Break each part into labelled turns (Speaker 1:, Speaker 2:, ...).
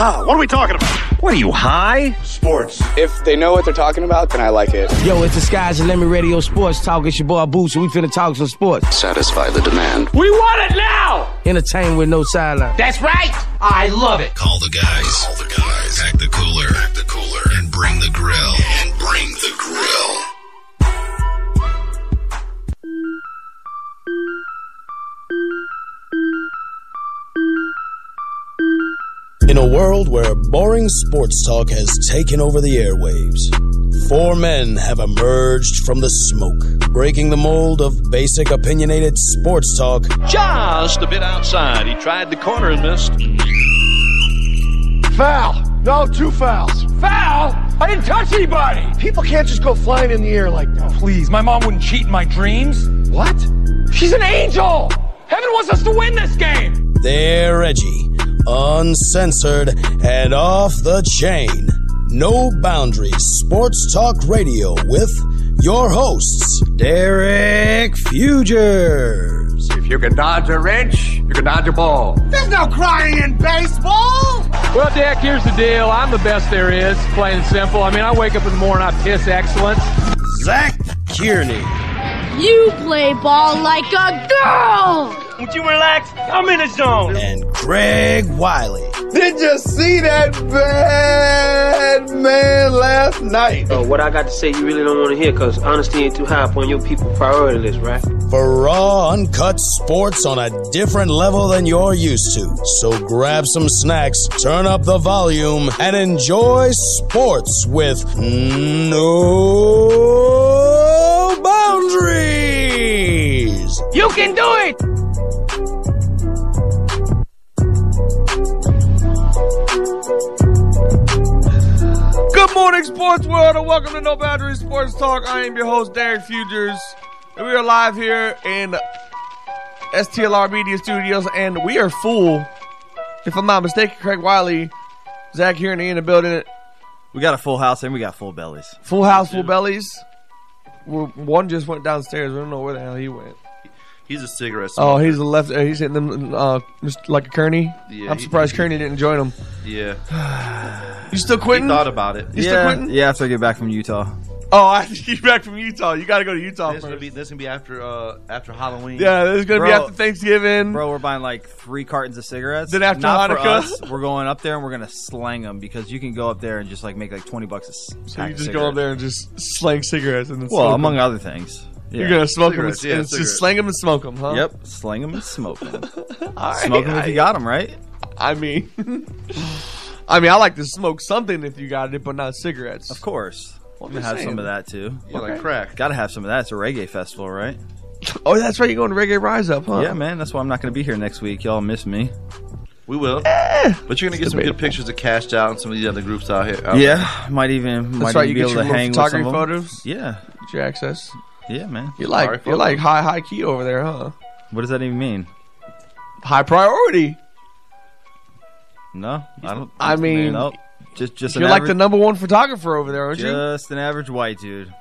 Speaker 1: Ah, what are we talking about?
Speaker 2: What are you, high?
Speaker 1: Sports.
Speaker 3: If they know what they're talking about, then I like it.
Speaker 4: Yo, it's the Skies and Lemon Radio Sports Talk. It's your boy Boots, and we finna talk some sports.
Speaker 5: Satisfy the demand.
Speaker 6: We want it now!
Speaker 4: Entertain with no sideline.
Speaker 6: That's right! I love it.
Speaker 7: Call the guys. Call the guys. Pack the cooler. Pack the cooler. And bring the grill. And bring the grill.
Speaker 8: In a world where boring sports talk has taken over the airwaves, four men have emerged from the smoke, breaking the mold of basic opinionated sports talk.
Speaker 9: Just a bit outside. He tried the corner and missed.
Speaker 10: Foul! No, two fouls.
Speaker 6: Foul? I didn't touch anybody! Oh,
Speaker 10: People can't just go flying in the air like that.
Speaker 6: Please, my mom wouldn't cheat in my dreams.
Speaker 10: What?
Speaker 6: She's an angel! Heaven wants us to win this game!
Speaker 8: There, Reggie uncensored, and off the chain. No Boundaries Sports Talk Radio with your hosts, Derek Fugers.
Speaker 11: If you can dodge a wrench, you can dodge a ball.
Speaker 12: There's no crying in baseball!
Speaker 13: Well, Derek, here's the deal. I'm the best there is, plain and simple. I mean, I wake up in the morning, I piss excellence.
Speaker 8: Zach Kearney.
Speaker 14: You play ball like a girl!
Speaker 15: Would you relax? I'm in a zone.
Speaker 8: And Craig Wiley.
Speaker 16: Did you see that bad man last night?
Speaker 17: Uh, what I got to say, you really don't want to hear because honesty ain't too high up on your people priority list, right?
Speaker 8: For raw, uncut sports on a different level than you're used to. So grab some snacks, turn up the volume, and enjoy sports with no boundaries.
Speaker 6: You can do it!
Speaker 18: Good morning, sports world, and welcome to No Boundaries Sports Talk. I am your host, Derek Fugers, and we are live here in STLR Media Studios, and we are full. If I'm not mistaken, Craig Wiley, Zach here in the building.
Speaker 19: We got a full house and we got full bellies.
Speaker 18: Full house, full bellies. Well, one just went downstairs. We don't know where the hell he went.
Speaker 19: He's a cigarette
Speaker 18: smoker. Oh, he's a left. Uh, he's hitting them uh, just like a Kearney. Yeah, I'm surprised did. Kearney didn't join him.
Speaker 19: Yeah.
Speaker 18: you still quitting?
Speaker 19: He thought about it.
Speaker 18: You
Speaker 19: yeah,
Speaker 18: still quitting?
Speaker 19: Yeah, after I get back from Utah.
Speaker 18: Oh, I get back from Utah. You got to go to Utah.
Speaker 19: This is gonna be this gonna be after uh, after Halloween.
Speaker 18: Yeah, this is gonna bro, be after Thanksgiving.
Speaker 19: Bro, we're buying like three cartons of cigarettes.
Speaker 18: Then after Not Hanukkah, us,
Speaker 19: we're going up there and we're gonna slang them because you can go up there and just like make like twenty bucks. A
Speaker 18: so you just go up there and just slang cigarettes and then
Speaker 19: well, among them. other things.
Speaker 18: Yeah. You're gonna smoke cigarettes, them, and, yeah, and just slang them and smoke them, huh?
Speaker 19: Yep, slang them and smoke them. right, smoke them I, if you got them, right?
Speaker 18: I mean, I mean, I like to smoke something if you got it, but not cigarettes.
Speaker 19: Of course, want to have saying. some of that too.
Speaker 18: Yeah, okay. like crack.
Speaker 19: Got to have some of that. It's a reggae festival, right?
Speaker 18: Oh, that's right. You're going to Reggae Rise Up, huh?
Speaker 19: Yeah, man. That's why I'm not going to be here next week. Y'all miss me.
Speaker 20: We will. Eh, but you're gonna get some debatable. good pictures of Cashed Out and some of these other groups out here. Out
Speaker 19: yeah, there. might even
Speaker 18: that's
Speaker 19: might
Speaker 18: right.
Speaker 19: Even
Speaker 18: you
Speaker 19: be able to hang
Speaker 18: photography
Speaker 19: with
Speaker 18: photos.
Speaker 19: Yeah,
Speaker 18: get your access.
Speaker 19: Yeah, man.
Speaker 18: You're like Sorry, you're me. like high high key over there, huh?
Speaker 19: What does that even mean?
Speaker 18: High priority.
Speaker 19: No, I don't.
Speaker 18: I mean,
Speaker 19: no. just just
Speaker 18: you're
Speaker 19: average,
Speaker 18: like the number one photographer over there, aren't
Speaker 19: just
Speaker 18: you?
Speaker 19: Just an average white dude.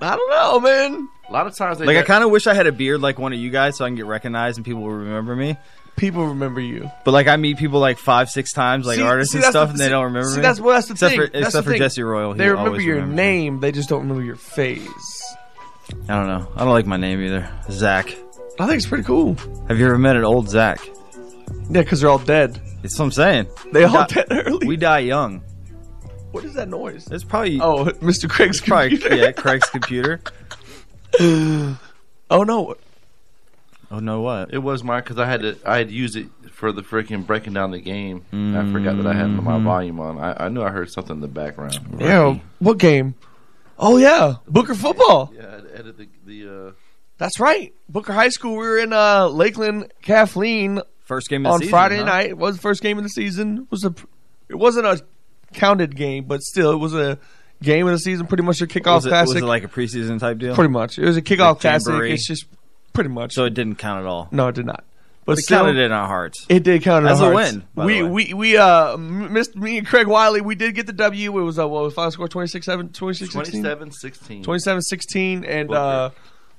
Speaker 18: I don't know, man.
Speaker 20: A lot of times,
Speaker 19: like get... I kind of wish I had a beard like one of you guys, so I can get recognized and people will remember me.
Speaker 18: People remember you,
Speaker 19: but like I meet people like five, six times, like
Speaker 18: see,
Speaker 19: artists
Speaker 18: see,
Speaker 19: and stuff,
Speaker 18: the,
Speaker 19: and they
Speaker 18: see,
Speaker 19: don't remember
Speaker 18: see,
Speaker 19: me.
Speaker 18: That's well, that's the
Speaker 19: except
Speaker 18: thing.
Speaker 19: For,
Speaker 18: that's
Speaker 19: except
Speaker 18: the
Speaker 19: for
Speaker 18: thing.
Speaker 19: Jesse Royal,
Speaker 18: they remember your
Speaker 19: remember
Speaker 18: name.
Speaker 19: Me.
Speaker 18: They just don't remember your face.
Speaker 19: I don't know. I don't like my name either, Zach.
Speaker 18: I think it's pretty cool.
Speaker 19: Have you ever met an old Zach?
Speaker 18: Yeah, because they're all dead.
Speaker 19: That's what I'm saying.
Speaker 18: They we all die, dead early.
Speaker 19: We die young.
Speaker 18: What is that noise?
Speaker 19: It's probably
Speaker 18: oh, Mr. Craig's
Speaker 19: probably,
Speaker 18: computer.
Speaker 19: Yeah, Craig's computer.
Speaker 18: oh no!
Speaker 19: Oh no! What?
Speaker 20: It was mine because I had to. I had used it for the freaking breaking down the game. Mm-hmm. I forgot that I had my volume on. I, I knew I heard something in the background.
Speaker 18: Yeah. What game? Oh yeah, Booker football.
Speaker 20: Yeah, I edited the. the uh,
Speaker 18: that's right. Booker High School. We were in uh, Lakeland, Kathleen.
Speaker 19: First game
Speaker 18: on
Speaker 19: season,
Speaker 18: Friday
Speaker 19: huh?
Speaker 18: night. It was the first game of the season. It was a. It wasn't a counted game, but still, it was a game of the season. Pretty much a kickoff
Speaker 19: was it,
Speaker 18: classic.
Speaker 19: Was it like a preseason type deal?
Speaker 18: Pretty much. It was a kickoff
Speaker 19: Like
Speaker 18: classic.
Speaker 19: Jamboree.
Speaker 18: It's just pretty much.
Speaker 19: So it didn't count at all.
Speaker 18: no, it did not.
Speaker 19: But
Speaker 18: But
Speaker 19: it
Speaker 18: still,
Speaker 19: counted in our hearts.
Speaker 18: It did count in
Speaker 19: That's
Speaker 18: our
Speaker 19: a
Speaker 18: hearts.
Speaker 19: win, by
Speaker 18: We
Speaker 19: the way.
Speaker 18: we we uh m- missed me and Craig Wiley. We did get the W. It was uh, what was final score 27 26
Speaker 20: 27 16.
Speaker 18: 27-16, and
Speaker 20: Booker.
Speaker 18: uh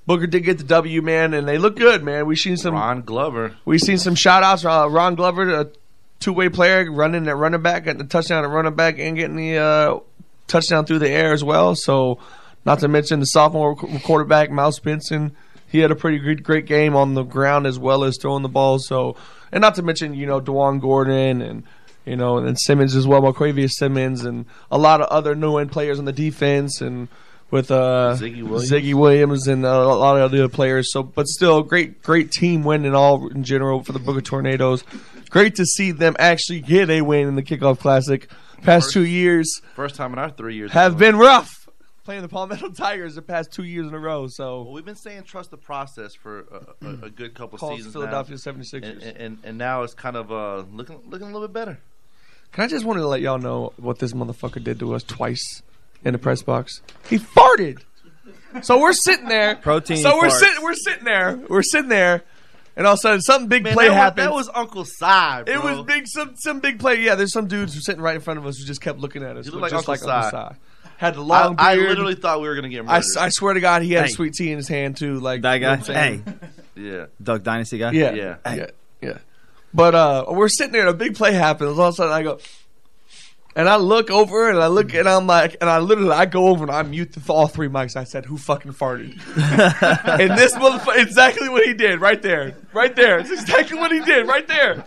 Speaker 18: Booker did get the W, man, and they look good, man. We seen some
Speaker 20: Ron Glover.
Speaker 18: we seen some shout outs. Uh, Ron Glover, uh, two way player running at running back, getting the touchdown at running back, and getting the uh, touchdown through the air as well. So, not to mention the sophomore qu- quarterback, Miles Benson. He had a pretty great, great game on the ground as well as throwing the ball. So, and not to mention you know Dewan Gordon and you know and Simmons as well, Marquavius Simmons and a lot of other new end players on the defense and with uh,
Speaker 20: Ziggy Williams.
Speaker 18: Ziggy Williams and a lot of other players. So, but still, great, great team win in all in general for the Book of Tornadoes. Great to see them actually get a win in the Kickoff Classic. Past two years
Speaker 20: First time in our three years
Speaker 18: have been rough playing the Palmetto Tigers the past two years in a row. So
Speaker 20: we've been saying trust the process for a, a, a good couple
Speaker 18: Calls
Speaker 20: seasons.
Speaker 18: Philadelphia
Speaker 20: now.
Speaker 18: 76ers.
Speaker 20: and, and and now it's kind of uh, looking looking a little bit better.
Speaker 18: Can I just wanted to let y'all know what this motherfucker did to us twice in the press box? He farted. So we're sitting there.
Speaker 19: Protein
Speaker 18: So we're
Speaker 19: farts.
Speaker 18: sitting. We're sitting there. We're sitting there, and all of a sudden, some big play
Speaker 20: that was-
Speaker 18: happened.
Speaker 20: that was Uncle Cy.
Speaker 18: It
Speaker 20: bro.
Speaker 18: was big. Some some big play. Yeah, there's some dudes who sitting right in front of us who just kept looking at us.
Speaker 20: You
Speaker 18: Looked
Speaker 20: look like
Speaker 18: just
Speaker 20: Uncle
Speaker 18: like
Speaker 20: Si.
Speaker 18: Uncle Si. Had the long
Speaker 20: I, I
Speaker 18: beard.
Speaker 20: literally thought we were gonna get
Speaker 18: I,
Speaker 20: murdered.
Speaker 18: s- I swear to God, he had
Speaker 20: Hey.
Speaker 18: a sweet tea in his hand too. Like
Speaker 19: That
Speaker 18: you know
Speaker 19: guy.
Speaker 18: what I'm saying?
Speaker 19: Hey,
Speaker 20: yeah,
Speaker 19: Doug Dynasty guy.
Speaker 18: Yeah. Yeah. Yeah. But uh, we're sitting there and a big play happens. All of a sudden I go and I look over and I look and I'm like and I literally I go over and I mute the, all three mics. I said, Who fucking farted? and this motherfucker exactly what he did right there. Right there. It's exactly what he did right there.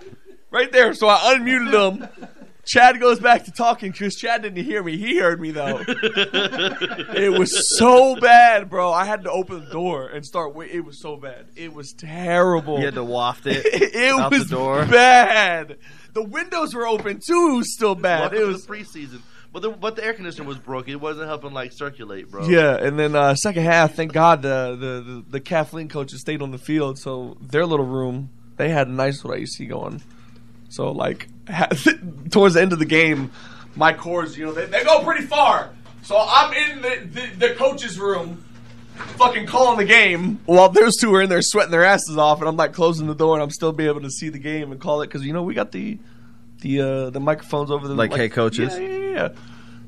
Speaker 18: Right there. So I unmuted him. Chad goes back to talking because Chad didn't hear me. He heard me though. it was so bad, bro. I had to open the door and start. Wait, it was so bad. It was terrible.
Speaker 19: You had to waft it.
Speaker 18: It
Speaker 19: out
Speaker 18: was
Speaker 19: the door.
Speaker 18: bad. The windows were open too. It was still bad.
Speaker 20: Welcome
Speaker 18: It
Speaker 20: to
Speaker 18: was
Speaker 20: the preseason, but the but the air conditioner was broken. It wasn't helping like circulate, bro.
Speaker 18: yeah. And then uh, second half, thank God the, the the the Kathleen coaches stayed on the field, so their little room they had a nice little AC going. So like ha- towards the end of the game, my cords, you know, they, they go pretty far. So I'm in the, the the coach's room. Fucking calling the game while those two are in there sweating their asses off, and I'm like closing the door, and I'm still be able to see the game and call it because you know we got the the uh, the microphones over the
Speaker 19: Like, hey, coaches.
Speaker 18: yeah, yeah, yeah.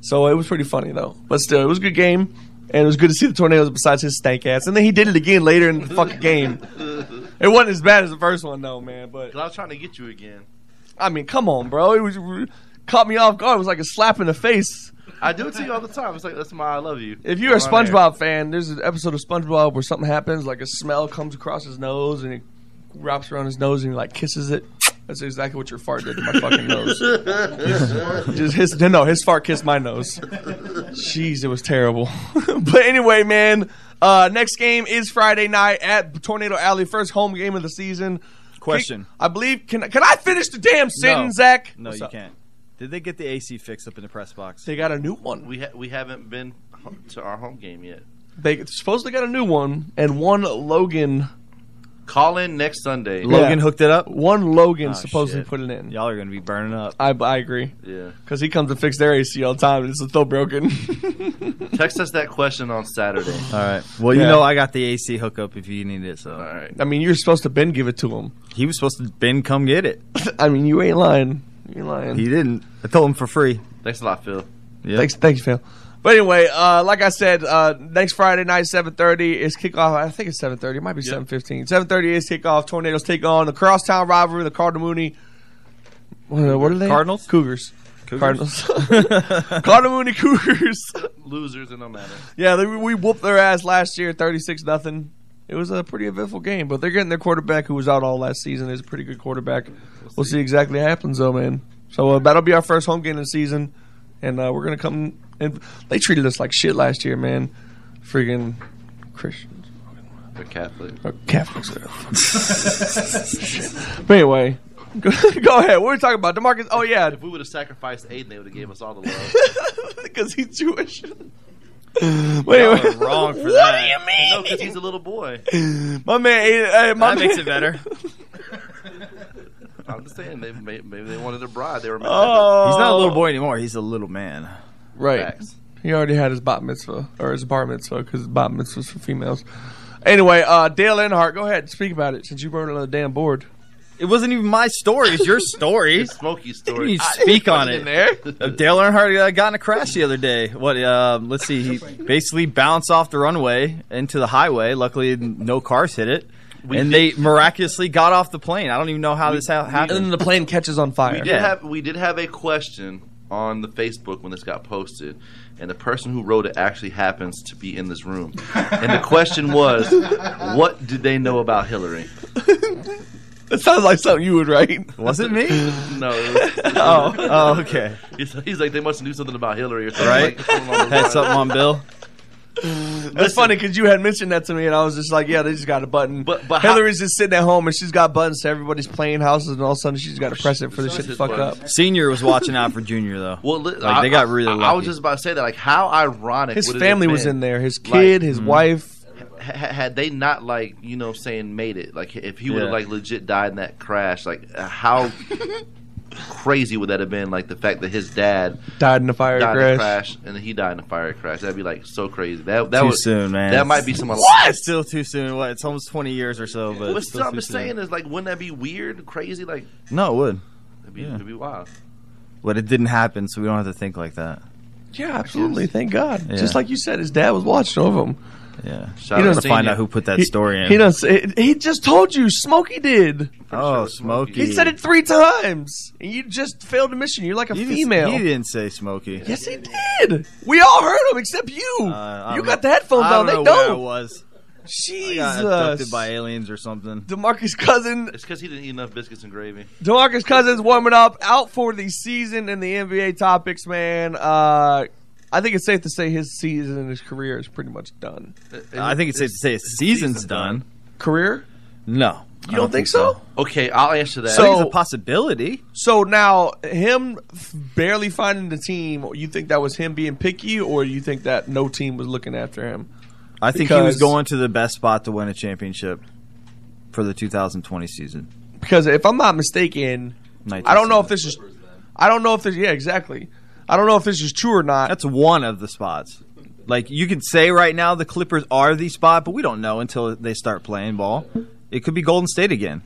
Speaker 18: So it was pretty funny though, but still, it was a good game, and it was good to see the tornadoes. Besides his stank ass, and then he did it again later in the fucking game. It wasn't as bad as the first one though, man. But
Speaker 20: 'Cause I was trying to get you again.
Speaker 18: I mean, come on, bro, it was caught me off guard. It was like a slap in the face.
Speaker 20: I do it to you all the time. It's like that's my I love you.
Speaker 18: If you're a
Speaker 20: Come on
Speaker 18: SpongeBob fan, there's an episode of SpongeBob where something happens, like a smell comes across his nose and it wraps around his nose and he like kisses it. That's exactly what your fart did to my fucking nose. Just his no, his fart kissed my nose. Jeez, it was terrible. but anyway, man, uh, next game is Friday night at Tornado Alley, first home game of the season.
Speaker 19: Question.
Speaker 18: Can- I believe can can I finish the damn sentence,
Speaker 19: no.
Speaker 18: Zach?
Speaker 19: No,
Speaker 18: What's
Speaker 19: you
Speaker 18: up?
Speaker 19: can't. Did they get the AC fixed up in the press box?
Speaker 18: They got a new one.
Speaker 20: We ha- we haven't been ho- to our home game yet.
Speaker 18: They supposedly got a new one and one Logan.
Speaker 20: Call in next Sunday.
Speaker 18: Yeah. One Logan supposedly put it in.
Speaker 19: Ah, Y'all are gonna be burning up.
Speaker 18: I, I agree.
Speaker 20: Yeah.
Speaker 18: Because he comes to fix their AC all the time and it's still broken.
Speaker 20: Text us that question on Saturday.
Speaker 19: All right. Well, you
Speaker 18: Yeah.
Speaker 19: know I got the AC hookup if you need it. So all
Speaker 20: right.
Speaker 18: I mean, you're supposed to Ben give it to him.
Speaker 19: He was supposed to Ben come get it.
Speaker 18: I mean, you ain't lying. You're lying.
Speaker 19: He didn't. I told him for free.
Speaker 20: Thanks a lot, Phil.
Speaker 18: Thanks, thanks, Phil. But anyway, uh, like I said, uh, next Friday night, seven thirty is kickoff. I think it's seven thirty. It might be seven fifteen. Seven thirty is kickoff. Tornadoes take on the Crosstown rivalry, the Cardinal Mooney. What, are- what are they?
Speaker 19: Cardinals?
Speaker 18: Cougars.
Speaker 19: Cougars?
Speaker 18: Cardinals. Cardinal Mooney Cougars.
Speaker 20: Losers, it don't matter.
Speaker 18: Yeah, they, we whooped their ass last year, thirty-six nothing. It was a pretty eventful game, but they're getting their quarterback who was out all last season. Is a pretty good quarterback. We'll, see. exactly what happens though, man. So uh, that'll be our first home game of the season, and uh, we're gonna come. And they treated us like shit last year, man. Friggin' Christians,
Speaker 20: They're Catholic.
Speaker 18: or Catholics. but anyway, go, go ahead. What were we talking about? Demarcus. Oh yeah,
Speaker 20: If we would have sacrificed Aiden, they would have gave us all the love.
Speaker 18: because he's Jewish.
Speaker 20: Wait,
Speaker 18: Y'all are
Speaker 19: wrong for
Speaker 18: What
Speaker 19: that.
Speaker 18: do you mean?
Speaker 20: No, because he's a little boy.
Speaker 18: My man, eh, eh, my
Speaker 19: That makes
Speaker 18: man-
Speaker 19: it better.
Speaker 20: I'm just saying, they, may- maybe they wanted a bride. They were mad at
Speaker 18: Oh.
Speaker 20: us.
Speaker 19: He's not a little boy anymore. He's a little man.
Speaker 18: Right. He already had his bat mitzvah or his bar mitzvah because bat mitzvahs for females. Anyway, uh, Dale Earnhardt, go ahead and speak about it since you burned on the damn board.
Speaker 19: It wasn't even my story. It's your story. it's
Speaker 20: Smokey's
Speaker 19: You
Speaker 20: story.
Speaker 19: need to speak on it.
Speaker 18: in there.
Speaker 19: Uh, Dale Earnhardt uh, got in a crash the other day. What? Uh, let's see. He basically bounced off the runway into the highway. Luckily, no cars hit it.
Speaker 20: We
Speaker 19: and they miraculously got off the plane. I don't even know how this ha- happened.
Speaker 18: And then the plane catches on fire.
Speaker 20: We did have we did have a question on the Facebook when this got posted, and the person who wrote it actually happens to be in this room. and the question was, what did they know about Hillary?
Speaker 18: It sounds like something you would write.
Speaker 19: Was it me?
Speaker 20: no. it was-
Speaker 19: Oh, oh, okay.
Speaker 20: He's, he's like they must do something about Hillary or something.
Speaker 19: Right?
Speaker 20: Like, something along those
Speaker 19: Had
Speaker 20: lines.
Speaker 19: something on Bill.
Speaker 18: That's funny because you had mentioned that to me, and I was just like, "Yeah, they just got a button." But,
Speaker 20: but how-
Speaker 18: Hillary's just sitting at home, and she's got buttons to everybody's playing houses, and all of a sudden she's got to press it for this shit to fuck up.
Speaker 19: Senior was watching out for Junior though.
Speaker 20: Well, li-
Speaker 19: like they
Speaker 20: I-
Speaker 19: got really
Speaker 20: I-
Speaker 19: lucky.
Speaker 20: I was just about to say that. Like, how ironic.
Speaker 18: His
Speaker 20: would it have
Speaker 18: family was
Speaker 20: been?
Speaker 18: in there. His
Speaker 20: Like, mm-hmm.
Speaker 18: kid, his wife.
Speaker 20: ha- had they not like you know what I'm saying made it like if he would have
Speaker 18: Yeah.
Speaker 20: like legit died in that crash like uh, how crazy would that have been like the fact that his dad
Speaker 18: Died in a fire
Speaker 20: died in
Speaker 18: crash.
Speaker 20: a crash and then he died in a fire crash that'd be like so crazy that that
Speaker 19: too
Speaker 20: was
Speaker 19: soon, man.
Speaker 20: that might be some
Speaker 19: It's still too soon. What? It's almost twenty years or so. But
Speaker 20: What's
Speaker 19: it's still
Speaker 20: I'm
Speaker 19: too
Speaker 20: just
Speaker 19: soon.
Speaker 20: saying is like wouldn't that be weird crazy like
Speaker 19: No, it would.
Speaker 20: that'd be,
Speaker 19: Yeah.
Speaker 20: that'd be wild
Speaker 19: But it didn't happen, so we don't have to think like that.
Speaker 18: Yeah, absolutely. Thank God.
Speaker 19: Yeah.
Speaker 18: Just like you said, his dad was watching over him.
Speaker 19: Yeah,
Speaker 18: He
Speaker 19: shout out
Speaker 18: done
Speaker 19: to find
Speaker 18: seen
Speaker 19: out
Speaker 18: you.
Speaker 19: who put that
Speaker 18: He-
Speaker 19: story in.
Speaker 18: He does. He just told you, Smokey did.
Speaker 19: oh, Smokey.
Speaker 18: He said it three times, and you just failed the mission. You're like a
Speaker 19: He didn't-
Speaker 18: female.
Speaker 19: He didn't say Smokey.
Speaker 18: Yes, he did. We all heard him except you.
Speaker 19: Uh, I
Speaker 18: you
Speaker 19: don't
Speaker 18: got
Speaker 19: know-
Speaker 18: the headphones
Speaker 19: I
Speaker 18: on. They
Speaker 19: don't know where I
Speaker 18: don't.
Speaker 19: was. I
Speaker 18: Jesus.
Speaker 19: got abducted by aliens or something.
Speaker 18: Demarcus Cousin,
Speaker 20: it's because he didn't eat enough biscuits and gravy
Speaker 18: Demarcus Cousins warming up, out for the season in the NBA topics. Man, uh, I think it's safe to say his season and his career is pretty much done.
Speaker 19: I think it's safe to say his season's done.
Speaker 18: Career?
Speaker 19: No,
Speaker 18: You don't, think so?
Speaker 20: okay I'll answer that
Speaker 19: I think it's a possibility.
Speaker 18: So now him f- barely finding the team. You think that was him being picky, or you think that no team was looking after him?
Speaker 19: I think he was
Speaker 18: Because-
Speaker 19: going to the best spot to win a championship for the 2020 season.
Speaker 18: Because if I'm not mistaken, I don't know if this is. I don't know if this. Yeah, exactly. I don't know if this is true or not.
Speaker 19: That's one of the spots. Like you could say right now, the Clippers are the spot, but we don't know until they start playing ball. It could be Golden State again.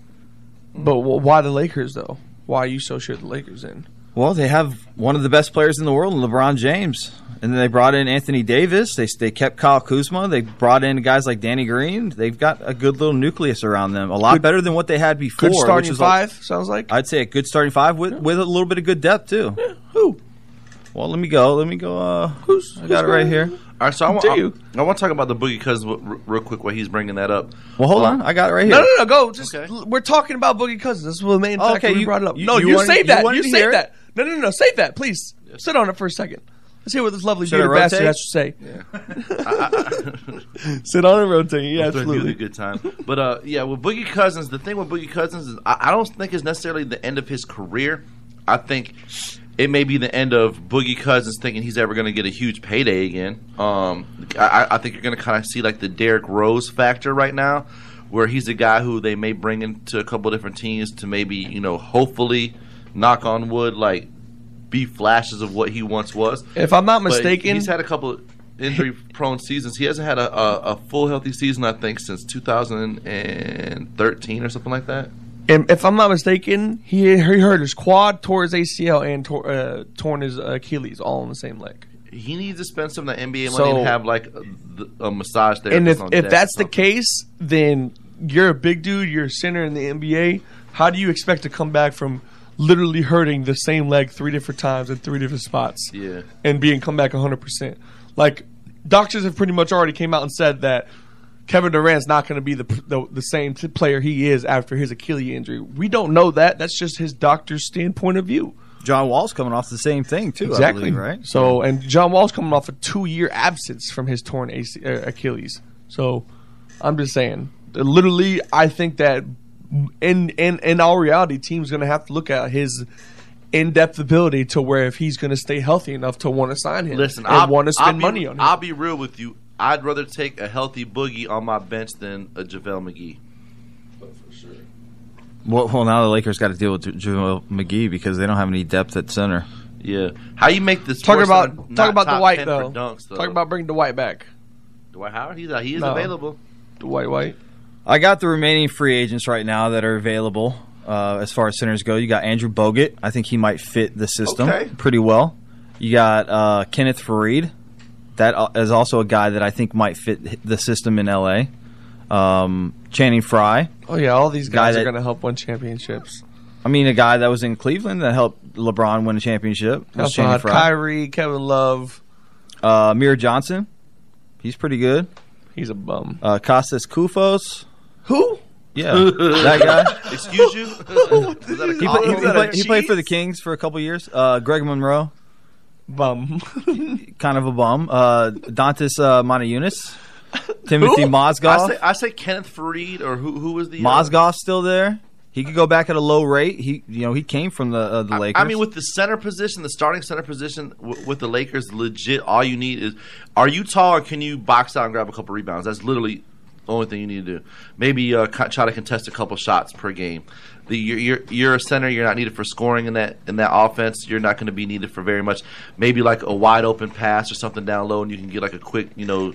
Speaker 18: But wh- why the Lakers though? Why are you so sure the Lakers in?
Speaker 19: Well, they have one of the best players in the world, LeBron James, and then they brought in Anthony Davis. They they kept Kyle Kuzma. They brought in guys like Danny Green. They've got a good little nucleus around them. A lot
Speaker 18: Good-
Speaker 19: better than what they had before.
Speaker 18: Good
Speaker 19: which
Speaker 18: starting
Speaker 19: is like-
Speaker 18: five sounds like.
Speaker 19: I'd say a good starting five with with a little bit of good depth too.
Speaker 18: who?
Speaker 19: Well, let me go. Let me go. Uh,
Speaker 18: who's
Speaker 19: I got it right here.
Speaker 20: all right so I want
Speaker 18: Do you?
Speaker 20: I, want to talk about the boogie cousins w- r- real quick while he's bringing that up
Speaker 19: Well, hold
Speaker 20: Um,
Speaker 19: on. I got it right here.
Speaker 18: No, no, no. Go. Just l- we're talking about Boogie Cousins. This was the main
Speaker 19: Oh,
Speaker 18: factor
Speaker 19: okay,
Speaker 18: we
Speaker 19: you-
Speaker 18: brought it up.
Speaker 19: you-
Speaker 18: No,
Speaker 19: you
Speaker 18: you,
Speaker 19: wanted-
Speaker 18: save
Speaker 19: you
Speaker 18: that.
Speaker 19: wanted
Speaker 18: You,
Speaker 19: to hear
Speaker 18: save
Speaker 19: it?
Speaker 18: that. No, no, no, no. Save that, please. Sit on it for a second. Let's hear what this lovely
Speaker 19: Should I
Speaker 18: beauty bastard
Speaker 19: rotate?
Speaker 18: has to say.
Speaker 20: I-
Speaker 18: Sit on and rotate. Yeah,
Speaker 20: It's gonna be a good time. But uh, yeah, with Boogie Cousins, the thing with Boogie Cousins is I, I don't think it's necessarily the end of his career. I think it may be the end of Boogie Cousins thinking he's ever going to get a huge payday again. Um, I, I- I think you're going to kind of see like the Derrick Rose factor right now, where he's a guy who they may bring into a couple different teams to maybe you know hopefully, knock on wood, like be flashes of what he once was.
Speaker 18: If I'm not
Speaker 20: But
Speaker 18: mistaken-
Speaker 20: he's had a couple injury prone seasons. He hasn't had a, a, a full healthy season, I think, since 2013 or something like that.
Speaker 18: And if I'm not mistaken, he he hurt his quad, tore his ACL, and tore, uh, torn his Achilles all in the same leg.
Speaker 20: He needs to spend some of the NBA money
Speaker 18: So-
Speaker 20: and have like a, a massage therapist.
Speaker 18: and if
Speaker 20: on
Speaker 18: if
Speaker 20: deck
Speaker 18: that's the
Speaker 20: or something.
Speaker 18: case, then you're a big dude. You're a center in the NBA. How do you expect to come back from literally hurting the same leg three different times in three different spots?
Speaker 20: yeah,
Speaker 18: and being come back 100%. Like doctors have pretty much already came out and said that Kevin Durant's not going to be the, the the same t- player he is after his Achilles injury. We don't know that. That's just his doctor's standpoint of view.
Speaker 19: John Wall's coming off the same thing too. I believe, right.
Speaker 18: So, and John Wall's coming off a two-year absence from his torn AC, uh, Achilles. So, I'm just saying, literally, I think that in in in all reality, team's going to have to look at his in-depth ability to where if he's going to stay healthy enough to want to sign him,
Speaker 20: Listen,
Speaker 18: and
Speaker 20: I
Speaker 18: want to
Speaker 20: I'll
Speaker 18: spend
Speaker 20: be,
Speaker 18: money on him.
Speaker 20: I'll be real with you. I'd rather take a healthy boogie on my bench than a JaVale McGee.
Speaker 19: Well, well, now the Lakers got to deal with Ja- JaVale McGee because they don't have any depth at center.
Speaker 20: Yeah, how you make this?
Speaker 18: talk
Speaker 20: Sports
Speaker 18: about
Speaker 20: Center
Speaker 18: talk
Speaker 20: not
Speaker 18: about the
Speaker 20: top
Speaker 18: white
Speaker 20: 10 for
Speaker 18: though.
Speaker 20: Dunks, though.
Speaker 18: Talk about bringing the white back.
Speaker 20: Dwight Howard. He's out. He is
Speaker 18: No.
Speaker 20: available.
Speaker 18: The white white.
Speaker 19: I got the remaining free agents right now that are available uh, as far as centers go. You got Andrew Bogut. I think he might fit the system
Speaker 20: Okay.
Speaker 19: pretty well. You got uh, Kenneth Farid. That uh, is also a guy that I think might fit the system in LA. Um, Channing Frye.
Speaker 18: Oh yeah, all these guys
Speaker 19: Guy
Speaker 18: are
Speaker 19: that-
Speaker 18: going to help win championships.
Speaker 19: I mean, a guy that was in Cleveland that helped LeBron win a championship. was
Speaker 18: That's
Speaker 19: Channing
Speaker 18: odd.
Speaker 19: Frye.
Speaker 18: Kyrie, Kevin Love.
Speaker 19: Uh, Amir Johnson, he's pretty good.
Speaker 18: He's a bum.
Speaker 19: Uh, Costas Kufos.
Speaker 18: Who?
Speaker 19: Yeah, that guy.
Speaker 20: Excuse you? Is that a
Speaker 19: He,
Speaker 20: call?
Speaker 19: pla- he,
Speaker 20: Oh, Is that a
Speaker 19: played- he played
Speaker 20: cheat?
Speaker 19: for the Kings for a couple years. Uh, Greg Monroe,
Speaker 18: bum,
Speaker 19: kind of a bum. Uh, Dantas uh, Montiunis, Timothy
Speaker 20: I
Speaker 19: Mozgov.
Speaker 20: say, I say Kenneth Fareed or who who was the uh,
Speaker 19: Mozgov's still there. He could go back at a low rate. He, you know, he came from the uh, the Lakers.
Speaker 20: I mean, with the center position, the starting center position w- with the Lakers, legit, all you need is are you tall or can you box out and grab a couple rebounds? That's literally the only thing you need to do. Maybe uh, co- try to contest a couple shots per game. The, you're, you're, you're a center. You're not needed for scoring in that in that offense. You're not going to be needed for very much. Maybe like a wide open pass or something down low, and you can get like a quick, you know,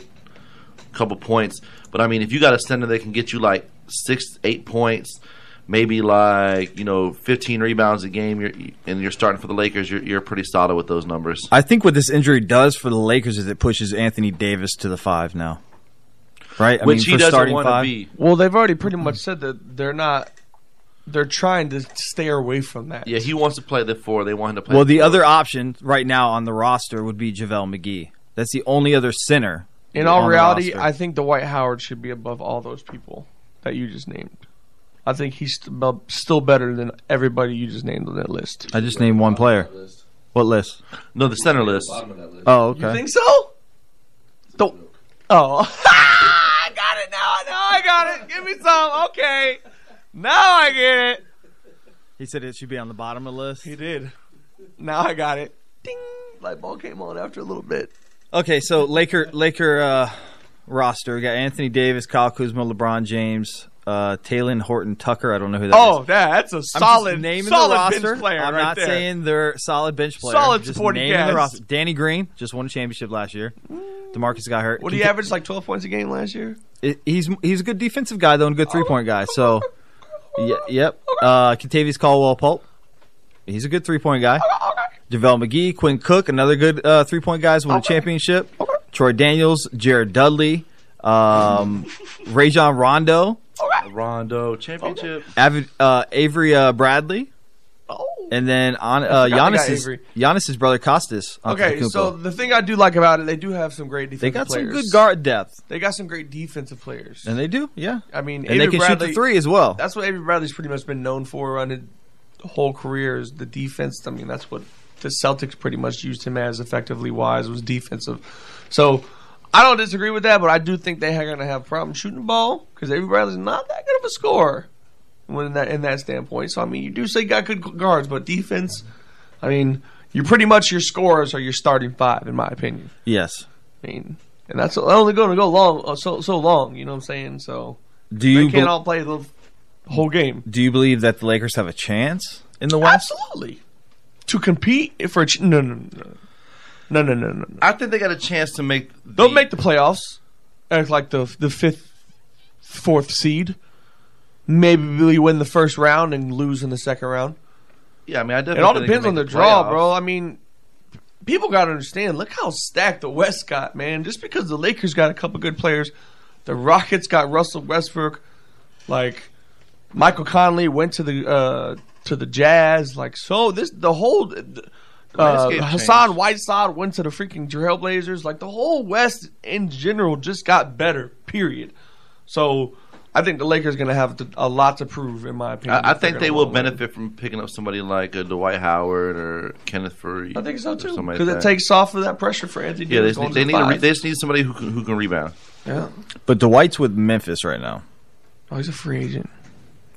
Speaker 20: couple points. But I mean, if you got a center that can get you like six, eight points, maybe like you know, fifteen rebounds a game, you're, and you're starting for the Lakers, you're, you're pretty solid with those numbers.
Speaker 19: I think what this injury does for the Lakers is it pushes Anthony Davis to the five now, right? I
Speaker 20: Which he doesn't
Speaker 19: starting
Speaker 20: wanna
Speaker 19: five.
Speaker 20: be.
Speaker 18: Well, they've already pretty much said that they're not. They're trying to stay away from that.
Speaker 20: Yeah, he wants to play the four. They want him to play.
Speaker 19: Well, the
Speaker 20: four.
Speaker 19: other option right now on the roster would be JaVale McGee. That's the only other center.
Speaker 18: In
Speaker 19: on
Speaker 18: all
Speaker 19: the
Speaker 18: reality,
Speaker 19: roster.
Speaker 18: I think Dwight Howard should be above all those people that you just named. I think he's st- bu- still better than everybody you just named on that list.
Speaker 19: I just named one player. What list?
Speaker 20: No, the center list.
Speaker 19: Oh,
Speaker 18: You
Speaker 19: okay.
Speaker 18: think so? The- oh. I got it now. I know I got it. Give me some. Okay. Now I get it.
Speaker 19: He said it should be on the bottom of the list. He
Speaker 18: did. Now I got it. Ding. Light bulb came on after a little bit.
Speaker 19: Okay, so Laker Laker uh, roster. We got Anthony Davis, Kyle Kuzma, LeBron James, uh, Taylon Horton Tucker. I don't know who that is.
Speaker 18: oh, that, that's a solid,
Speaker 19: naming the
Speaker 18: solid
Speaker 19: roster.
Speaker 18: bench player
Speaker 19: I'm
Speaker 18: right
Speaker 19: not
Speaker 18: there.
Speaker 19: saying they're solid bench player.
Speaker 18: Solid
Speaker 19: Just
Speaker 18: supporting
Speaker 19: naming the
Speaker 18: cast.
Speaker 19: roster. Danny Green just won a championship last year. Demarcus got hurt.
Speaker 18: What did he average? Like 12 points a game last year?
Speaker 19: It- He's he's a good defensive guy though, and a good three point guy. So, yeah, yep. Uh, Kentavious Caldwell Pope, he's a good three point guy. JaVale McGee, Quinn Cook, another good uh, three point guys won a championship. Troy Daniels, Jared Dudley, um, Rajon Rondo,
Speaker 18: Oh,
Speaker 20: Rondo championship.
Speaker 19: Avi- uh, Avery uh, Bradley,
Speaker 18: Oh.
Speaker 19: and then on uh,
Speaker 18: I forgot they got
Speaker 19: Giannis's,
Speaker 18: Avery.
Speaker 19: Giannis's brother Costas.
Speaker 18: Okay,
Speaker 19: Antetokounmpo.
Speaker 18: so the thing I do like about it, they do have some great defensive
Speaker 19: they got some
Speaker 18: players.
Speaker 19: good guard depth,
Speaker 18: They got some great defensive players.
Speaker 19: and they do, yeah.
Speaker 18: I mean,
Speaker 19: and they
Speaker 18: Avery
Speaker 19: can shoot
Speaker 18: Bradley,
Speaker 19: the three as well.
Speaker 18: That's what Avery Bradley's pretty much been known for around his whole career is the defense. I mean, that's what the Celtics pretty much used him as effectively wise was defensive. So I don't disagree with that, but I do think they are going to have problems shooting the ball because Avery Bradley's not that good of a scorer when in that in that standpoint. So I mean, you do say you got good guards, but defense. I mean, you pretty much your scorers are your starting five, in my opinion.
Speaker 19: Yes.
Speaker 18: I mean, and that's only going to go long uh, so so long. You know what I'm saying? So
Speaker 19: Do you
Speaker 18: they can't
Speaker 19: bel-
Speaker 18: all play the whole game.
Speaker 19: Do you believe that the Lakers have a chance in the West?
Speaker 18: Absolutely. To compete for a ch- no no no no no no no. no.
Speaker 20: I think they got a chance to make.
Speaker 18: They'll make the playoffs. Act like the the fifth, fourth seed. Maybe we win the first round and lose in the second round.
Speaker 20: Yeah, I mean, I definitely.
Speaker 18: It all
Speaker 20: think they
Speaker 18: depends
Speaker 20: can
Speaker 18: on the,
Speaker 20: make
Speaker 18: draw,
Speaker 20: playoffs.
Speaker 18: bro. I mean, people got to understand. Look how stacked the West got, man. Just because the Lakers got a couple good players, the Rockets got Russell Westbrook, like Michael Conley went to the uh, to the Jazz, like so. This the whole uh,
Speaker 20: Landscape
Speaker 18: Hassan Whiteside went to the freaking Trailblazers. Like the whole West in general just got better. Period. So. I think the Lakers going to have to, a lot to prove, in my opinion.
Speaker 20: I, I
Speaker 18: if they're
Speaker 20: think
Speaker 18: gonna
Speaker 20: they will
Speaker 18: wanna win.
Speaker 20: benefit from picking up somebody like uh, Dwight Howard or Kenneth Furry.
Speaker 18: I think so too,
Speaker 20: Because
Speaker 18: because it takes off of that pressure for Anthony.
Speaker 20: Yeah, they,
Speaker 18: Davis
Speaker 20: just
Speaker 18: going to the
Speaker 20: need, they need a re-
Speaker 18: five.
Speaker 20: they just need somebody who can, who can rebound.
Speaker 18: Yeah.
Speaker 19: But Dwight's with Memphis right now.
Speaker 18: Oh, he's a free agent.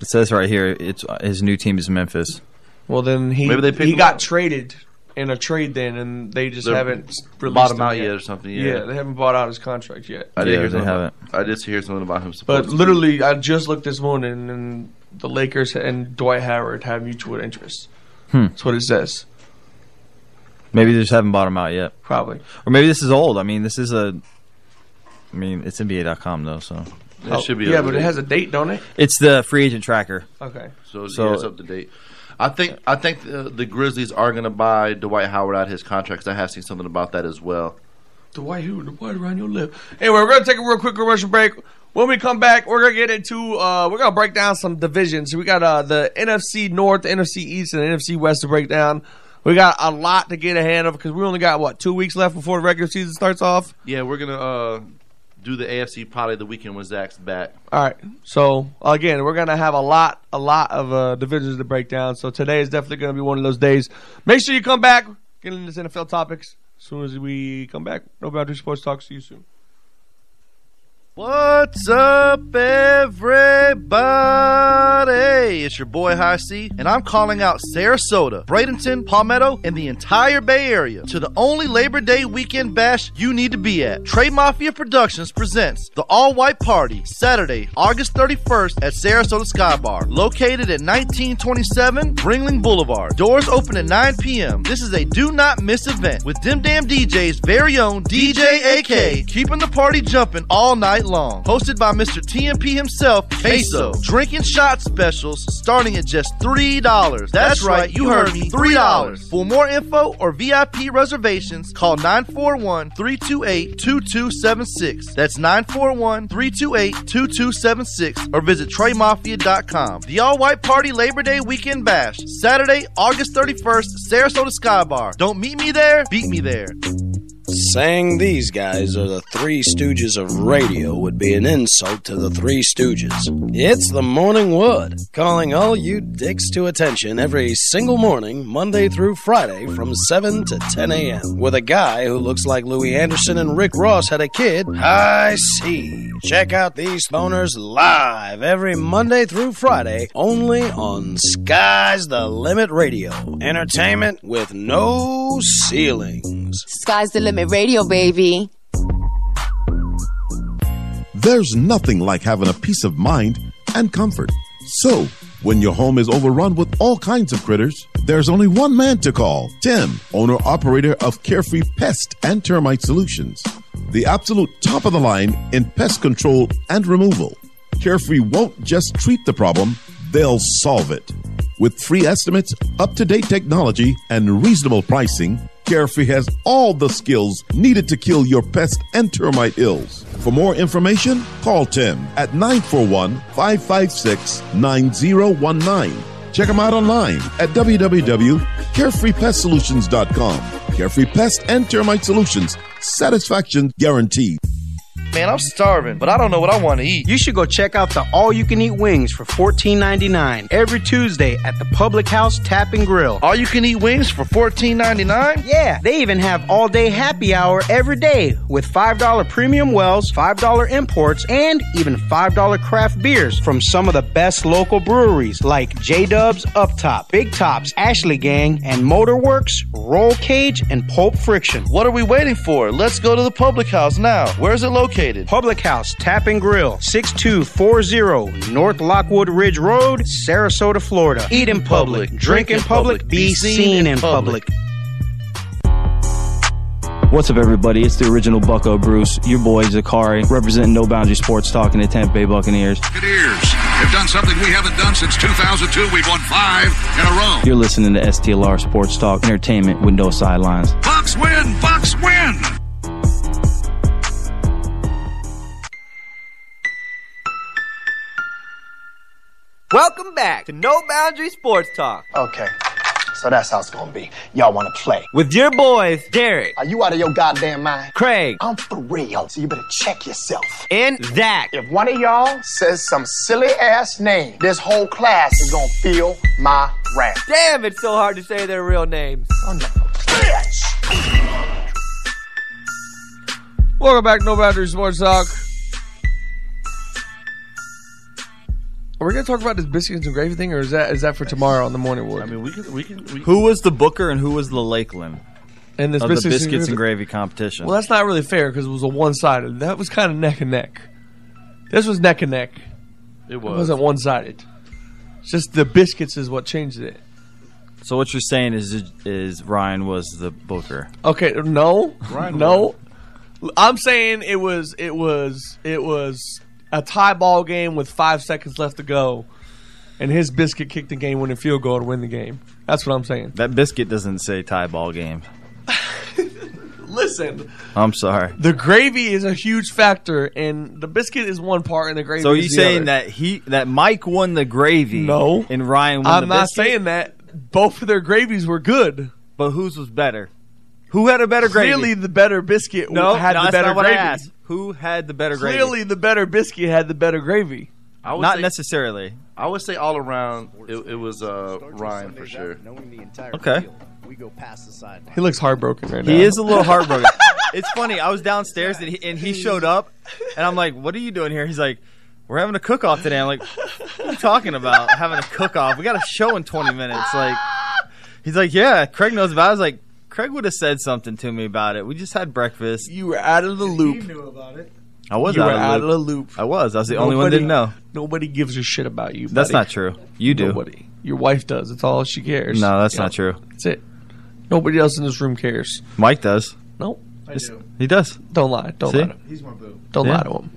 Speaker 19: It says right here, it's his new team is Memphis.
Speaker 18: Well, then he
Speaker 20: Maybe they pick
Speaker 18: he
Speaker 20: him
Speaker 18: got traded in a trade then, and they just
Speaker 20: They're
Speaker 18: haven't released
Speaker 20: bought him
Speaker 18: him
Speaker 20: out yet or something, yeah.
Speaker 18: they haven't bought out his contract yet.
Speaker 20: I did
Speaker 19: Yeah,
Speaker 20: hear
Speaker 19: they
Speaker 20: something
Speaker 19: haven't.
Speaker 20: about- I just hear something about him.
Speaker 18: But
Speaker 20: supposed to be-
Speaker 18: literally, I just looked this morning, and the Lakers and Dwight Howard have mutual interests.
Speaker 19: Hmm.
Speaker 18: That's what it says.
Speaker 19: Maybe they just haven't bought him out yet.
Speaker 18: Probably.
Speaker 19: Or maybe this is old. I mean, this is a. I mean, it's NBA.com though, so
Speaker 20: It should be
Speaker 18: yeah,
Speaker 20: up to
Speaker 18: but it
Speaker 20: date.
Speaker 18: has a date, don't it?
Speaker 19: it's the free agent tracker.
Speaker 18: Okay.
Speaker 20: So,
Speaker 19: So-
Speaker 20: yeah, it's up to date. I think I think the, the Grizzlies are going to buy Dwight Howard out his contract. 'cause I have seen something about that as well.
Speaker 18: Dwight Howard, the white around your lip. Anyway, we're gonna take a real quick commercial break. When we come back, we're gonna get into uh, we're gonna break down some divisions. We got uh, the NFC North, the NFC East, and the NFC West to break down. We got a lot to get ahead of because we only got what two weeks left before the regular season starts off.
Speaker 20: Yeah, we're gonna uh, do the AFC probably the weekend when Zach's back.
Speaker 18: All right. So again, we're gonna have a lot, a lot of uh, divisions to break down. So today is definitely gonna be one of those days. Make sure you come back. Get into this NFL topics as soon as we come back. No boundary sports talk. See you soon.
Speaker 20: What's up, everybody? It's your boy High C, and I'm calling out Sarasota, Bradenton, Palmetto, and the entire Bay Area to the only Labor Day weekend bash you need to be at. Trey Mafia Productions presents the All White Party Saturday, August 31st at Sarasota Sky Bar, located at 1927 Ringling Boulevard. Doors open at 9 p.m. This is a do not miss event with Dim Dam DJ's very own DJ AK, keeping the party jumping all night long. Hosted by Mr. TMP himself, Queso. Drinking shot specials starting at just $3. That's, right, you heard me, $3. For more info or VIP reservations, call 941 328 2276. That's 941 328 2276 or visit TreyMafia.com. The All White Party Labor Day Weekend Bash, Saturday, August 31st, Sarasota Sky Bar. Don't meet me there, beat me there.
Speaker 8: Saying these guys are the Three Stooges of radio would be an insult to the Three Stooges. It's the Morning Wood, calling all you dicks to attention every single morning, Monday through Friday from 7 to 10 a.m. With a guy who looks like Louis Anderson and Rick Ross had a kid. I see. Check out these stoners live every Monday through Friday, only on Sky's the Limit Radio. Entertainment with no ceilings.
Speaker 1: Sky's the limit radio, baby.
Speaker 2: There's nothing like having a peace of mind and comfort. So, when your home is overrun with all kinds of critters, there's only one man to call Tim, owner operator of Carefree Pest and Termite Solutions, the absolute top of the line in pest control and removal. Carefree won't just treat the problem, they'll solve it. With free estimates, up to date technology, and reasonable pricing, Carefree has all the skills needed to kill your pest and termite ills. For more information, call Tim at 941 556 9019. Check them out online at www.carefreepestsolutions.com. Carefree Pest and Termite Solutions, satisfaction guaranteed.
Speaker 20: Man, I'm starving, but I don't know what I want to eat.
Speaker 5: You should go check out the All You Can Eat Wings for $14.99 every Tuesday at the Public House Tap and Grill.
Speaker 20: All you can eat wings for $14.99?
Speaker 5: Yeah, they even have all day happy hour every day with $5 premium wells, $5 imports, and even $5 craft beers from some of the best local breweries like J Dubs Up Top, Big Tops, Ashley Gang, and Motorworks, Roll Cage, and Pulp Friction.
Speaker 20: What are we waiting for? Let's go to the public house now. Where is it located?
Speaker 5: Public House Tap and Grill, 6240 North Lockwood Ridge Road, Sarasota, Florida. Eat in public, drink in public, be seen in public.
Speaker 13: What's up, everybody? It's the original Bucko Bruce, your boy Zakari, representing No Boundary Sports, talking to Tampa Bay Buccaneers.
Speaker 7: Buccaneers have done something we haven't done since 2002. We've won five in a row.
Speaker 13: You're listening to STLR Sports Talk, entertainment with no sidelines.
Speaker 7: Bucks win! Bucks win!
Speaker 9: Welcome back to No Boundary Sports Talk
Speaker 21: Okay. So that's how it's gonna be. Y'all wanna play.
Speaker 9: with your boys, Derek
Speaker 21: Are you out of your goddamn mind?
Speaker 9: Craig.
Speaker 21: I'm for real, so you better check yourself.
Speaker 9: and Zach.
Speaker 21: If one of y'all says some silly ass name, this whole class is gonna feel my wrath.
Speaker 9: Damn, it's so hard to say their real names.
Speaker 18: Oh, Welcome back, No Boundary Sports Talk. Are we gonna talk about this biscuits and gravy thing, or is that is that for tomorrow on the morning wood? I mean,
Speaker 20: we can we can. We
Speaker 19: Who was the Booker and who was the Lakeland?
Speaker 18: And this
Speaker 19: of
Speaker 18: biscuits
Speaker 19: the
Speaker 18: and
Speaker 19: biscuits
Speaker 18: gravy-
Speaker 19: and gravy competition.
Speaker 18: Well, that's not really fair because it was a one sided. That was kind of neck and neck. This was neck and neck.
Speaker 20: It
Speaker 18: It wasn't one sided. It's just the biscuits is what changed it.
Speaker 19: so what you're saying is is Ryan was the Booker.
Speaker 18: Okay, no,
Speaker 19: Ryan
Speaker 18: no. I'm saying it was it was it was a tie ball game with five seconds left to go, and his biscuit kicked the game winning field goal to win the game. That's what I'm saying.
Speaker 19: That biscuit doesn't say tie ball game.
Speaker 18: Listen,
Speaker 19: I'm sorry.
Speaker 18: the gravy is a huge factor, and the biscuit is one part, and the gravy.
Speaker 19: So are
Speaker 18: is
Speaker 19: you
Speaker 18: the
Speaker 19: saying
Speaker 18: other.
Speaker 19: that he that Mike won the gravy?
Speaker 18: No.
Speaker 19: and Ryan won
Speaker 18: I'm
Speaker 19: the
Speaker 18: not
Speaker 19: biscuit?
Speaker 18: saying that. Both of their gravies were good,
Speaker 19: but whose was better? Who had a better gravy?
Speaker 18: Clearly, the better biscuit
Speaker 19: No,
Speaker 18: had
Speaker 19: no,
Speaker 18: the
Speaker 19: that's
Speaker 18: better
Speaker 19: not what I
Speaker 18: gravy.
Speaker 19: asked. Who had the better gravy?
Speaker 18: Clearly, the better biscuit had the better gravy.
Speaker 20: I would
Speaker 19: Not
Speaker 20: say-
Speaker 19: necessarily.
Speaker 20: I would say all around, it, it was uh, Ryan for sure.
Speaker 19: Okay.
Speaker 18: He looks heartbroken right now.
Speaker 19: He is a little heartbroken. it's funny. I was downstairs and he, and he showed up, and I'm like, "What are you doing here?" He's like, "We're having a cook-off today." I'm like, "What are you talking about having a cook-off? We got a show in 20 minutes." Like, he's like, "Yeah, Craig knows about." it." I was like, "Craig would have said something to me about it. We just had breakfast.
Speaker 18: You were out of the loop.
Speaker 19: I was
Speaker 18: You
Speaker 19: out,
Speaker 18: were
Speaker 19: of,
Speaker 18: out
Speaker 19: the
Speaker 18: of the loop.
Speaker 19: I was. I was the only one that
Speaker 18: Nobody-
Speaker 19: didn't know.
Speaker 18: Nobody gives a shit about you.
Speaker 19: That's
Speaker 18: buddy.
Speaker 19: not true. You do.
Speaker 18: Nobody. Your wife does. It's all she cares.
Speaker 19: No, that's
Speaker 18: You know,
Speaker 19: not true.
Speaker 18: That's it. Nobody else in this room cares.
Speaker 19: Mike does.
Speaker 18: Nope. I
Speaker 19: do. He does.
Speaker 18: Don't lie. Don't
Speaker 19: See?
Speaker 18: lie to him.
Speaker 10: He's my boo.
Speaker 18: Don't
Speaker 19: Yeah.
Speaker 18: lie to him.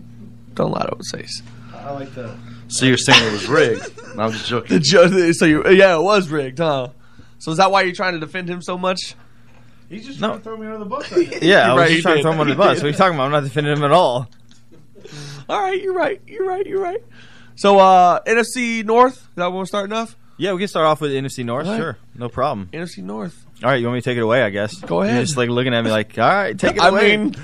Speaker 18: Don't lie to him, Sace.
Speaker 10: I like the.
Speaker 20: So you're saying it was rigged? No, I'm just joking.
Speaker 18: The judge. So you, yeah, it was rigged, huh? So is that why you're trying to defend him so much?
Speaker 10: He's just
Speaker 19: No.
Speaker 10: trying to throw me under the bus. Right now.
Speaker 19: Yeah, I
Speaker 18: You're
Speaker 19: was
Speaker 18: right,
Speaker 19: just
Speaker 18: he
Speaker 19: trying to
Speaker 18: did.
Speaker 19: throw him under the
Speaker 18: He
Speaker 19: bus.
Speaker 18: did.
Speaker 19: What are you talking about? I'm not defending him at all.
Speaker 18: All right, you're right. You're right. You're right. So uh NFC North. Is that what we're starting off?
Speaker 19: Yeah, we can start off with NFC North.
Speaker 18: All right.
Speaker 19: Sure, no problem.
Speaker 18: NFC North.
Speaker 19: All right, you want me to take it away? I guess.
Speaker 18: Go ahead.
Speaker 19: You're just like looking at me, like, all right, take it
Speaker 18: I
Speaker 19: away.
Speaker 18: mean,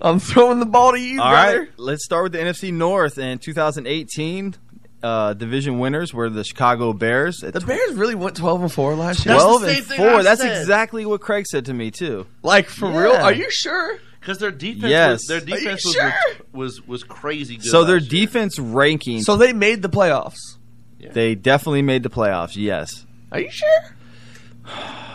Speaker 18: I'm throwing the ball to you,
Speaker 19: all
Speaker 18: brother.
Speaker 19: right, let's start with the NFC North in 2018. Uh, division winners were the Chicago Bears at
Speaker 18: The Bears really went 12 and four last year.
Speaker 19: 12
Speaker 20: same
Speaker 19: and
Speaker 20: thing
Speaker 19: 4.
Speaker 20: I
Speaker 19: That's
Speaker 20: said.
Speaker 19: exactly what Craig said to me too.
Speaker 18: Like for
Speaker 20: Yeah.
Speaker 18: real? Are you sure?
Speaker 20: Because their defense,
Speaker 19: Yes.
Speaker 20: was, their
Speaker 19: Are
Speaker 18: you
Speaker 20: defense was,
Speaker 18: sure?
Speaker 20: was was crazy good.
Speaker 19: So their
Speaker 20: last year.
Speaker 19: defense ranking,
Speaker 18: So they made the playoffs.
Speaker 19: they definitely made the playoffs. Yes,
Speaker 18: Are you sure,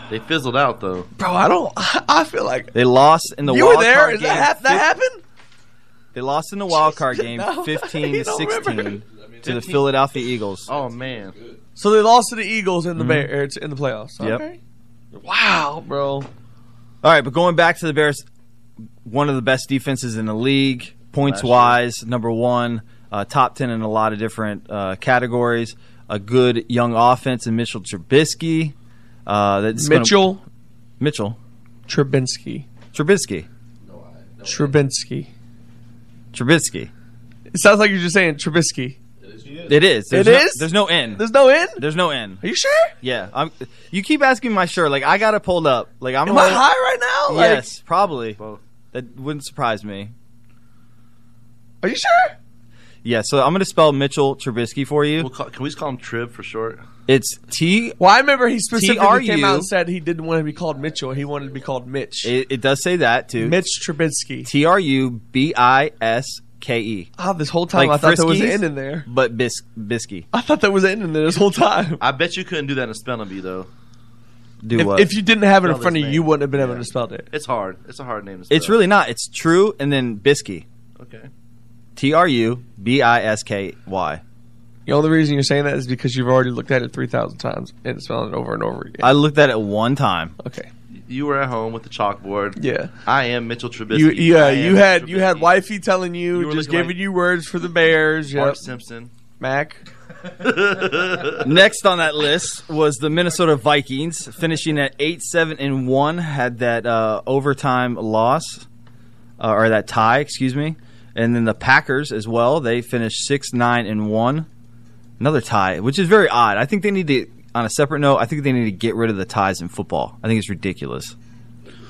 Speaker 20: they fizzled out though.
Speaker 18: bro? I don't. I feel like
Speaker 19: they lost in the
Speaker 18: you
Speaker 19: wild
Speaker 18: were there.
Speaker 19: card
Speaker 18: Is
Speaker 19: game.
Speaker 18: that hap- that
Speaker 19: fif-
Speaker 18: happened?
Speaker 19: They lost in the wild card game,
Speaker 18: No,
Speaker 19: 15
Speaker 18: you
Speaker 19: to
Speaker 18: don't
Speaker 19: 16,
Speaker 18: remember.
Speaker 19: to the Philadelphia Eagles.
Speaker 20: Oh man,
Speaker 18: So they lost to the Eagles in the Bears in the playoffs.
Speaker 19: Mm-hmm. Yep.
Speaker 18: Okay. Wow, bro.
Speaker 19: All right, but going back to the Bears, one of the best defenses in the league, points wise, number one, uh, top 10 in a lot of different uh, categories. A good young offense in Mitchell Trubisky. Uh, that's gonna-
Speaker 18: Mitchell
Speaker 19: Mitchell.
Speaker 18: Trubinsky.
Speaker 19: Trubisky.
Speaker 18: Trubinsky.
Speaker 19: Trubisky.
Speaker 18: It sounds like you're just saying Trubisky.
Speaker 19: It is. There's
Speaker 18: It
Speaker 19: no,
Speaker 18: is?
Speaker 19: There's no N.
Speaker 18: There's no end.
Speaker 19: There's no N.
Speaker 18: Are you sure?
Speaker 19: Yeah. I'm, you keep asking my shirt. Like, I got it pulled up. Like, I'm
Speaker 18: Am
Speaker 19: gonna-
Speaker 18: I high right now? Like,
Speaker 19: yes, probably. That wouldn't surprise me.
Speaker 18: Are you sure?
Speaker 19: Yeah, so I'm going to spell Mitchell Trubisky for you.
Speaker 20: we'll call, can we just call him Trib for short?
Speaker 19: It's T.
Speaker 18: Well, I remember he specifically came
Speaker 19: TRU.
Speaker 18: out and said he didn't want to be called Mitchell. He wanted to be called Mitch.
Speaker 19: It, it does say that too.
Speaker 18: Mitch Trubinsky.
Speaker 19: T R U B I S K E.
Speaker 18: Ah, this whole time I
Speaker 19: Like
Speaker 18: thought there was an
Speaker 19: Friskies?
Speaker 18: end in there.
Speaker 19: But bis- Bisky.
Speaker 18: I thought there was an end in there this whole time.
Speaker 20: I bet you couldn't do that in spelling bee though.
Speaker 19: Do
Speaker 18: If,
Speaker 19: what?
Speaker 18: if you didn't have it in
Speaker 20: Spell
Speaker 18: front of
Speaker 20: his
Speaker 18: you,
Speaker 20: name.
Speaker 18: you wouldn't have been able
Speaker 20: Yeah.
Speaker 18: to spell it.
Speaker 20: It's hard. It's a hard name. To spell.
Speaker 19: it's really not. It's true and then Bisky.
Speaker 20: okay.
Speaker 19: T R U B I S K Y.
Speaker 18: The only reason you're saying that is because you've already looked at it 3,000 times and spelled it over and over again.
Speaker 19: I looked at it one time.
Speaker 18: okay.
Speaker 20: You were at home with the chalkboard.
Speaker 18: Yeah.
Speaker 20: I am Mitchell Trubisky.
Speaker 18: You, yeah,
Speaker 20: I am
Speaker 18: you had
Speaker 20: Mitchell
Speaker 18: you had
Speaker 20: Trubisky.
Speaker 18: wifey telling you,
Speaker 20: You were
Speaker 18: just
Speaker 20: looking
Speaker 18: giving you words for the Bears.
Speaker 20: Mark
Speaker 18: Yep.
Speaker 20: Simpson.
Speaker 18: Mac.
Speaker 19: Next on that list was the Minnesota Vikings, finishing at eight seven and one. Had that uh, overtime loss uh, or that tie, excuse me, and then the Packers as well. They finished six nine and one. Another tie, which is very odd. I think they need to. On a separate note, I think they need to get rid of the ties in football. I think it's ridiculous.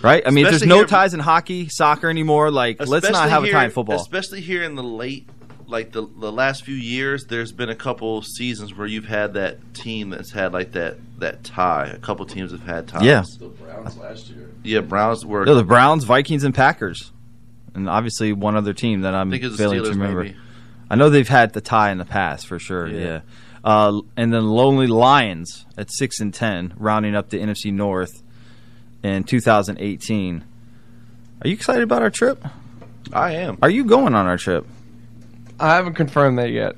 Speaker 19: Right? I mean, if there's
Speaker 20: Especially
Speaker 19: no
Speaker 20: here-
Speaker 19: ties in hockey, soccer anymore, like let's not
Speaker 20: Especially
Speaker 19: have a tie
Speaker 20: here-
Speaker 19: in football.
Speaker 20: Especially here in the late, like the the last few years, there's been a couple seasons where you've had that team that's had like that that tie. A couple teams have had ties.
Speaker 19: Yeah.
Speaker 20: the Browns last year. Yeah, Browns were.
Speaker 19: Yeah, the Browns, Vikings, and Packers, and obviously one other team that I'm
Speaker 20: I think it was the
Speaker 19: failing to
Speaker 20: Steelers,
Speaker 19: remember.
Speaker 20: maybe.
Speaker 19: I know they've had the tie in the past for sure. Yeah. Uh, and then Lonely Lions at six and ten, rounding up the NFC North in 2018. Are you excited about our trip?
Speaker 20: I am.
Speaker 19: Are you going on our trip?
Speaker 18: I haven't confirmed that yet.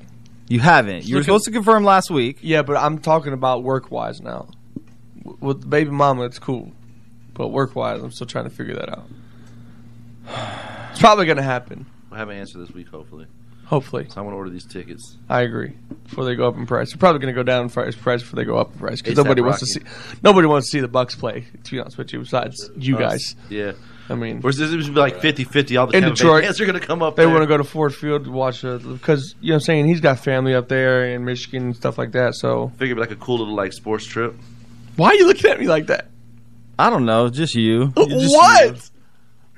Speaker 19: You haven't. You were
Speaker 18: Look at-
Speaker 19: supposed to confirm last week.
Speaker 18: Yeah, but I'm talking about work wise now. W- With the baby mama, it's cool, but work wise, I'm still trying to figure that out. It's probably gonna happen.
Speaker 20: We'll have an answer this week, hopefully.
Speaker 18: Hopefully,
Speaker 20: So I'm gonna order these tickets.
Speaker 18: I agree. Before they go up in price, they're probably gonna go down in price, price before they go up in price because
Speaker 20: ASAP
Speaker 18: nobody wants to see
Speaker 20: Rocky.
Speaker 18: nobody wants to see the Bucks play. To be honest with you, besides you
Speaker 20: Us.
Speaker 18: guys,
Speaker 20: Yeah.
Speaker 18: I mean,
Speaker 20: versus it was like 50-50 all the
Speaker 18: in
Speaker 20: time.
Speaker 18: Detroit,
Speaker 20: Fans are going to come up
Speaker 18: They
Speaker 20: there.
Speaker 18: want to go to Ford Field to watch because you know what I'm saying he's got family up there in Michigan and stuff like that. So
Speaker 20: figure it'd be like a cool little like sports trip.
Speaker 18: Why are you looking at me like that?
Speaker 19: I don't know, just you.
Speaker 18: what?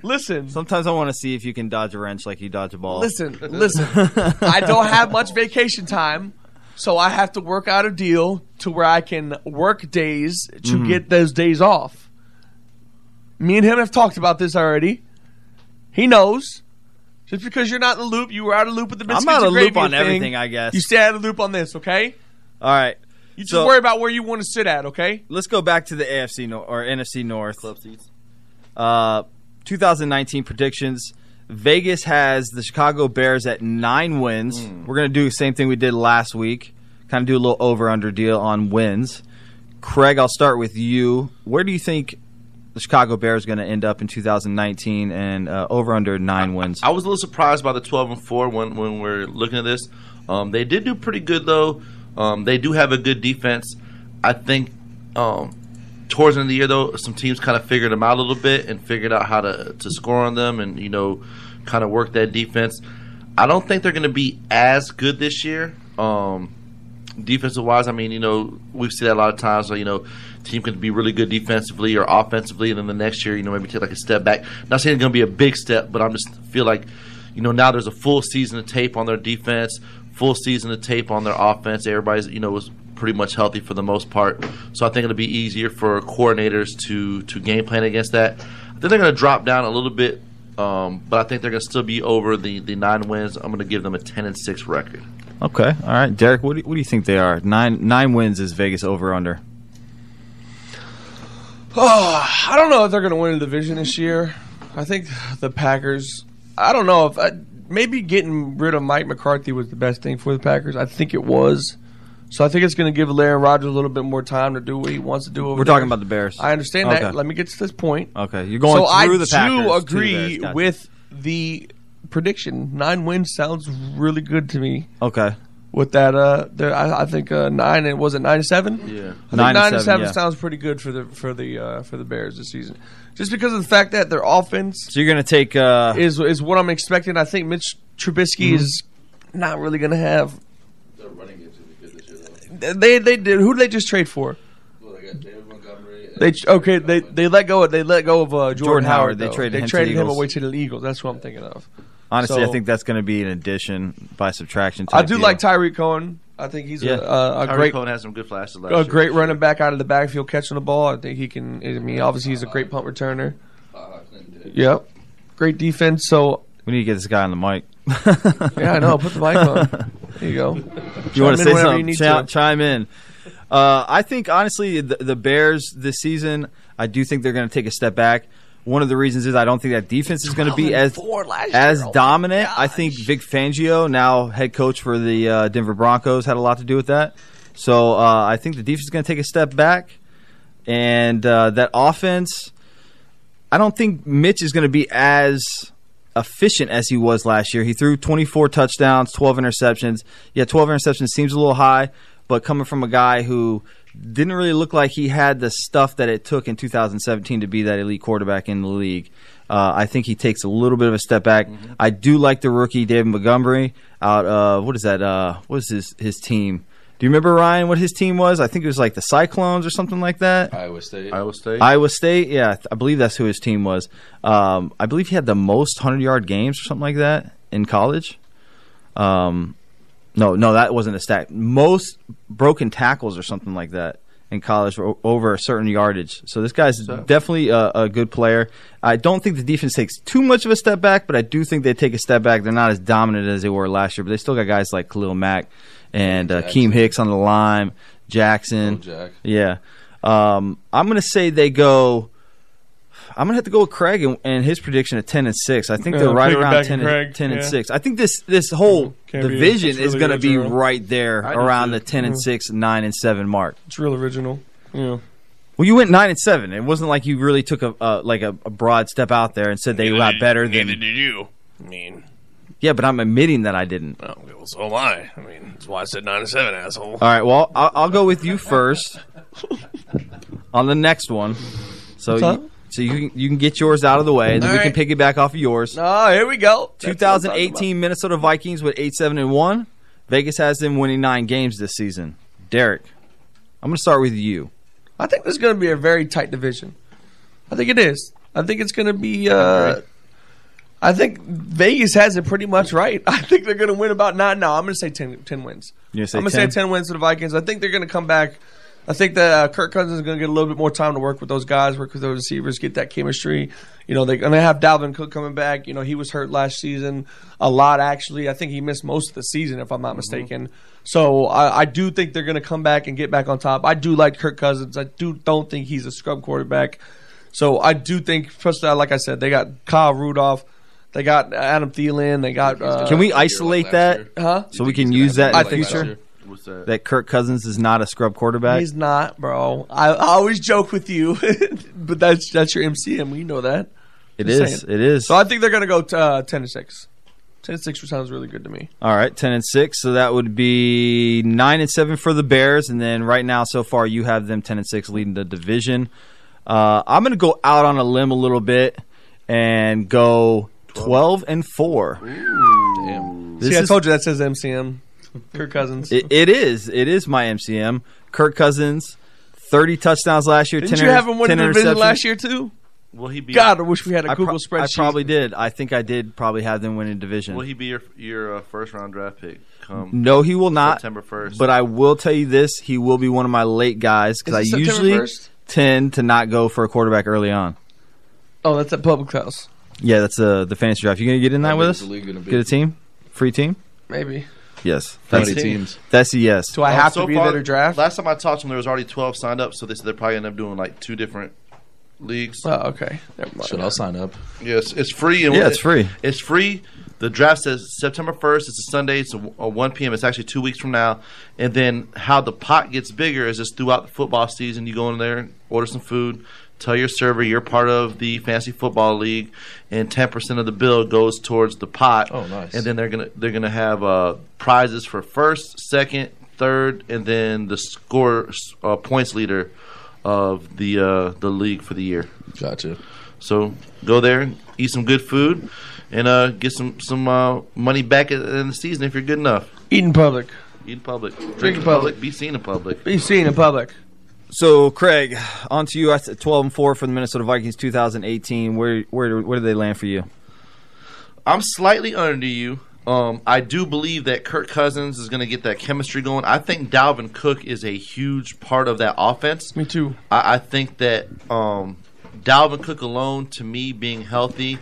Speaker 18: Listen.
Speaker 19: Sometimes I want to see if you can dodge a wrench like you dodge a ball.
Speaker 18: Listen, listen. I don't have much vacation time, so I have to work out a deal to where I can work days to
Speaker 19: Mhm.
Speaker 18: get those days off. Me and him have talked about this already. He knows. Just because you're not in the loop, you were out of the loop with the biscuits
Speaker 19: I'm out
Speaker 18: and
Speaker 19: of the loop
Speaker 18: gravy
Speaker 19: on
Speaker 18: thing.
Speaker 19: everything, I guess.
Speaker 18: You stay out of the loop on this, okay?
Speaker 19: All right.
Speaker 18: You just worry about where you want to sit at, okay?
Speaker 19: Let's go back to the AFC nor- or NFC North. Club seats. Uh, 2019 predictions. Vegas has the Chicago Bears at nine wins. We're going to do the same thing we did last week, kind of do a little over under deal on wins. Craig, I'll start with you. Where do you think the Chicago Bears going to end up in 2019 and uh, over under nine wins?
Speaker 20: I was a little surprised by the 12 and 4 when, when we're looking at this. Um, they did do pretty good, though. Um, they do have a good defense. I think um, towards the end of the year, though, some teams kind of figured them out a little bit and figured out how to, to score on them and, you know, kind of work that defense. I don't think they're going to be as good this year. Um, defensive wise, I mean, you know, we've seen that a lot of times. So, you know, team can be really good defensively or offensively, and then the next year, you know, maybe take like a step back. Not saying it's going to be a big step, but I'm just feel like, you know, now there's a full season of tape on their defense, full season of tape on their offense. Everybody's, you know, was pretty much healthy for the most part, so I think it'll be easier for coordinators to to game plan against that. I think they're going to drop down a little bit. Um, but I think they're going to still be over the, the nine wins. I'm going to give them a ten and six record.
Speaker 19: Okay, all right, Derek. What do, what do you think they are? Nine nine wins is Vegas over under.
Speaker 18: Oh, I don't know if they're going to win the division this year. I think the Packers. I don't know if I, maybe getting rid of Mike McCarthy was the best thing for the Packers. I think it was. So I think it's going to give Larry Rogers a little bit more time to do what he wants to do. Over
Speaker 19: We're
Speaker 18: there.
Speaker 19: talking about the Bears.
Speaker 18: I understand
Speaker 19: Okay.
Speaker 18: that. Let me get to this point.
Speaker 19: Okay, you're going
Speaker 18: so
Speaker 19: through
Speaker 18: I
Speaker 19: the
Speaker 18: do
Speaker 19: Packers to the
Speaker 18: agree
Speaker 19: Bears, gotcha.
Speaker 18: with the prediction. Nine wins sounds really good to me.
Speaker 19: Okay.
Speaker 18: With that, uh, there, I, I think uh, nine. It was it nine and seven.
Speaker 20: Yeah,
Speaker 18: I think
Speaker 19: Nine and
Speaker 18: nine,
Speaker 19: seven,
Speaker 18: and seven
Speaker 19: yeah.
Speaker 18: sounds pretty good for the for the uh, for the Bears this season, just because of the fact that their offense
Speaker 19: So you're gonna take uh,
Speaker 18: is is what I'm expecting. I think Mitch Trubisky
Speaker 19: Mhm.
Speaker 18: is not really going to have. They they did. Who did they just trade for? They okay. They they let go. Of, they let go of uh, Jordan,
Speaker 19: Jordan Howard,
Speaker 18: Howard.
Speaker 19: they
Speaker 18: though.
Speaker 19: traded
Speaker 18: they
Speaker 19: him to the
Speaker 18: traded him
Speaker 19: Eagles.
Speaker 18: away to the Eagles. That's what I'm thinking of.
Speaker 19: honestly, I
Speaker 18: So-
Speaker 19: think that's gonna be an addition by subtraction.
Speaker 18: I
Speaker 19: type
Speaker 18: do
Speaker 19: deal.
Speaker 18: like Tyreek Cohen. I think he's
Speaker 19: Yeah.
Speaker 18: a, uh, a, a
Speaker 20: Tyreek
Speaker 18: great
Speaker 20: Cohen has some good flashes last
Speaker 18: a
Speaker 20: year.
Speaker 18: great running back out of the backfield catching the ball. I think he can. I mean, obviously he's a great punt returner. Yep, great defense. So
Speaker 19: we need to get this guy on the mic.
Speaker 18: yeah, I know. Put the mic on. There you go.
Speaker 19: you want to
Speaker 18: Chime in
Speaker 19: say
Speaker 18: whenever you
Speaker 19: something?
Speaker 18: need
Speaker 19: chi-
Speaker 18: to.
Speaker 19: Chime in. Uh, I think honestly, the, the Bears this season, I do think they're going to take a step back. One of the reasons is I don't think that defense is going to be as as dominant. I think Vic Fangio, now head coach for the uh, Denver Broncos, had a lot to do with that. So uh, I think the defense is going to take a step back, and uh, that offense. I don't think Mitch is going to be as efficient as he was last year. He threw 24 touchdowns, 12 interceptions. Yeah, 12 interceptions seems a little high, but coming from a guy who didn't really look like he had the stuff that it took in 2017 to be that elite quarterback in the league. Uh, I think he takes a little bit of a step back. I do like the rookie David Montgomery out of what is that? Uh, what is his his team? Do you remember Ryan what his team was? I think it was like the Cyclones or something like that.
Speaker 20: Iowa State. Iowa State.
Speaker 19: Iowa State, yeah, I th- I believe that's who his team was. Um, I believe he had the most hundred yard games or something like that in college. Um, no, no, that wasn't a stat. Most broken tackles or something like that in college were o- over a certain yardage. So this guy's definitely a, a good player. I don't think the defense takes too much of a step back, but I do think they take a step back. They're not as dominant as they were last year, but they still got guys like Khalil Mack and uh, Keem Hicks on the line, Jackson.
Speaker 3: Jack.
Speaker 19: Yeah. Um, I'm going to say they go. I'm gonna have to go with Craig and, and his prediction at ten and six. I think
Speaker 18: Yeah,
Speaker 19: they're right around
Speaker 18: piggybacking
Speaker 19: 10,
Speaker 18: Craig,
Speaker 19: and, 10 and
Speaker 18: yeah. Mm-hmm.
Speaker 19: six. I think this this whole
Speaker 18: Can't be-
Speaker 19: division
Speaker 18: that's
Speaker 19: is
Speaker 18: really
Speaker 19: gonna be
Speaker 18: original.
Speaker 19: right there
Speaker 18: I do
Speaker 19: around
Speaker 18: too.
Speaker 19: the ten and
Speaker 18: Mhm.
Speaker 19: six, nine and seven mark.
Speaker 18: It's real original. Yeah.
Speaker 19: Well, you went nine and seven. It wasn't like you really took a uh, like a, a broad step out there and said they got better than.
Speaker 18: did you. I mean,
Speaker 19: Yeah, but I'm admitting that I didn't.
Speaker 18: well, so am I. I mean, that's why I said nine and seven, asshole.
Speaker 19: All right. Well, I'll, I'll go with you first on the next one. So
Speaker 18: What's
Speaker 19: you,
Speaker 18: up?
Speaker 19: So you can, you can get yours out of the way, and then
Speaker 18: All
Speaker 19: we can
Speaker 18: right.
Speaker 19: piggyback off of yours.
Speaker 18: Oh, here we go. That's what I'm talking about.
Speaker 19: 2018 Minnesota Vikings with eight seven and one. Vegas has them winning nine games this season. Derek, I'm going to start with you.
Speaker 18: I think this is going to be a very tight division. I think it is. I think it's going to be. Uh, I think Vegas has it pretty much right. I think they're going to win about nine. No, I'm going to say 10, 10 wins.
Speaker 19: You're gonna say
Speaker 18: I'm going to
Speaker 19: 10?
Speaker 18: say 10 wins to the Vikings. I think they're going to come back. I think that uh, Kirk Cousins is going to get a little bit more time to work with those guys, work with those receivers, get that chemistry. You know, they're going to have Dalvin Cook coming back. You know, he was hurt last season a lot, actually. I think he missed most of the season, if I'm
Speaker 19: Mm-hmm.
Speaker 18: not mistaken. So I, I do think they're going to come back and get back on top. I do like Kirk Cousins. I do don't think he's a scrub quarterback. So I do think, especially uh, like I said, they got Kyle Rudolph, they got Adam Thielen, they got. Uh,
Speaker 19: Can we isolate that?
Speaker 18: Huh?
Speaker 19: So we can use that in
Speaker 18: I
Speaker 19: the
Speaker 18: think so.
Speaker 19: future. That? Kirk Cousins is not a scrub quarterback.
Speaker 18: He's not, bro. I, I always joke with you, but that's that's your MCM. We know that.
Speaker 19: It
Speaker 18: Just
Speaker 19: is. It is.
Speaker 18: So I think they're gonna go t- uh, ten and six. Ten and six sounds really good to me.
Speaker 19: All right, ten and six. So that would be nine and seven for the Bears, and then right now, so far, you have them ten and six leading the division. Uh, I'm going to go out on a limb a little bit and go twelve and four. Damn.
Speaker 18: See, I told you that says MCM. Kirk Cousins.
Speaker 19: It, it is. It is my MCM. Kirk Cousins, thirty touchdowns last year.
Speaker 18: Didn't
Speaker 19: 10
Speaker 18: you have him win
Speaker 19: 10
Speaker 18: the division
Speaker 19: interceptions.
Speaker 18: last year too?
Speaker 20: Will he be?
Speaker 18: God, I wish we had a
Speaker 19: I pro-
Speaker 18: Google spreadsheet.
Speaker 19: I probably did. I think I did probably have them winning division.
Speaker 20: Will he be your your uh, first round draft pick? Come
Speaker 19: No, he will not.
Speaker 20: Um, September first.
Speaker 19: But I will tell you this: he will be one of my late guys because I
Speaker 18: Is it September
Speaker 19: usually
Speaker 18: 1st?
Speaker 19: tend to not go for a quarterback early on.
Speaker 18: oh, that's at public house.
Speaker 19: Yeah, that's uh, the fantasy draft. You gonna get in that
Speaker 18: How
Speaker 19: with
Speaker 18: big
Speaker 19: us?
Speaker 18: is the league gonna be?
Speaker 19: Get a team, free team.
Speaker 18: Maybe.
Speaker 19: Yes,
Speaker 18: How
Speaker 19: that's
Speaker 18: many teams?
Speaker 19: That's a yes.
Speaker 18: Do I have to be there to
Speaker 20: draft? Uh, Last time I talked to them, there was already twelve signed up, so they said they're probably end up doing like two different leagues.
Speaker 18: Oh, okay. Never mind.
Speaker 20: Should I sign up? Yes, it's free.
Speaker 19: Yeah, it's free.
Speaker 20: It's free. The draft says September first. It's a Sunday. It's a, a one p.m. It's actually two weeks from now. And then how the pot gets bigger is just throughout the football season. You go in there, order some food, tell your server you're part of the fantasy football league, and ten percent of the bill goes towards the pot. Oh, nice. And then they're gonna they're gonna have uh, prizes for first, second, third, and then the score uh, points leader of the uh, the league for the year. Gotcha. So go there, eat some good food, and uh, get some some uh, money back at the end of the season if you're good enough.
Speaker 18: Eat in public.
Speaker 20: Eat in public. Drink,
Speaker 18: in
Speaker 20: in
Speaker 18: public.
Speaker 20: public. Be seen in public.
Speaker 18: Be seen in public.
Speaker 19: So, Craig, on to you. I said twelve and four for the Minnesota Vikings, 2018. Where where where do they land for you?
Speaker 20: I'm slightly under you. Um, I do believe that Kirk Cousins is going to get that chemistry going. I think Dalvin Cook is a huge part of that offense.
Speaker 18: Me too.
Speaker 20: I, I think that um, Dalvin Cook alone, to me, being healthy,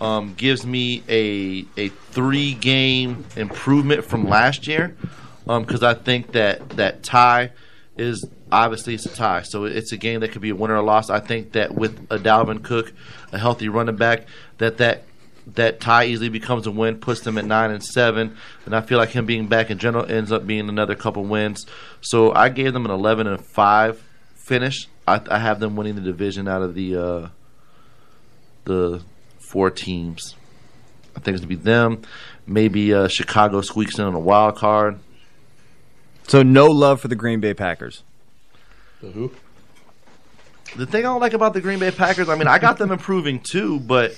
Speaker 20: um, gives me a a three game improvement from last year. Because I think that that tie is obviously it's a tie, so it's a game that could be a win or a loss. I think that with a Dalvin Cook, a healthy running back, that that that tie easily becomes a win, puts them at nine and seven, and I feel like him being back in general ends up being another couple wins. So I gave them an eleven and five finish. I, I have them winning the division out of the uh, the four teams. I think it's gonna be them. Maybe uh, Chicago squeaks in on a wild card.
Speaker 19: So, no love for the Green Bay Packers.
Speaker 20: The who? The thing I don't like about the Green Bay Packers, I mean, I got them improving too, but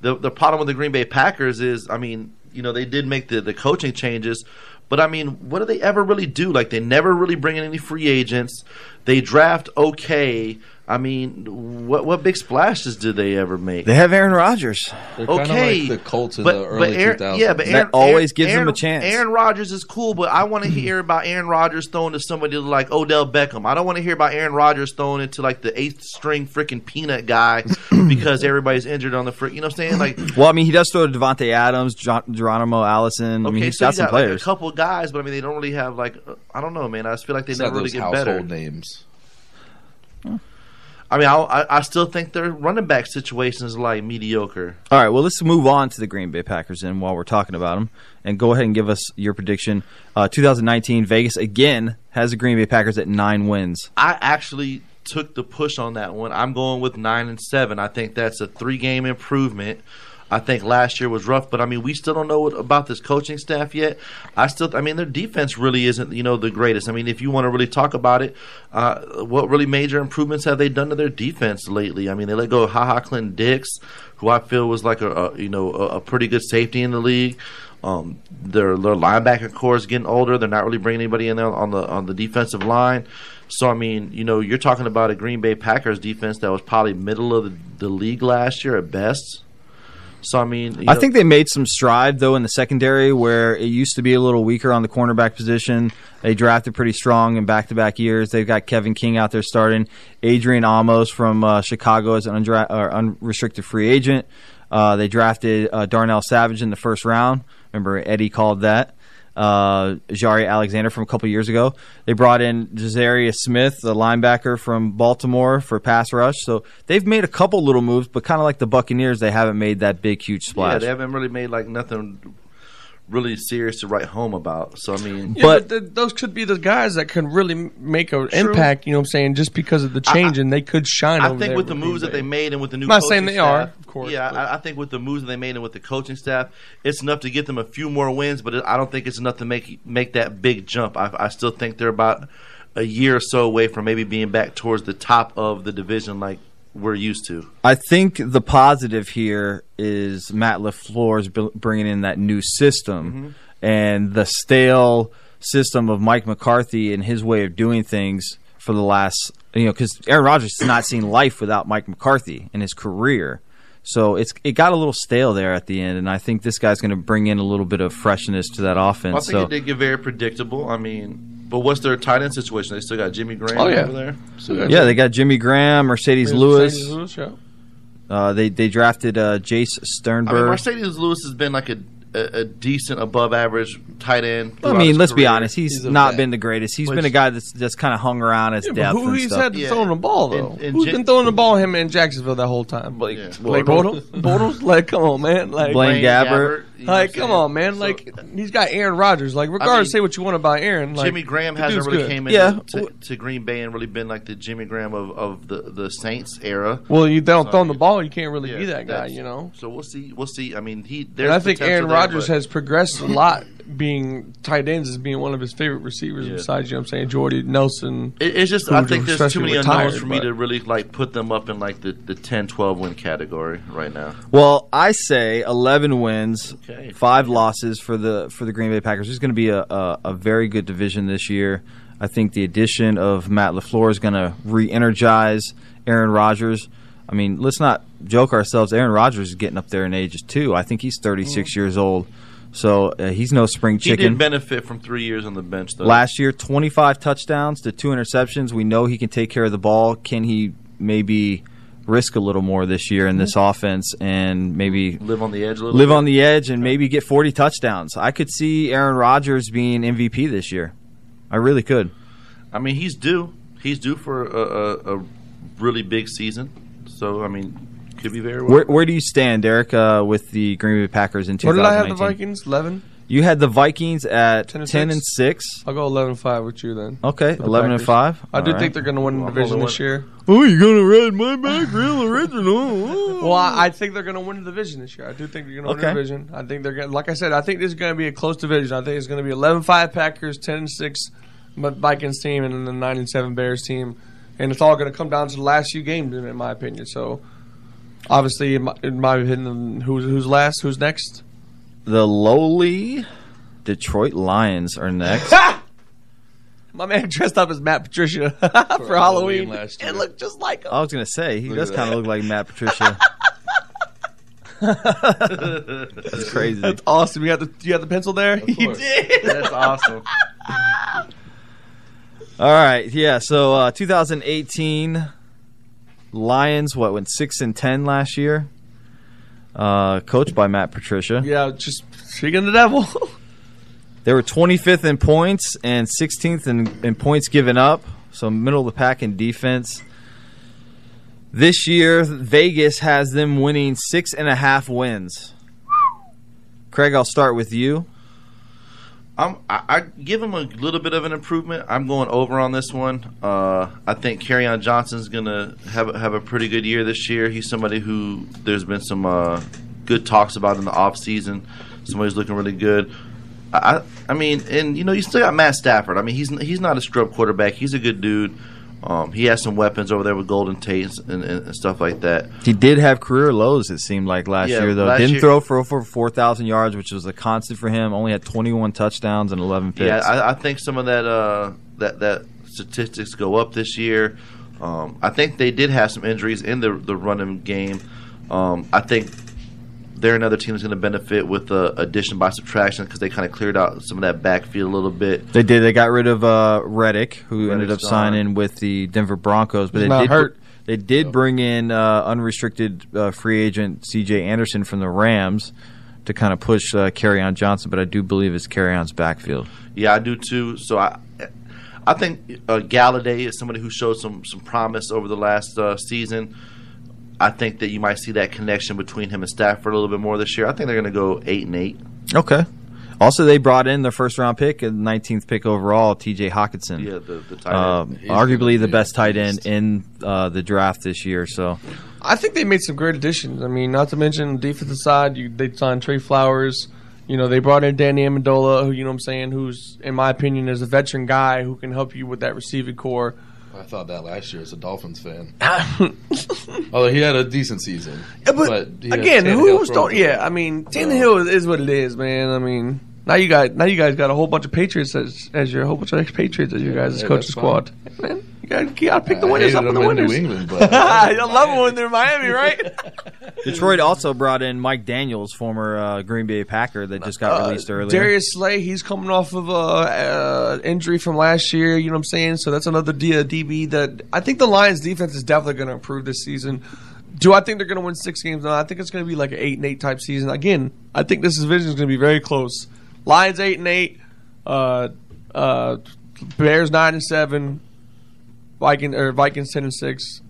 Speaker 20: the the problem with the Green Bay Packers is, I mean, you know, they did make the, the coaching changes, but I mean, what do they ever really do? Like, they never really bring in any free agents. They draft okay. I mean, what what big splashes did they ever make?
Speaker 19: They have Aaron Rodgers.
Speaker 20: okay, Aaron- Yeah, but Aaron
Speaker 19: that always gives
Speaker 20: Aaron-
Speaker 19: them
Speaker 20: Aaron-
Speaker 19: a chance.
Speaker 20: Aaron Rodgers is cool, but I want to hear about Aaron Rodgers thrown to somebody like Odell Beckham. I don't want to hear about Aaron Rodgers thrown into like the eighth string freaking peanut guy because everybody's injured on the frick. You know what I'm saying? Like
Speaker 19: Well, I mean, he does throw to Devontae Adams, Ger- Geronimo Allison. I mean, he's
Speaker 20: so
Speaker 19: got
Speaker 20: you
Speaker 19: some
Speaker 20: like,
Speaker 19: players.
Speaker 20: a couple guys, but I mean they don't really have like uh, I don't know, man. I just feel like they
Speaker 3: It's
Speaker 20: never
Speaker 3: not
Speaker 20: really
Speaker 3: those
Speaker 20: get
Speaker 3: household
Speaker 20: better.
Speaker 3: names.
Speaker 20: I mean, I, I I still think their running back situation is like mediocre.
Speaker 19: All right, well, let's move on to the Green Bay Packers then while we're talking about them. And go ahead and give us your prediction. Uh, 2019, Vegas again has the Green Bay Packers at nine wins.
Speaker 20: I actually took the push on that one. I'm going with nine and seven. I think that's a three game improvement. I think last year was rough, but I mean, we still don't know what, about this coaching staff yet. I still, I mean, their defense really isn't, you know, the greatest. I mean, if you want to really talk about it, uh, what really major improvements have they done to their defense lately? I mean, they let go of Ha Ha Clint Dix, who I feel was like a, a you know a, a pretty good safety in the league. Um, their their linebacker core is getting older. They're not really bringing anybody in there on the on the defensive line. So I mean, you know, you're talking about a Green Bay Packers defense that was probably middle of the, the league last year at best. So I mean, you
Speaker 19: I
Speaker 20: know-
Speaker 19: think they made some stride though in the secondary where it used to be a little weaker on the cornerback position. They drafted pretty strong in back-to-back years. They've got Kevin King out there starting, Adrian Amos from uh, Chicago as an undra- or unrestricted free agent. Uh, they drafted uh, Darnell Savage in the first round. Remember Eddie called that. Uh, Jari Alexander from a couple years ago. They brought in Jazarius Smith, the linebacker from Baltimore, for pass rush. So they've made a couple little moves, but kind of like the Buccaneers, they haven't made that big, huge splash.
Speaker 20: yeah, they haven't really made like nothing really serious to write home about. So I mean,
Speaker 18: Yeah, but, th- those could be the guys that could really m- make an impact. You know what I'm saying? Just because of the change, and they could shine.
Speaker 20: I
Speaker 18: over
Speaker 20: think
Speaker 18: there
Speaker 20: with the
Speaker 18: Green
Speaker 20: moves that
Speaker 18: Bay.
Speaker 20: they made and with the new,
Speaker 18: I'm not
Speaker 20: coaching
Speaker 18: saying they
Speaker 20: staff,
Speaker 18: are, of course.
Speaker 20: Yeah, I, I think with the moves that they made and with the coaching staff, it's enough to get them a few more wins. But it, I don't think it's enough to make make that big jump. I, I still think they're about a year or so away from maybe being back towards the top of the division, like we're used to.
Speaker 19: I think the positive here is Matt LaFleur's b- bringing in that new
Speaker 20: Mm-hmm.
Speaker 19: system and the stale system of Mike McCarthy and his way of doing things for the last, you know, because Aaron Rodgers has not seen life without Mike McCarthy in his career. So it's it got a little stale there at the end, and I think this guy's going to bring in a little bit of freshness to that
Speaker 20: Well, I
Speaker 19: offense.
Speaker 20: think
Speaker 19: So
Speaker 20: it did get very predictable. I mean, but what's their tight end situation? They still got Jimmy Graham
Speaker 18: Oh, yeah.
Speaker 20: over there.
Speaker 18: Still
Speaker 19: yeah, they got Jimmy Graham, Mercedes
Speaker 18: Mercedes
Speaker 19: Lewis.
Speaker 18: Lewis, yeah.
Speaker 19: Uh, they they drafted uh, Jace Sternberg.
Speaker 20: mm-hmm. I mean, Mercedes Lewis has been like a, a, a decent, above average tight end.
Speaker 19: I
Speaker 20: throughout
Speaker 19: mean,
Speaker 20: his
Speaker 19: let's be
Speaker 20: career.
Speaker 19: honest. He's, not been the greatest. He's been a guy that's that's kind of hung around as
Speaker 18: Yeah, but
Speaker 19: depth.
Speaker 18: who
Speaker 19: and
Speaker 18: he's
Speaker 19: stuff.
Speaker 18: had to throw the ball though?
Speaker 20: and
Speaker 18: Who's
Speaker 20: J-
Speaker 18: been throwing the ball him in Jacksonville that whole time? Blake, Blake
Speaker 19: Bortles?
Speaker 18: Bortles, Bortles, like come on, man, like
Speaker 19: Blaine Blaine Gabbert. Gabbert,
Speaker 20: you know what I'm
Speaker 18: like come on, man, like he's got Aaron Rodgers. Like regardless, say what you want about Aaron, like,
Speaker 20: Jimmy Graham
Speaker 18: the
Speaker 20: hasn't
Speaker 18: dude's
Speaker 20: really
Speaker 18: good.
Speaker 20: came in to, to Green Bay and really been like the Jimmy Graham of, of the, the Saints era.
Speaker 18: Well, you don't
Speaker 20: So,
Speaker 18: throw
Speaker 20: I
Speaker 18: the
Speaker 20: mean,
Speaker 18: ball, you can't really
Speaker 20: yeah,
Speaker 18: be that guy,
Speaker 20: that's-
Speaker 18: you know.
Speaker 20: So we'll see. We'll see. I mean, he. There's
Speaker 18: And I think
Speaker 20: potential
Speaker 18: Aaron
Speaker 20: there,
Speaker 18: Rodgers
Speaker 20: but-
Speaker 18: has progressed a lot, being tight ends as being one of his favorite receivers.
Speaker 20: Yeah.
Speaker 18: Besides, you know, what I'm saying Jordy Nelson.
Speaker 20: It- It's just
Speaker 18: who
Speaker 20: I think there's too
Speaker 18: especially
Speaker 20: many
Speaker 18: retired,
Speaker 20: unknowns for me
Speaker 18: but-
Speaker 20: to really like put them up in like the, the 10, 12 win category right now.
Speaker 19: Well, I say eleven wins,
Speaker 20: Okay.
Speaker 19: five losses for the for the Green Bay Packers. It's going to be a, a, a very good division this year. I think the addition of Matt Lafleur is going to re-energize Aaron Rodgers. I mean, let's not joke ourselves. Aaron Rodgers is getting up there in age too. I think he's thirty years old, so uh, he's no spring
Speaker 20: He
Speaker 19: chicken.
Speaker 20: did benefit from three years on the bench though.
Speaker 19: Last year, 25 touchdowns to two interceptions. We know he can take care of the ball. Can he maybe risk a little more this year in this offense and maybe
Speaker 20: live on the edge a little.
Speaker 19: live
Speaker 20: bit?
Speaker 19: on the edge and maybe get 40 touchdowns? I could see Aaron Rodgers being MVP this year. I really could.
Speaker 20: I mean, he's due. He's due for a, a, a really big season. So I mean, could be very well.
Speaker 19: Where, where do you stand, Derek, uh, with the Green Bay Packers in
Speaker 18: What
Speaker 19: 2019?
Speaker 18: did I have the Vikings? Eleven.
Speaker 19: You had the Vikings at 10
Speaker 18: and
Speaker 19: and,
Speaker 18: 6?
Speaker 19: 6.
Speaker 18: I'll go 11 5 with you then.
Speaker 19: Okay,
Speaker 18: For the
Speaker 19: 11 and
Speaker 18: Packers.
Speaker 19: 5.
Speaker 18: I do
Speaker 19: All right.
Speaker 18: think they're going to win the
Speaker 19: Well,
Speaker 18: division
Speaker 19: hold on.
Speaker 18: this year.
Speaker 19: Oh, you're going to ride my back real original.
Speaker 18: Well, I, I think they're going to win the division this year. I do think they're going to
Speaker 19: Okay.
Speaker 18: win the division. I think they're going to, like I said, I think this is going to be a close division. I think it's going to be 11 5 Packers, 10 6 Vikings team, and then the 9 and 7 Bears team. And it's all going to come down to the last few games, in in my opinion. So, obviously, in my, in my opinion, who's, who's last? Who's next?
Speaker 19: The lowly Detroit Lions are next.
Speaker 18: My man dressed up as Matt Patricia for, Halloween. last year. It looked just like him.
Speaker 19: I was gonna say he
Speaker 18: Look at
Speaker 19: does
Speaker 18: that.
Speaker 19: kind of look like Matt Patricia. That's crazy.
Speaker 18: That's awesome. You got the you got the pencil there. You did.
Speaker 20: That's awesome.
Speaker 19: All right, yeah. So uh, 2018 Lions, what went six and ten last year? Uh, coached by Matt Patricia.
Speaker 18: Yeah, just speaking the devil.
Speaker 19: They were 25th in points and 16th in, in points given up. So middle of the pack in defense. This year, Vegas has them winning six and a half wins. Craig, I'll start with you.
Speaker 20: I'm, I, I give him a little bit of an improvement. I'm going over on this one. Uh, I think Carryon Johnson's gonna have a- have a pretty good year this year. He's somebody who there's been some uh, good talks about in the off season. Somebody's looking really good. I, I mean, and you know, you still got Matt Stafford. I mean, he's he's not a scrub quarterback. He's a good dude. Um, he has some weapons over there with Golden Tate and, and, and stuff like that.
Speaker 19: He did have career lows. It seemed like last
Speaker 20: Yeah,
Speaker 19: year though.
Speaker 20: last
Speaker 19: Didn't
Speaker 20: year-
Speaker 19: throw for over four thousand yards, which was a constant for him. Only had twenty one touchdowns and eleven picks.
Speaker 20: Yeah, I, I think some of that uh, that that statistics go up this year. Um, I think they did have some injuries in the the running game. Um, I think they're another team that's going to benefit with the addition by subtraction because they kind of cleared out some of that backfield a little bit.
Speaker 19: They did. They got rid of uh, Reddick, who ended up
Speaker 20: gone.
Speaker 19: signing with the Denver Broncos. But
Speaker 20: He's
Speaker 19: they
Speaker 20: not
Speaker 19: did
Speaker 20: hurt.
Speaker 19: They did bring in uh, unrestricted uh, free agent C.J. Anderson from the Rams to kind of push uh, on Johnson. But I do believe it's Carryon's backfield.
Speaker 20: Yeah, I do too. So I, I think uh, Galladay is somebody who showed some some promise over the last uh, season. I think that you might see that connection between him and Stafford a little bit more this year. I think they're going to go eight and eight.
Speaker 19: Okay. Also, they brought in their first round pick and 19th pick overall, T.J. Hawkinson.
Speaker 20: Yeah, the- the tight end.
Speaker 19: Um,
Speaker 20: He's
Speaker 19: arguably the best tight end in uh, the draft this year. So
Speaker 18: I think they made some great additions. I mean, not to mention the defensive side, you, they signed Trey Flowers. You know, they brought in Danny Amendola, who you know what I'm saying, who's in my opinion is a veteran guy who can help you with that receiving core.
Speaker 3: I thought that last year as a Dolphins fan. Although he had a decent season. but, he had
Speaker 18: Again,
Speaker 3: Tannehill
Speaker 18: who's
Speaker 3: thrown
Speaker 18: don't? Yeah, I mean, Tannehill is, is what it is, man. I mean, now you got now you guys got a whole bunch of Patriots as, as your whole bunch of ex-Patriots as your guys'
Speaker 3: hey,
Speaker 18: coaching
Speaker 3: that's
Speaker 18: squad. Man, you gotta, you gotta pick the
Speaker 3: I
Speaker 18: winners
Speaker 3: hated
Speaker 18: up with
Speaker 3: him
Speaker 18: the
Speaker 3: in New
Speaker 18: winners.
Speaker 3: England, but-
Speaker 18: I love it when they're in Miami, right?
Speaker 19: Detroit also brought in Mike Daniels, former uh, Green Bay Packer, that just
Speaker 20: Uh,
Speaker 19: got released earlier.
Speaker 18: Darius Slay, he's coming off of a uh, injury from last year. You know what I'm saying? So that's another D- uh, DB that I think the Lions' defense is definitely going to improve this season. Do I think they're going to win six games? No, I think it's going to be like an eight and eight type season. Again, I think this division is going to be very close. Lions eight and eight, uh, uh, Bears nine and seven, Viking or Vikings ten and six,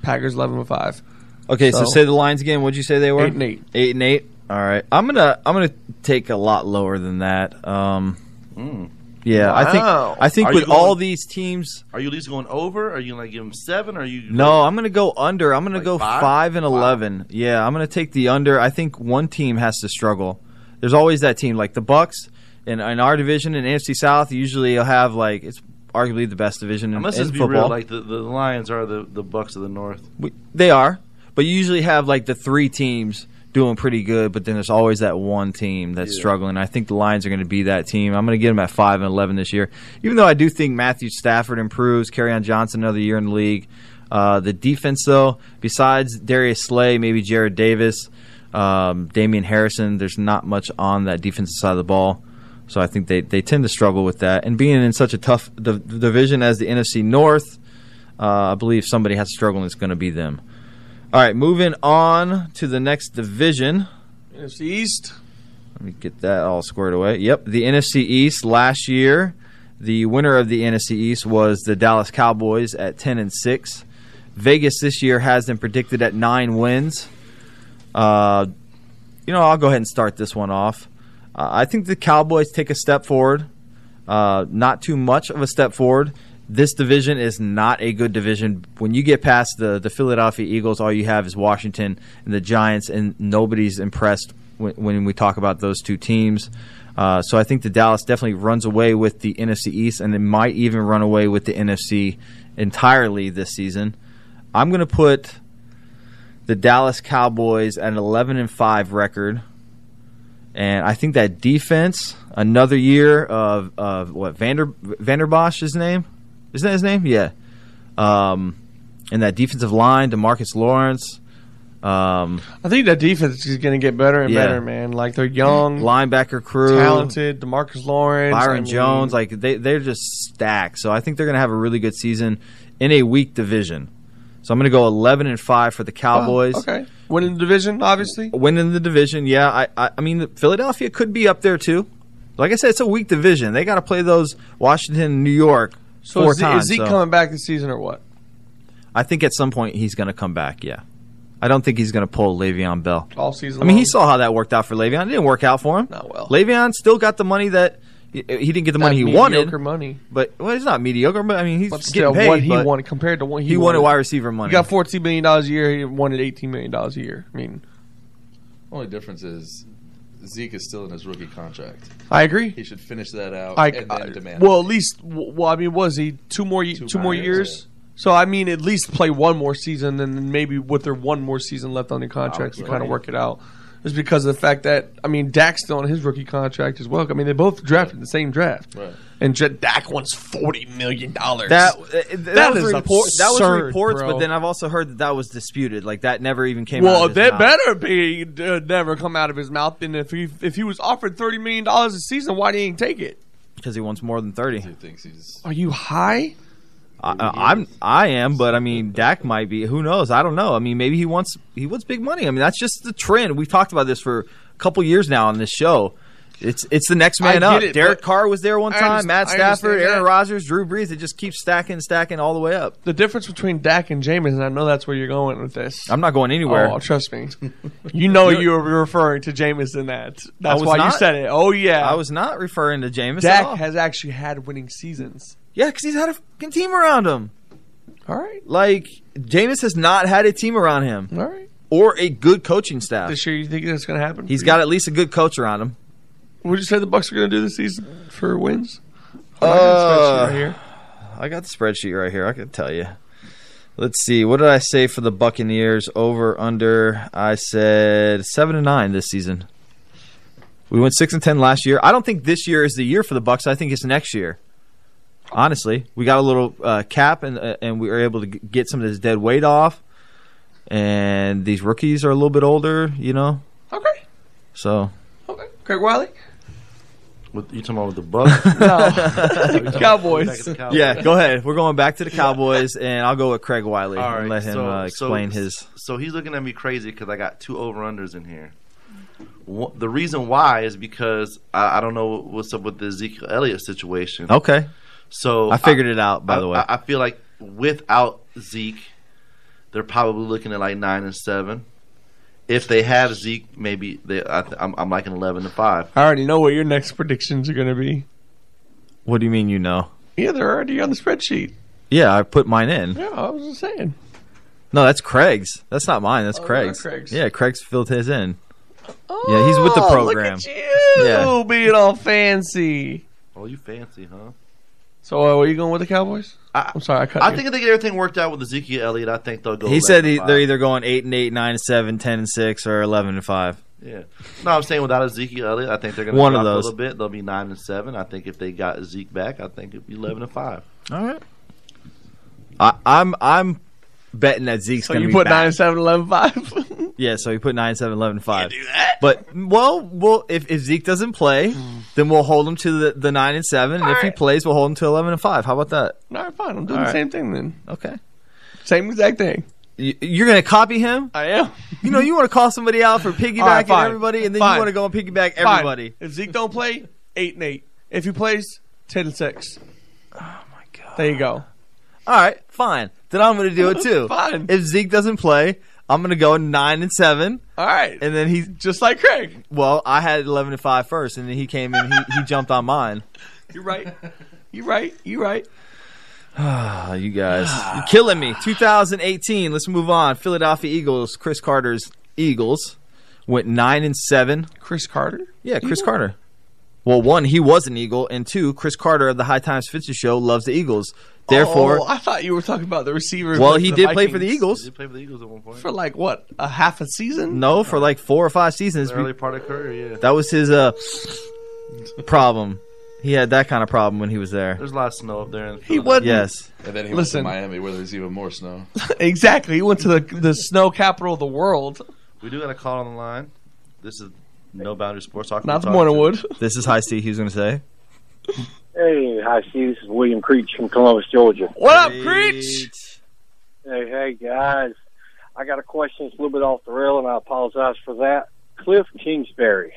Speaker 18: Packers eleven and five.
Speaker 19: Okay, so,
Speaker 18: So-
Speaker 19: say the lines again. What'd you say they were?
Speaker 18: Eight and eight.
Speaker 19: Eight and eight. All right, I'm gonna I'm gonna take a lot lower than that. Um, yeah, I
Speaker 20: Hmm. Wow.
Speaker 19: think I think
Speaker 20: Are
Speaker 19: with
Speaker 20: you going-
Speaker 19: all these teams.
Speaker 20: Are you at least going over? Are you gonna give them seven? Or are you?
Speaker 19: No, I'm gonna go under. I'm gonna go
Speaker 20: five?
Speaker 19: five, and eleven. Yeah, I'm gonna take the under. I think one team has to struggle. There's always that team, like the Bucks, in, in our division in AFC South. Usually, you'll have like it's arguably the best division in,
Speaker 20: I must
Speaker 19: in
Speaker 20: just be
Speaker 19: football.
Speaker 20: real. Like the, the Lions are the, the Bucks of the North.
Speaker 19: We, they are, but you usually have like the three teams doing pretty good, but then there's always that one team that's
Speaker 20: Yeah.
Speaker 19: struggling. I think the Lions are going to be that team. I'm going to get them at five and eleven this year, even though I do think Matthew Stafford improves, on Johnson another year in the league. Uh, the defense, though, besides Darius Slay, maybe Jared Davis, um, Damian Harrison, there's not much on that defensive side of the ball. So I think they, they tend to struggle with that. And being in such a tough div- division as the NFC North, uh, I believe somebody has to struggle and it's going to be them. All right, moving on to the next division.
Speaker 18: NFC East.
Speaker 19: Let me get that all squared away. Yep, the NFC East last year, the winner of the NFC East was the Dallas Cowboys at 10 and 6. Vegas this year has them predicted at 9 wins. Uh, you know, I'll go ahead and start this one off. Uh, I think the Cowboys take a step forward. Uh, not too much of a step forward. This division is not a good division. When you get past the, the Philadelphia Eagles, all you have is Washington and the Giants, and nobody's impressed when, when we talk about those two teams. Uh, so I think the Dallas definitely runs away with the NFC East, and it might even run away with the NFC entirely this season. I'm going to put the Dallas Cowboys at an 11 and 5 record. And I think that defense, another year of, of what Vander Vanderbosch his name, isn't that his name? Yeah. Um, and that defensive line, Demarcus Lawrence. Um,
Speaker 18: I think that defense is going to get better and
Speaker 19: Yeah.
Speaker 18: better, man. Like they're young,
Speaker 19: linebacker crew,
Speaker 18: talented. Demarcus Lawrence,
Speaker 19: Byron
Speaker 18: I mean-
Speaker 19: Jones, like they they're just stacked. So I think they're going to have a really good season in a weak division. So I'm going to go 11 and 5 for the Cowboys.
Speaker 18: Oh, okay. Winning the division, obviously.
Speaker 19: Winning the division, yeah. I, I, I mean, Philadelphia could be up there too. Like I said, it's a weak division. They got to play those Washington, and New York
Speaker 18: So
Speaker 19: four
Speaker 18: is, Ze-
Speaker 19: times.
Speaker 18: is Zeke
Speaker 19: so
Speaker 18: coming back this season or what?
Speaker 19: I think at some point he's going to come back. Yeah, I don't think he's going to pull Le'Veon Bell.
Speaker 18: All season.
Speaker 19: I mean,
Speaker 18: long?
Speaker 19: he saw how that worked out for Le'Veon. It didn't work out for him. Not well. Le'Veon still got the money that he, he didn't get the
Speaker 18: That
Speaker 19: money he
Speaker 18: mediocre
Speaker 19: wanted.
Speaker 18: money.
Speaker 19: But well, it's not mediocre. But I mean, he's
Speaker 18: But
Speaker 19: getting
Speaker 18: still,
Speaker 19: paid.
Speaker 18: what he
Speaker 19: but
Speaker 18: wanted compared to what he,
Speaker 19: he wanted wide receiver money.
Speaker 18: He got fourteen million dollars a year. He wanted eighteen million dollars a year. I mean,
Speaker 3: Only difference is Zeke is still in his rookie contract.
Speaker 18: I agree.
Speaker 3: He should finish that out
Speaker 18: I,
Speaker 3: Oh, and then
Speaker 18: I-
Speaker 3: demand.
Speaker 18: well, at least well, I mean, was he two more two, two more
Speaker 3: years,
Speaker 18: years? So I mean, at least play one more season, and then maybe with their one more season left on the contract, you kind of
Speaker 3: right.
Speaker 18: work it out. It's because of the fact that I mean, Dak's still on his rookie contract as well. I mean, they both drafted the same draft,
Speaker 3: Right.
Speaker 18: and J- Dak wants forty million dollars.
Speaker 19: That uh, that, was report, that was reports, but then I've also heard that that was disputed. Like that never even came. out
Speaker 18: well,
Speaker 19: of his
Speaker 18: that
Speaker 19: mouth.
Speaker 18: better be uh, never come out of his mouth. And if he if he was offered thirty million dollars a season, why didn't he take it?
Speaker 19: because he wants more than thirty.
Speaker 18: Are you high?
Speaker 19: I, I, I'm I am, but I mean Dak might be. Who knows? I don't know. I mean, maybe he wants he wants big money. I mean, that's just the trend. We've talked about this for a couple years now on this show. It's it's the next man
Speaker 18: I
Speaker 19: up.
Speaker 18: get it,
Speaker 19: Derek
Speaker 18: but-
Speaker 19: Carr was there one
Speaker 18: I
Speaker 19: time.
Speaker 18: underst-
Speaker 19: Matt
Speaker 18: I
Speaker 19: Stafford,
Speaker 18: understand
Speaker 19: Aaron
Speaker 18: that.
Speaker 19: Rodgers, Drew Brees. It just keeps stacking, stacking all the way up.
Speaker 18: The difference between Dak and Jameis, and I know that's where you're going with this.
Speaker 19: I'm not going anywhere.
Speaker 18: Oh, trust me. You know you were referring to Jameis in that.
Speaker 19: I
Speaker 18: That's
Speaker 19: was
Speaker 18: why
Speaker 19: not-
Speaker 18: you said it. Oh yeah,
Speaker 19: I was not referring to Jameis. at all.
Speaker 18: Dak has actually had winning seasons.
Speaker 19: Yeah, because he's had a fucking team around him.
Speaker 18: All right.
Speaker 19: Like, Jameis has not had a team around him.
Speaker 18: All right.
Speaker 19: Or a good coaching staff.
Speaker 18: This year, you think that's going to happen?
Speaker 19: He's got at least a good coach around him.
Speaker 18: Would you say the Bucks are going to do this season for wins? I got the
Speaker 19: Uh,
Speaker 18: spreadsheet right here.
Speaker 19: I got the spreadsheet right here. I can tell you. Let's see. What did I say for the Buccaneers over under? I said seven and nine this season. We went six and ten last year. I don't think this year is the year for the Bucks. I think it's next year. Honestly, we got a little uh, cap and uh, and we were able to g- get some of this dead weight off. And these rookies are a little bit older, you know.
Speaker 18: Okay.
Speaker 19: So
Speaker 18: Craig Wiley.
Speaker 20: With, you talking about with the Bucks?
Speaker 18: No,
Speaker 20: Back
Speaker 18: Cowboys.
Speaker 20: at the Cowboys.
Speaker 19: yeah, go ahead. We're going back to the Cowboys, and I'll go with Craig Wiley
Speaker 20: All right,
Speaker 19: and let him
Speaker 20: so-
Speaker 19: uh, explain
Speaker 20: so,
Speaker 19: his.
Speaker 20: So he's looking at me crazy because I got two over unders in here. Wha- The reason why is because I, I don't know what's up with the Ezekiel Elliott situation.
Speaker 19: Okay.
Speaker 20: So
Speaker 19: I figured it out, by
Speaker 20: I-
Speaker 19: the way.
Speaker 20: I, I feel like without Zeke, they're probably looking at like nine and seven. If they have Zeke, maybe they. I, th- I'm, I'm like an eleven and five.
Speaker 18: I already know what your next predictions are going to be.
Speaker 19: What do you mean you know?
Speaker 18: Yeah, they're already on the spreadsheet.
Speaker 19: Yeah, I put mine in.
Speaker 18: Yeah, I was just saying.
Speaker 19: No, that's Craig's. That's not mine. That's
Speaker 18: Oh,
Speaker 19: Craig's.
Speaker 18: not Craig's.
Speaker 19: Yeah, Craig's filled his in. yeah, he's with the
Speaker 18: Oh, look
Speaker 19: program.
Speaker 18: at you
Speaker 19: Yeah.
Speaker 18: Oh, being all fancy.
Speaker 20: Oh, you fancy, huh?
Speaker 18: So, uh, are you going with the Cowboys?
Speaker 20: I,
Speaker 18: am sorry, I cut
Speaker 20: I
Speaker 18: you.
Speaker 20: think if they get everything worked out with Ezekiel Elliott, I think they'll go.
Speaker 19: He said
Speaker 20: 11 and
Speaker 19: he,
Speaker 20: five.
Speaker 19: they're either going eight and eight, nine and seven, ten and six, or eleven and five.
Speaker 20: Yeah. No, I'm saying without Ezekiel Elliott, I think they're going to
Speaker 19: One
Speaker 20: drop
Speaker 19: of
Speaker 20: a
Speaker 19: those.
Speaker 20: little bit. They'll be nine and seven. I think if they got Zeke back, I think it'd be eleven and five.
Speaker 19: All right. I, I'm I'm betting that Zeke's
Speaker 18: So
Speaker 19: going to
Speaker 18: you
Speaker 19: be
Speaker 18: put
Speaker 19: back.
Speaker 18: nine, seven, eleven, five.
Speaker 19: Yeah, so he put nine, seven, eleven, five. But well, well, if, if Zeke doesn't play, then we'll hold him to the, the nine and seven, and if he plays, we'll hold him to eleven and five. How about that?
Speaker 18: All right, fine. I'm doing
Speaker 19: All
Speaker 18: the
Speaker 19: right.
Speaker 18: same thing then.
Speaker 19: Okay.
Speaker 18: Same exact thing.
Speaker 19: You- You're going to copy him?
Speaker 18: I am.
Speaker 19: You know, you want to call somebody out for piggybacking
Speaker 18: All right, fine.
Speaker 19: everybody, and then
Speaker 18: Fine.
Speaker 19: you want to go and piggyback
Speaker 18: Fine.
Speaker 19: everybody.
Speaker 18: If Zeke don't play, eight and eight. If he plays, ten and six. Oh my god. There you go.
Speaker 19: All right, fine. Then I'm going to do it too.
Speaker 18: Fine.
Speaker 19: If Zeke doesn't play, I'm going to go nine and seven.
Speaker 18: All right.
Speaker 19: And then he's
Speaker 18: just like Craig.
Speaker 19: Well, I had eleven and five first, and then he came in. He, he jumped on mine.
Speaker 18: You're right. You're right. You're right.
Speaker 19: Ah, you guys, you're killing me. 2018. Let's move on. Philadelphia Eagles. Chris Carter's Eagles went nine and seven.
Speaker 18: Chris Carter.
Speaker 19: Yeah, Chris Carter. Well, one, he was an Eagle, and two, Chris Carter of the High Times Fitzer Show loves the Eagles. Therefore,
Speaker 18: Oh, I thought you were talking about the receiver. who
Speaker 19: Well,
Speaker 18: played
Speaker 19: he
Speaker 18: for
Speaker 19: did play for
Speaker 18: Vikings
Speaker 19: the Eagles.
Speaker 20: They play for the Eagles at one point.
Speaker 18: for like what a half a season.
Speaker 19: no, for like four or five seasons,
Speaker 20: The early part of career, yeah.
Speaker 19: that was his uh problem. He had that kind of problem when he was there.
Speaker 20: There's a lot of snow up there. In
Speaker 18: He wasn't.
Speaker 19: Yes.
Speaker 3: And then he
Speaker 18: Listen.
Speaker 3: went to Miami where there's even more snow.
Speaker 18: exactly. He went to the the snow capital of the world.
Speaker 20: We do got a call on the line. This is No Boundary Sports Talk.
Speaker 18: Not the
Speaker 20: We're
Speaker 18: morning
Speaker 20: talking
Speaker 18: wood.
Speaker 19: This is High Steve. He was going to say.
Speaker 4: Hey, hi, Steve. This is William Creech from Columbus, Georgia.
Speaker 18: What up, Creech?
Speaker 4: Hey, hey, guys. I got a question that's a little bit off the rail, and I apologize for that. Cliff Kingsbury,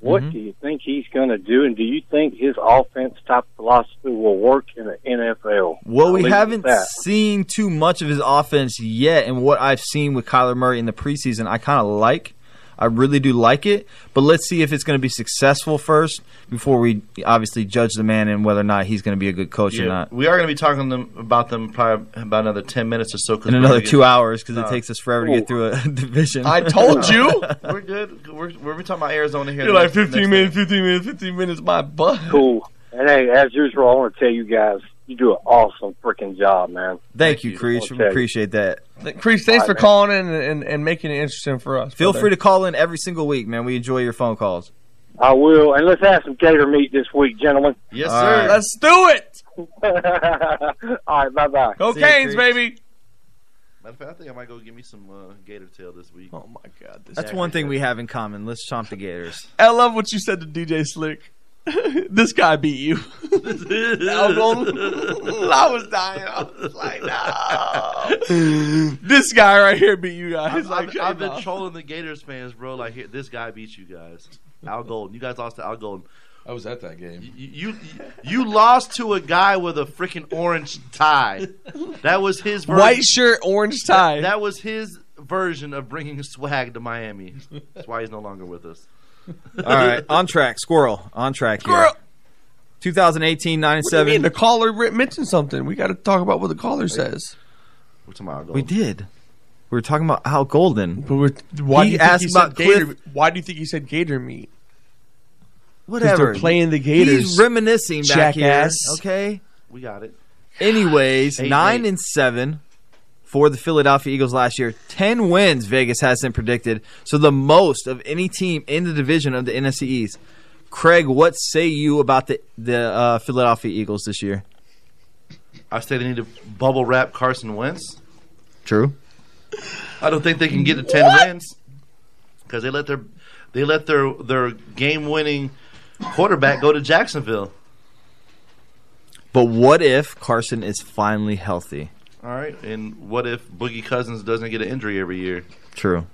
Speaker 4: what do you think he's going to do, and do you think his offense type philosophy will work in the NFL?
Speaker 19: Well, we
Speaker 4: I'll leave it at
Speaker 19: haven't
Speaker 4: that.
Speaker 19: seen too much of his offense yet, and what I've seen with Kyler Murray in the preseason, I kind of like. I really do like it, but let's see if it's going to be successful first before we obviously judge the man and whether or not he's going to be a good coach or not.
Speaker 20: We are going to be talking them about them probably about another ten minutes or so. 'cause
Speaker 19: In
Speaker 20: we're
Speaker 19: another
Speaker 20: gonna get-
Speaker 19: two hours because it
Speaker 20: Uh,
Speaker 19: takes us forever to get through a division.
Speaker 18: I told you.
Speaker 20: we're good. We're, we're gonna be talking about Arizona here.
Speaker 18: You're
Speaker 20: the
Speaker 18: like
Speaker 20: next- next
Speaker 18: 15 minutes, 15 minutes, 15 minutes, my butt.
Speaker 4: Cool. And hey, as usual, I want to tell you guys, you do an awesome freaking job, man.
Speaker 19: Thank you, Creech.
Speaker 4: Okay.
Speaker 19: Appreciate that.
Speaker 18: Crease, thanks for calling in and, and, and making it interesting for us.
Speaker 19: Feel
Speaker 18: brother.
Speaker 19: free to call in every single week, man. We enjoy your phone calls.
Speaker 4: I will. And let's have some gator meat this week, gentlemen.
Speaker 19: Yes, All sir. right.
Speaker 18: Let's do it.
Speaker 4: All right, bye bye.
Speaker 18: Go Canes, baby.
Speaker 20: Matter of fact, I think I might go get me some uh, gator tail this week.
Speaker 18: Oh my god, this
Speaker 19: That's one thing we have in common. Let's chomp the Gators.
Speaker 18: I love what you said to DJ Slick. this guy beat you. I, was on- I was dying. I was like, no. this guy right here beat you guys.
Speaker 20: I've,
Speaker 18: Like,
Speaker 20: I've- I've been
Speaker 18: shut
Speaker 20: trolling the Gators fans, bro. Like, here, this guy beat you guys. Al Golden, you guys lost to Al Golden.
Speaker 3: I was at that game.
Speaker 20: You you, you lost to a guy with a freaking orange tie. That was his version.
Speaker 18: White shirt, orange tie.
Speaker 20: That, that was his version of bringing swag to Miami. That's why he's no longer with us.
Speaker 19: All right, on track, squirrel, on track. Squirrel. 2018
Speaker 18: What do you mean?
Speaker 19: 97.
Speaker 18: The caller re- mentioned something. We got to talk about what the caller says.
Speaker 20: What's tomorrow?
Speaker 19: We did. We were talking about Al Golden. But
Speaker 18: we're, Why
Speaker 19: he
Speaker 18: do you think
Speaker 19: asked
Speaker 18: he
Speaker 19: about
Speaker 18: said gator?
Speaker 19: Cliff.
Speaker 18: Why do you think he said gator meat? 'Cause
Speaker 19: Whatever.
Speaker 18: They're playing the Gators.
Speaker 19: He's reminiscing back here.
Speaker 18: jackass.
Speaker 19: Okay.
Speaker 20: We got it.
Speaker 19: Anyways,
Speaker 20: Eight,
Speaker 19: nine
Speaker 20: eight.
Speaker 19: and seven for the Philadelphia Eagles last year. Ten wins Vegas has them predicted. So the most of any team in the division of the NFC East. Craig, what say you about the the uh, Philadelphia Eagles this year?
Speaker 20: I say they need to bubble wrap Carson Wentz.
Speaker 19: True.
Speaker 20: I don't think they can get to ten wins because they let their they let their their game winning quarterback go to Jacksonville.
Speaker 19: But what if Carson is finally healthy?
Speaker 20: All right, and what if Boogie Cousins doesn't get an injury every year?
Speaker 19: True.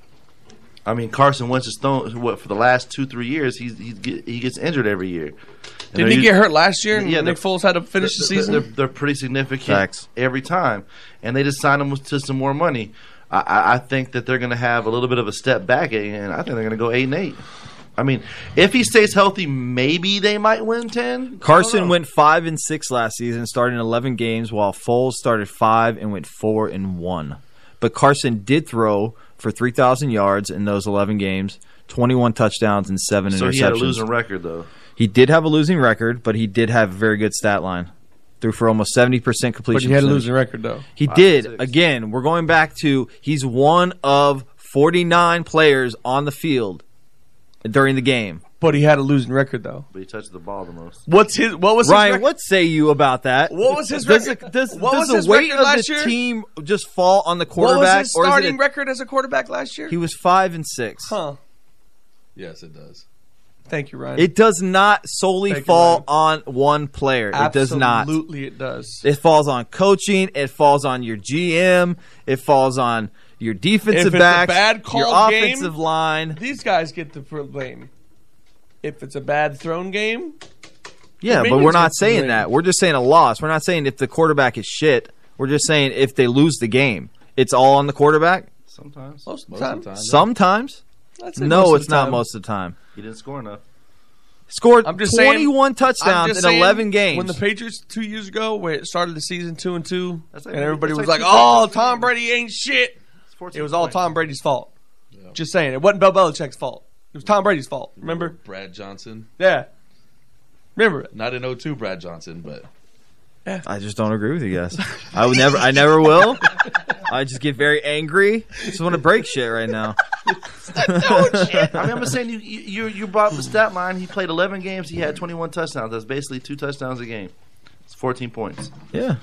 Speaker 20: I mean, Carson Wentz is thrown what for the last two three years. He's, he's get, he gets injured every year. And
Speaker 18: Didn't
Speaker 20: they're
Speaker 18: he
Speaker 20: us-
Speaker 18: get hurt last year? and
Speaker 20: Yeah,
Speaker 18: Nick
Speaker 20: they're-
Speaker 18: Foles had to finish the
Speaker 20: they're-
Speaker 18: season.
Speaker 20: They're, they're pretty significant
Speaker 19: Facts.
Speaker 20: every time, and they just signed him to some more money. I, I, I think that they're going to have a little bit of a step back, and I think they're going to go eight and eight. I mean, if he stays healthy, maybe they might win ten.
Speaker 19: Carson went five and six last season, starting eleven games, while Foles started five and went four and one. But Carson did throw for three thousand yards in those eleven games, twenty-one touchdowns and seven
Speaker 20: So
Speaker 19: interceptions.
Speaker 20: he had a losing record though.
Speaker 19: He did have a losing record, but he did have a very good stat line. Threw for almost seventy percent completion.
Speaker 18: but he had a
Speaker 19: percentage.
Speaker 18: losing record though.
Speaker 19: He
Speaker 18: Five
Speaker 19: did.
Speaker 18: and six.
Speaker 19: Again, we're going back to he's one of 49 players on the field during the game.
Speaker 18: But he had a losing record though.
Speaker 20: But he touched the ball the most.
Speaker 18: What's his? What was
Speaker 19: Ryan,
Speaker 18: His record?
Speaker 19: what say you about that?
Speaker 18: What was his
Speaker 19: does
Speaker 18: record?
Speaker 19: does,
Speaker 18: What
Speaker 19: does
Speaker 18: was his
Speaker 19: the weight
Speaker 18: record
Speaker 19: of the
Speaker 18: last year?
Speaker 19: team just fall on the
Speaker 18: What
Speaker 19: quarterback?
Speaker 18: was his
Speaker 19: or is it
Speaker 18: starting
Speaker 19: a-
Speaker 18: record as a quarterback last year?
Speaker 19: He was five and six.
Speaker 18: Huh.
Speaker 3: Yes, it does.
Speaker 18: Thank you, Ryan.
Speaker 19: It does not solely
Speaker 18: Thank you,
Speaker 19: fall on one player. It does not.
Speaker 18: Absolutely, it does.
Speaker 19: It falls on coaching. It falls on your GM. It falls on your defensive
Speaker 18: If it's a
Speaker 19: backs,
Speaker 18: bad call
Speaker 19: your
Speaker 18: game-
Speaker 19: offensive line.
Speaker 18: These guys get the blame. If it's a bad thrown game,
Speaker 19: Yeah, but
Speaker 18: Dominion's
Speaker 19: we're not
Speaker 18: gonna
Speaker 19: saying
Speaker 18: win.
Speaker 19: that. We're just saying a loss. We're not saying if the quarterback is shit. We're just saying if they lose the game, it's all on the quarterback.
Speaker 20: Sometimes,
Speaker 18: most,
Speaker 20: of
Speaker 18: of the time,
Speaker 19: Sometimes,
Speaker 18: uh, I'd say most
Speaker 19: no,
Speaker 18: of
Speaker 19: it's
Speaker 18: the
Speaker 19: not
Speaker 18: time.
Speaker 19: most of the time.
Speaker 20: he didn't score enough.
Speaker 19: Scored
Speaker 18: I'm just saying-
Speaker 19: twenty-one
Speaker 18: I'm
Speaker 19: touchdowns in
Speaker 18: just saying,
Speaker 19: eleven games.
Speaker 18: When the Patriots two years ago, where it started the season two and two,
Speaker 20: That's like-
Speaker 18: and everybody
Speaker 20: that's
Speaker 18: was
Speaker 20: like
Speaker 18: like,
Speaker 20: two
Speaker 18: "Oh,
Speaker 20: thousand
Speaker 18: Tom
Speaker 20: games."
Speaker 18: Brady ain't shit."
Speaker 20: It's 14
Speaker 18: It was all
Speaker 20: points.
Speaker 18: Tom Brady's fault. Just saying, it wasn't Bill Belichick's fault. It was Tom Brady's fault. Remember?
Speaker 3: Brad Johnson.
Speaker 18: Yeah. Remember?
Speaker 3: Not in 02 Brad Johnson, but
Speaker 19: I just don't agree with you guys. I would never. I never will. I just get very angry. I just want to break shit right now.
Speaker 20: Oh, I mean, I'm just saying you you you- you brought up the stat line. He played 11 games. He had 21 touchdowns. That's basically two touchdowns a game. It's 14 points.
Speaker 19: Yeah.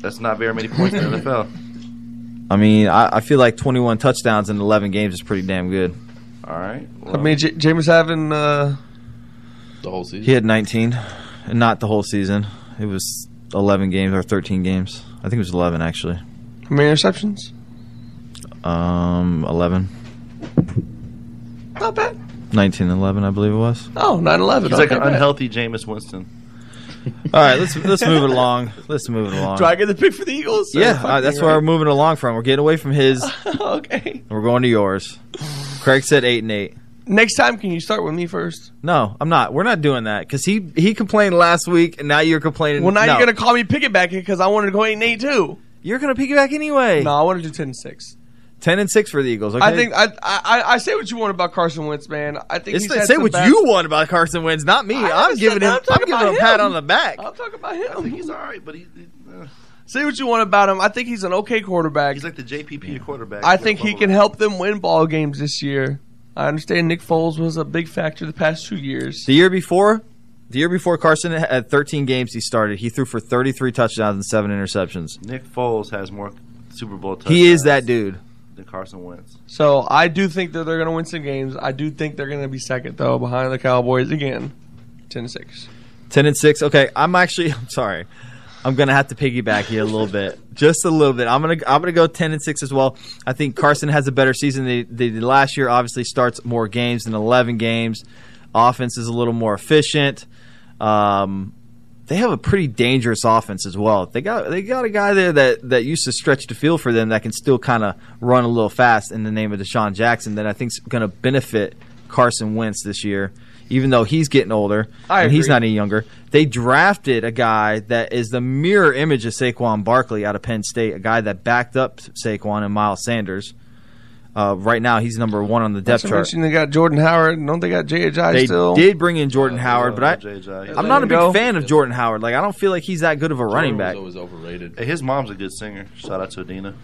Speaker 20: That's not very many points in the NFL.
Speaker 19: I mean, I, I feel like twenty-one touchdowns in eleven games is pretty damn good.
Speaker 20: All right.
Speaker 18: I mean, J- Jameis having uh,
Speaker 3: the whole season.
Speaker 19: He had nineteen, and not the whole season. It was eleven games or thirteen games. I think it was eleven actually.
Speaker 18: how many interceptions?
Speaker 19: Um, 11.
Speaker 18: Not bad.
Speaker 19: 1911, I believe it was.
Speaker 18: Oh, 9-11.
Speaker 20: He's like
Speaker 18: Okay,
Speaker 20: an
Speaker 18: bad.
Speaker 20: unhealthy Jameis Winston.
Speaker 19: All right, let's let's move it along. Let's move it along.
Speaker 18: Do I get the pick for the Eagles?
Speaker 19: yeah,
Speaker 18: Fuck
Speaker 19: uh, that's
Speaker 18: me,
Speaker 19: where
Speaker 18: right?
Speaker 19: we're moving along from. We're getting away from his, and
Speaker 18: okay.
Speaker 19: we're going to yours. Craig said eight and eight.
Speaker 18: Next time, can you start with me first?
Speaker 19: No, I'm not. We're not doing that because he he complained last week, and now you're complaining.
Speaker 18: Well, now
Speaker 19: No.
Speaker 18: you're gonna call me piggyback because I wanted to go eight and eight too.
Speaker 19: You're gonna piggyback anyway.
Speaker 18: No, I want to do ten and six.
Speaker 19: ten and six for the Eagles. Okay?
Speaker 18: I think I, I I say what you want about Carson Wentz, man. I think
Speaker 19: It's
Speaker 18: he's
Speaker 19: the-
Speaker 18: had
Speaker 19: say
Speaker 18: some
Speaker 19: what
Speaker 18: bad-
Speaker 19: you want about Carson Wentz, not me.
Speaker 18: I
Speaker 19: I'm
Speaker 18: understand
Speaker 19: giving
Speaker 18: that.
Speaker 19: him.
Speaker 18: I'm
Speaker 19: I'm
Speaker 18: talking
Speaker 19: giving
Speaker 18: about
Speaker 19: him a pat
Speaker 18: him.
Speaker 19: on the back.
Speaker 18: I'm talking about him. I think
Speaker 20: he's all right, but he. Uh,
Speaker 18: Say what you want about him. I think he's an okay quarterback.
Speaker 20: he's like the JPP quarterback.
Speaker 18: I think he can help them win ball games this year. I understand Nick Foles was a big factor the past two years.
Speaker 19: The year before, the year before Carson had 13 games he started, he threw for 33 touchdowns and seven interceptions.
Speaker 20: Nick Foles has more Super Bowl touchdowns
Speaker 19: He is that dude.
Speaker 20: than Carson Wentz.
Speaker 18: So I do think that they're going to win some games. I do think they're going to be second though behind the Cowboys again, 10-6.
Speaker 19: 10 and 6. Okay, I'm actually I'm sorry. I'm going to have to piggyback you a little bit. Just a little bit. I'm going to I'm going to go 10 and 6 as well. I think Carson has a better season than they did last year. Obviously starts more games than 11 games. Offense is a little more efficient. Um they have a pretty dangerous offense as well. They got they got a guy there that, that used to stretch the field for them that can still kind of run a little fast in the name of Deshaun Jackson that I think's going to benefit Carson Wentz this year, even though he's getting older
Speaker 18: I
Speaker 19: and he's
Speaker 18: agree.
Speaker 19: not any younger. They drafted a guy that is the mirror image of Saquon Barkley out of Penn State, a guy that backed up Saquon and Miles Sanders. Uh, right now, he's number one on the depth
Speaker 18: Not to
Speaker 19: chart.
Speaker 18: mention They got Jordan Howard. and Don't they got J.H.I.
Speaker 19: They
Speaker 18: still?
Speaker 19: did bring in Jordan
Speaker 6: Uh,
Speaker 19: Howard, but I,
Speaker 20: JJ.
Speaker 19: I'm not a
Speaker 18: There you
Speaker 19: big fan of Jordan Howard. Like I don't feel like he's that good of a running back.
Speaker 20: always overrated. Hey, his mom's a good singer. Shout out to Adina.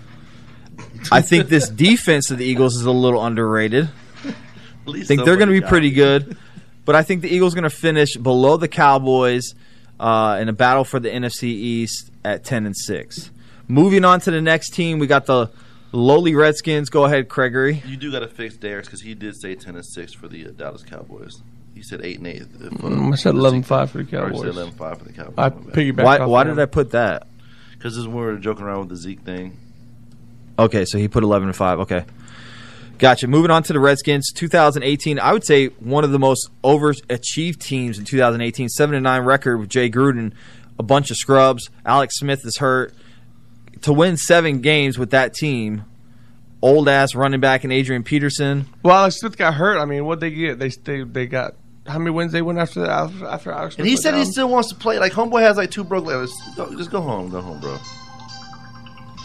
Speaker 19: I think this defense of the Eagles is a little underrated.
Speaker 20: At
Speaker 19: I
Speaker 20: least
Speaker 19: think they're going to
Speaker 20: somebody
Speaker 19: be
Speaker 20: got
Speaker 19: pretty
Speaker 20: it.
Speaker 19: good, but I think the Eagles going to finish below the Cowboys uh, in a battle for the NFC East at ten and six. Moving on to the next team, we got the lowly Redskins. Go ahead, Gregory.
Speaker 20: You do got to fix Darius because he did say ten and six for the uh, Dallas Cowboys. He said eight and eight. uh, for-
Speaker 18: Mm, I said 11-5 for the
Speaker 20: I already said
Speaker 18: Cowboys.
Speaker 20: 11-5 for the Cowboys.
Speaker 18: I piggybacked
Speaker 19: Why,
Speaker 18: off
Speaker 19: why
Speaker 18: of
Speaker 19: did
Speaker 18: him.
Speaker 19: I put that?
Speaker 20: Because when we were joking around with the Zeke thing,
Speaker 19: Okay, so he put 11 and 5. Okay. Gotcha. Moving on to the Redskins, 2018. I would say one of the most overachieved teams in 2018. 7 and 9 record with Jay Gruden, a bunch of scrubs. Alex Smith is hurt. To win seven games with that team, old ass running back and Adrian Peterson.
Speaker 18: Well, Alex Smith got hurt. I mean, what they get? They they they got how many wins they went after that? After, after Alex Smith
Speaker 20: and he
Speaker 18: went
Speaker 20: said he
Speaker 18: down?
Speaker 20: still wants to play. Like homeboy has like two broke legs. Go- Just go home, go home, bro.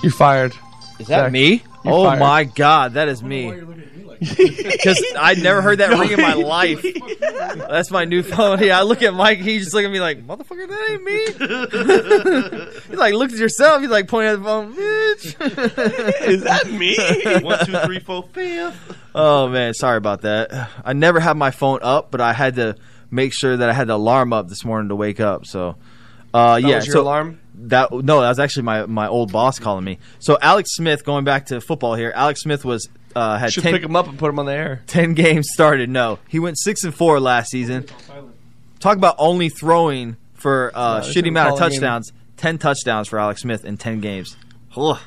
Speaker 18: "You're fired."
Speaker 19: Is that me?
Speaker 18: You're
Speaker 19: oh
Speaker 18: fired.
Speaker 19: my god, that is me. Because I never heard that ring in my life. That's my new phone. Yeah, I look at Mike. He's just looking at me like, motherfucker, that ain't me. he's like, look at yourself. He's like pointing at the phone, bitch.
Speaker 18: Is that me?
Speaker 20: One, two, three, four, fifth.
Speaker 19: Oh man, sorry about that. I never have my phone up, but I had to make sure that I had the alarm up this morning to wake up. So, uh,
Speaker 18: That
Speaker 19: yeah,
Speaker 18: was your
Speaker 19: so
Speaker 18: alarm?
Speaker 19: That no, that was actually my my old boss calling me. So Alex Smith, going back to football here, Alex Smith was uh, had
Speaker 18: Should
Speaker 19: 10,
Speaker 18: pick him up and put him on the air.
Speaker 19: 10 games started. No, he went six and four last season. Talk about only throwing for uh,
Speaker 18: they
Speaker 19: shitty
Speaker 18: should've
Speaker 19: amount of
Speaker 18: called him.
Speaker 19: touchdowns. Ten touchdowns for Alex Smith in ten games. Ugh.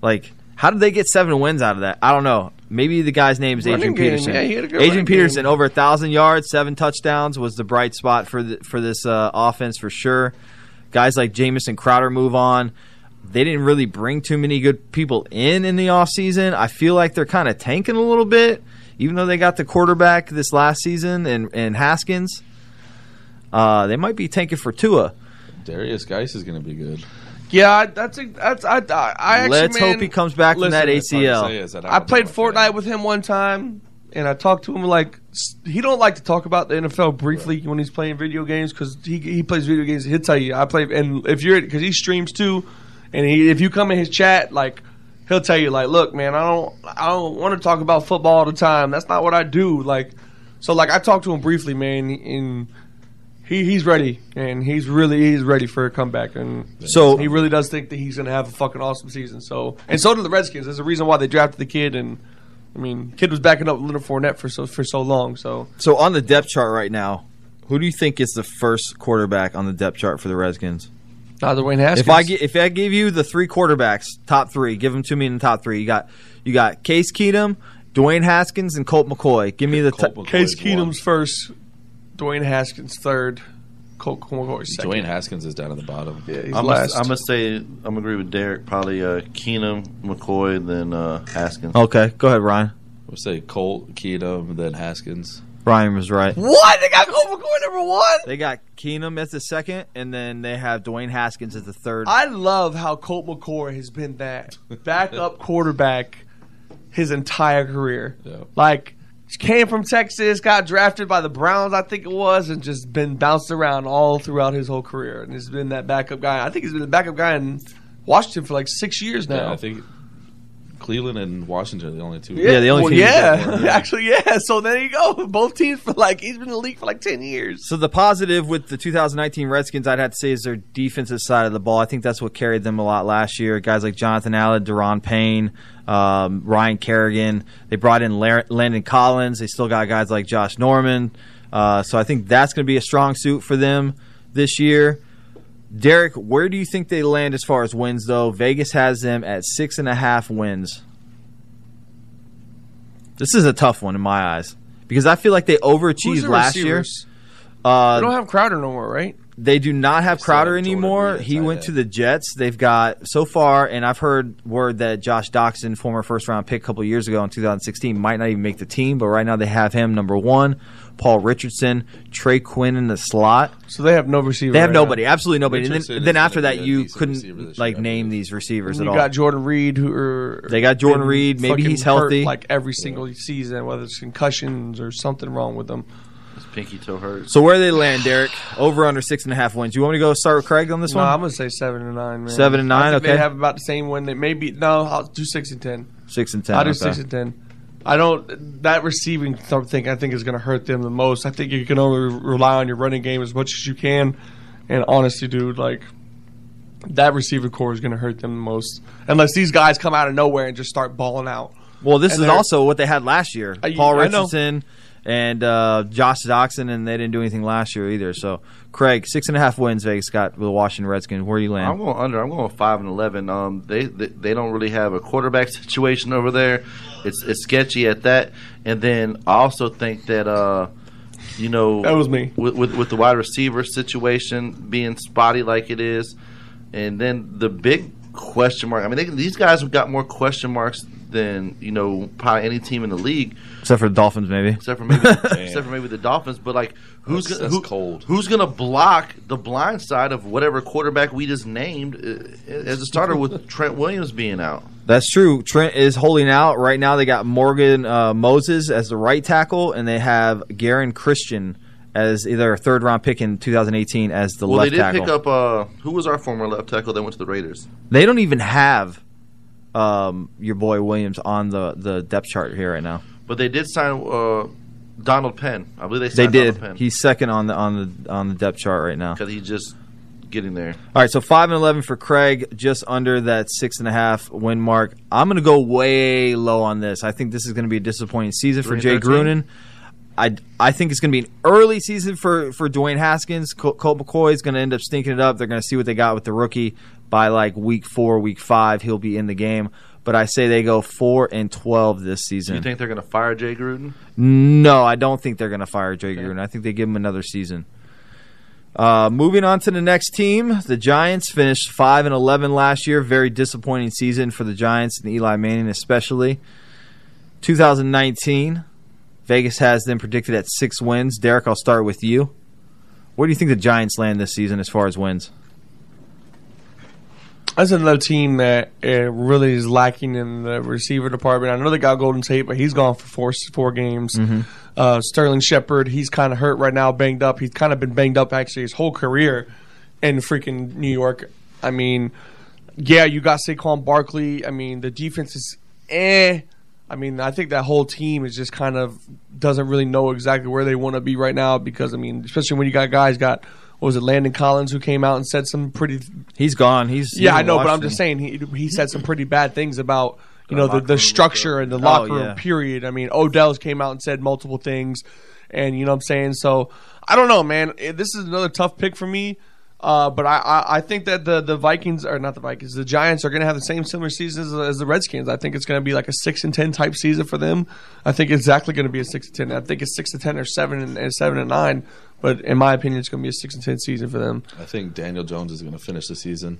Speaker 19: Like, how did they get seven wins out of that? I don't know. Maybe the guy's name is
Speaker 18: Running
Speaker 19: Adrian
Speaker 18: game.
Speaker 19: Peterson.
Speaker 18: Yeah, he had a good running
Speaker 19: Adrian Peterson
Speaker 18: game.
Speaker 19: over a thousand yards, seven touchdowns was the bright spot for the, for this uh, offense for sure. Guys like Jamison Crowder move on. They didn't really bring too many good people in in the offseason. I feel like they're kind of tanking a little bit, even though they got the quarterback this last season and, and Haskins. Uh, they might be tanking for Tua.
Speaker 22: Darius Geis is going to be good.
Speaker 18: Yeah, I- that's a, that's I I, I actually.
Speaker 19: Let's
Speaker 18: man,
Speaker 19: hope he comes back from that
Speaker 18: listen,
Speaker 19: ACL.
Speaker 18: I played Fortnite with him one time, and I talked to him like s- he don't like to talk about the NFL briefly when he's playing video games because he he plays video games. He'll tell you I play, and if you're because he streams too, and he, if you come in his chat like. He'll tell you like, look, man, I don't, I don't want to talk about football all the time. That's not what I do. Like, so like I talked to him briefly, man, and he, he's ready, and he's really he's ready for a comeback, and
Speaker 19: So-
Speaker 18: he really does think that he's going to have a fucking awesome season. So and so do the Redskins. There's a reason why they drafted the kid, and I mean, kid was backing up Leonard Fournette for so for so long. So
Speaker 19: So on the depth chart right now, who do you think is the first quarterback on the depth chart for the Redskins?
Speaker 18: neither Wayne Haskins.
Speaker 19: If I gi- if I give you the three quarterbacks, top three, give them to me in the top three. You got you got Case Keenum, Dwayne Haskins, and Colt McCoy. Give me the top
Speaker 18: Case Keenum's first, Dwayne Haskins third, Colt McCoy second.
Speaker 22: Dwayne Haskins is down at the bottom.
Speaker 18: Yeah, he's
Speaker 20: I'm gonna,
Speaker 18: last.
Speaker 20: I'm gonna say I'm gonna agree with Derek. Probably uh, Keenum, McCoy, then uh, Haskins.
Speaker 19: Okay, go ahead, Ryan.
Speaker 3: would say Colt, Keenum, then Haskins.
Speaker 19: Brian was right.
Speaker 18: What? They got Cobra Coin number one?
Speaker 19: They got Keenum as the second, and then they have Dwayne Haskins as the third.
Speaker 18: I love how Colt McCoy has been that backup quarterback his entire career.
Speaker 3: Yeah.
Speaker 18: Like, came from Texas, got drafted by the Browns, I think it was, and just been bounced around all throughout his whole career. And he's been that backup guy. I think he's been the backup guy in Washington for like six years now.
Speaker 3: Yeah, I think Cleveland and Washington are the only two.
Speaker 19: Yeah, the only
Speaker 18: Well,
Speaker 19: team he's
Speaker 18: yeah,
Speaker 19: got more.
Speaker 18: actually, yeah. So there you go. Both teams for like he's been in the league for like ten years.
Speaker 19: So the positive with the 2019 Redskins, I'd have to say, is their defensive side of the ball. I think that's what carried them a lot last year. Guys like Jonathan Allen, Deron Payne, um, Ryan Kerrigan. They brought in Lar- Landon Collins. They still got guys like Josh Norman. Uh, so I think that's going to be a strong suit for them this year. Derek, where do you think they land as far as wins, though? Vegas has them at six and a half wins. This is a tough one in my eyes because I feel like they
Speaker 18: Who's
Speaker 19: overachieved
Speaker 18: the
Speaker 19: last
Speaker 18: receivers?
Speaker 19: year. Uh,
Speaker 18: they don't have Crowder no more, right?
Speaker 19: they do not have Crowder anymore. He went to the Jets. They've got so far, and I've heard word that Josh Doxson, former first round pick a couple years ago in 2016, might not even make the team. But right now they have him number one. Paul Richardson, Trey Quinn in the slot.
Speaker 18: So they have no receiver.
Speaker 19: They have
Speaker 18: right
Speaker 19: nobody,
Speaker 18: now.
Speaker 19: absolutely nobody. And
Speaker 18: Richardson
Speaker 19: then,
Speaker 18: is
Speaker 19: then
Speaker 18: gonna
Speaker 19: after that,
Speaker 18: be a
Speaker 19: you
Speaker 18: decent receiver
Speaker 19: couldn't like name these receivers
Speaker 18: You
Speaker 19: at all.
Speaker 18: got Jordan Reed, who are
Speaker 19: They got Jordan
Speaker 18: been
Speaker 19: Reed. Maybe
Speaker 18: fucking
Speaker 19: he's
Speaker 18: hurt,
Speaker 19: healthy.
Speaker 18: like every single season, whether it's concussions or something wrong with him.
Speaker 20: His pinky toe hurts.
Speaker 19: so where they land, Derek? Over under six and a half wins. You want me to go start with Craig on this
Speaker 18: No,
Speaker 19: one?
Speaker 18: I'm gonna say seven and nine. Man.
Speaker 19: Seven and nine,
Speaker 18: I think They
Speaker 19: okay.
Speaker 18: have about the same win. They maybe no. I'll do six and ten.
Speaker 19: Six and ten,
Speaker 18: I'll do
Speaker 19: okay.
Speaker 18: six and ten. I don't. That receiving something I think is gonna hurt them the most. I think you can only rely on your running game as much as you can. And honestly, dude, like that receiver core is gonna hurt them the most unless these guys come out of nowhere and just start balling out.
Speaker 19: Well, this
Speaker 18: And
Speaker 19: is
Speaker 18: they're-
Speaker 19: also what they had last year.
Speaker 18: I-
Speaker 19: Paul
Speaker 18: I know.
Speaker 19: Richardson and uh, Josh Doxson, and they didn't do anything last year either. So, Craig, six and a half wins Vegas got with the Washington Redskins. Where do you
Speaker 20: I'm
Speaker 19: land?
Speaker 20: going under. I'm going five and eleven. Um, they, they they don't really have a quarterback situation over there. It's it's sketchy at that. And then I also think that uh, you know,
Speaker 18: That was me.
Speaker 20: with with, with the wide receiver situation being spotty like it is, and then the big question mark. I mean, they, these guys have got more question marks than you know probably any team in the league.
Speaker 19: Except for the Dolphins, maybe.
Speaker 20: except for maybe except for maybe the Dolphins. But like, who's
Speaker 3: That's-
Speaker 20: gonna,
Speaker 3: that's
Speaker 20: who- Who's gonna block the blind side of whatever quarterback we just named uh, as a starter with Trent Williams being out?
Speaker 19: That's true. Trent is holding out right now. They got Morgan uh, Moses as the right tackle, and they have Garen Christian as either a third round pick in 2018 as the
Speaker 20: well,
Speaker 19: left
Speaker 20: they did
Speaker 19: tackle.
Speaker 20: pick up uh, who was our former left tackle that went to the Raiders.
Speaker 19: They don't even have um, your boy Williams on the, the depth chart here right now.
Speaker 20: But they did sign uh, Donald Penn. I believe they
Speaker 19: They
Speaker 20: signed Donald
Speaker 19: did.
Speaker 20: Penn
Speaker 19: He's second on the on the on the depth chart right now.
Speaker 20: because he's just getting there.
Speaker 19: All right, so five and eleven for Craig, just under that six and a half win mark. I'm going to go way low on this. I think this is going to be a disappointing season for
Speaker 20: Three and
Speaker 19: Jay
Speaker 20: 13?
Speaker 19: Grunin. I, I think it's going to be an early season for for Dwayne Haskins. Col- Colt McCoy is going to end up stinking it up. They're going to see what they got with the rookie by like week four, week five. He'll be in the game, but I say they go four and twelve this
Speaker 20: Do
Speaker 19: season.
Speaker 20: you think they're gonna fire Jay Gruden?
Speaker 19: No, I don't think they're going to fire Jay Gruden. I think they give him another season. Uh, moving on to the next team, the Giants finished five and eleven last year. Very disappointing season for the Giants and Eli Manning, especially. 2019, Vegas has them predicted at six wins. Derek, I'll start with you. Where do you think the Giants land this season as far as wins?
Speaker 18: That's another team that uh, really is lacking in the receiver department. I know they got Golden Tate, but he's gone for four four games.
Speaker 11: Mhm.
Speaker 18: Uh, Sterling Shepard, he's kind of hurt right now, banged up. He's kind of been banged up actually his whole career in freaking New York. I mean, yeah, you got Saquon Barkley. I mean, the defense is eh. I mean, I think that whole team is just kind of doesn't really know exactly where they want to be right now because I mean, especially when you got guys got what was it Landon Collins who came out and said some pretty
Speaker 19: He's gone. He's
Speaker 18: yeah,
Speaker 19: he's
Speaker 18: I know, but I'm
Speaker 19: Washington.
Speaker 18: just saying he he said some pretty bad things about
Speaker 19: The
Speaker 18: you know the,
Speaker 19: locker
Speaker 18: the structure and the
Speaker 19: Oh,
Speaker 18: locker room.
Speaker 19: yeah.
Speaker 18: Period. I mean, Odell's came out and said multiple things, and you know what I'm saying. So I don't know, man. Eh, This is another tough pick for me. Uh, but I, I, I think that the, the Vikings are not the Vikings. The Giants are going to have the same similar season as, as the Redskins. I think it's going to be like a six and ten type season for them. I think exactly going to be a six and ten. I think it's six and ten or seven and, and seven and nine. But in my opinion, it's going to be a six and ten season for them.
Speaker 3: I think Daniel Jones is going to finish the season.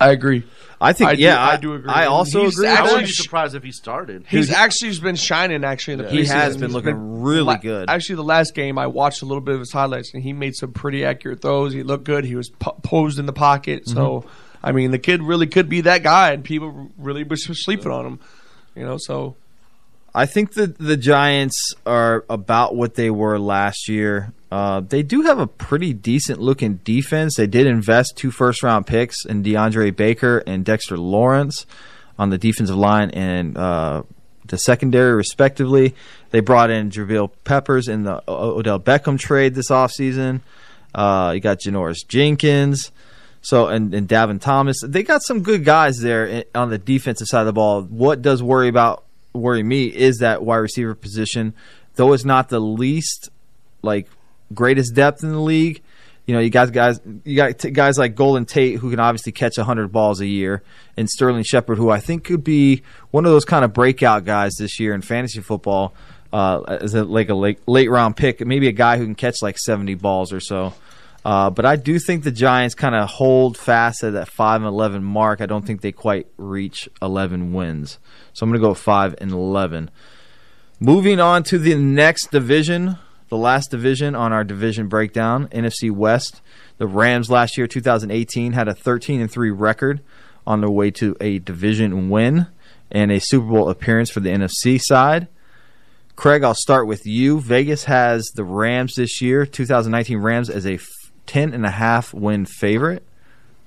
Speaker 18: I agree.
Speaker 19: I think
Speaker 18: I do-
Speaker 19: yeah,
Speaker 18: I
Speaker 19: I
Speaker 18: do agree.
Speaker 19: I also
Speaker 18: He's
Speaker 19: agree.
Speaker 18: actually-
Speaker 20: I
Speaker 19: I
Speaker 20: wouldn't be
Speaker 19: think-
Speaker 20: surprised if he started.
Speaker 18: He's
Speaker 19: Dude,
Speaker 18: actually just been shining actually in the
Speaker 19: He
Speaker 18: preseason.
Speaker 19: has been
Speaker 18: He's
Speaker 19: looking really
Speaker 18: la-
Speaker 19: good.
Speaker 18: Actually, the last game I watched a little bit of his highlights, and he made some pretty accurate throws. He looked good. He was po- posed in the pocket. So, I mean, the kid really could be that guy, and people really were sleeping on him. You know, so
Speaker 19: I think that the Giants are about what they were last year. Uh, they do have a pretty decent looking defense. They did invest two first round picks in DeAndre Baker and Dexter Lawrence on the defensive line and uh, the secondary, respectively. They brought in Javale Peppers in the O- Odell Beckham trade this offseason. Uh, you got Janoris Jenkins. So and, and Davin Thomas, they got some good guys there in, on the defensive side of the ball. What does worry about worry me is that wide receiver position, though it's not the least like greatest depth in the league. You know, you got guys, you got t- guys like Golden Tate who can obviously catch hundred balls a year, and Sterling Shepard who I think could be one of those kind of breakout guys this year in fantasy football. Uh, as a, like a late, late round pick, maybe a guy who can catch like seventy balls or so. Uh, but I do think the Giants kind of hold fast at that five and eleven mark. I don't think they quite reach eleven wins, so I'm going to go five and eleven. Moving on to the next division, the last division on our division breakdown, NFC West. The Rams last year, 2018, had a 13 and three record on their way to a division win and a Super Bowl appearance for the NFC side. Craig, I'll start with you. Vegas has the Rams this year, 2019 Rams, as a f- 10 and a half win favorite.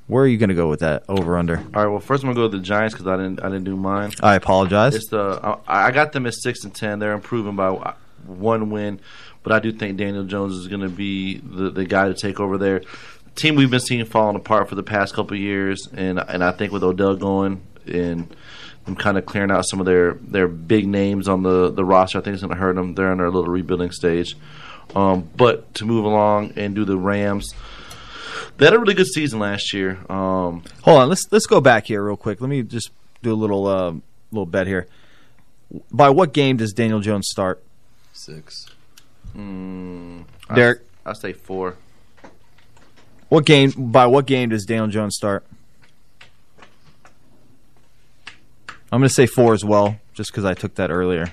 Speaker 19: Where are you going to go with that over under?
Speaker 20: All right. Well, first I'm gonna go with the Giants because I didn't I didn't do mine.
Speaker 19: I apologize.
Speaker 20: It's the I, I got them at six and ten. They're improving by one win, but I do think Daniel Jones is gonna be the, the guy to take over there. Team we've been seeing falling apart for the past couple of years, and and I think with Odell going and them kind of clearing out some of their their big names on the the roster, I think it's gonna hurt them. They're in their little rebuilding stage. Um, but to move along and do the Rams, they had a really good season last year. Um,
Speaker 19: Hold on, let's let's go back here real quick. Let me just do a little uh, little bet here. By what game does Daniel Jones start?
Speaker 3: Six.
Speaker 20: Mm,
Speaker 19: Derek.
Speaker 20: I, I say four.
Speaker 19: What game? By what game does Daniel Jones start? I'm going to say four as well, just because I took that earlier.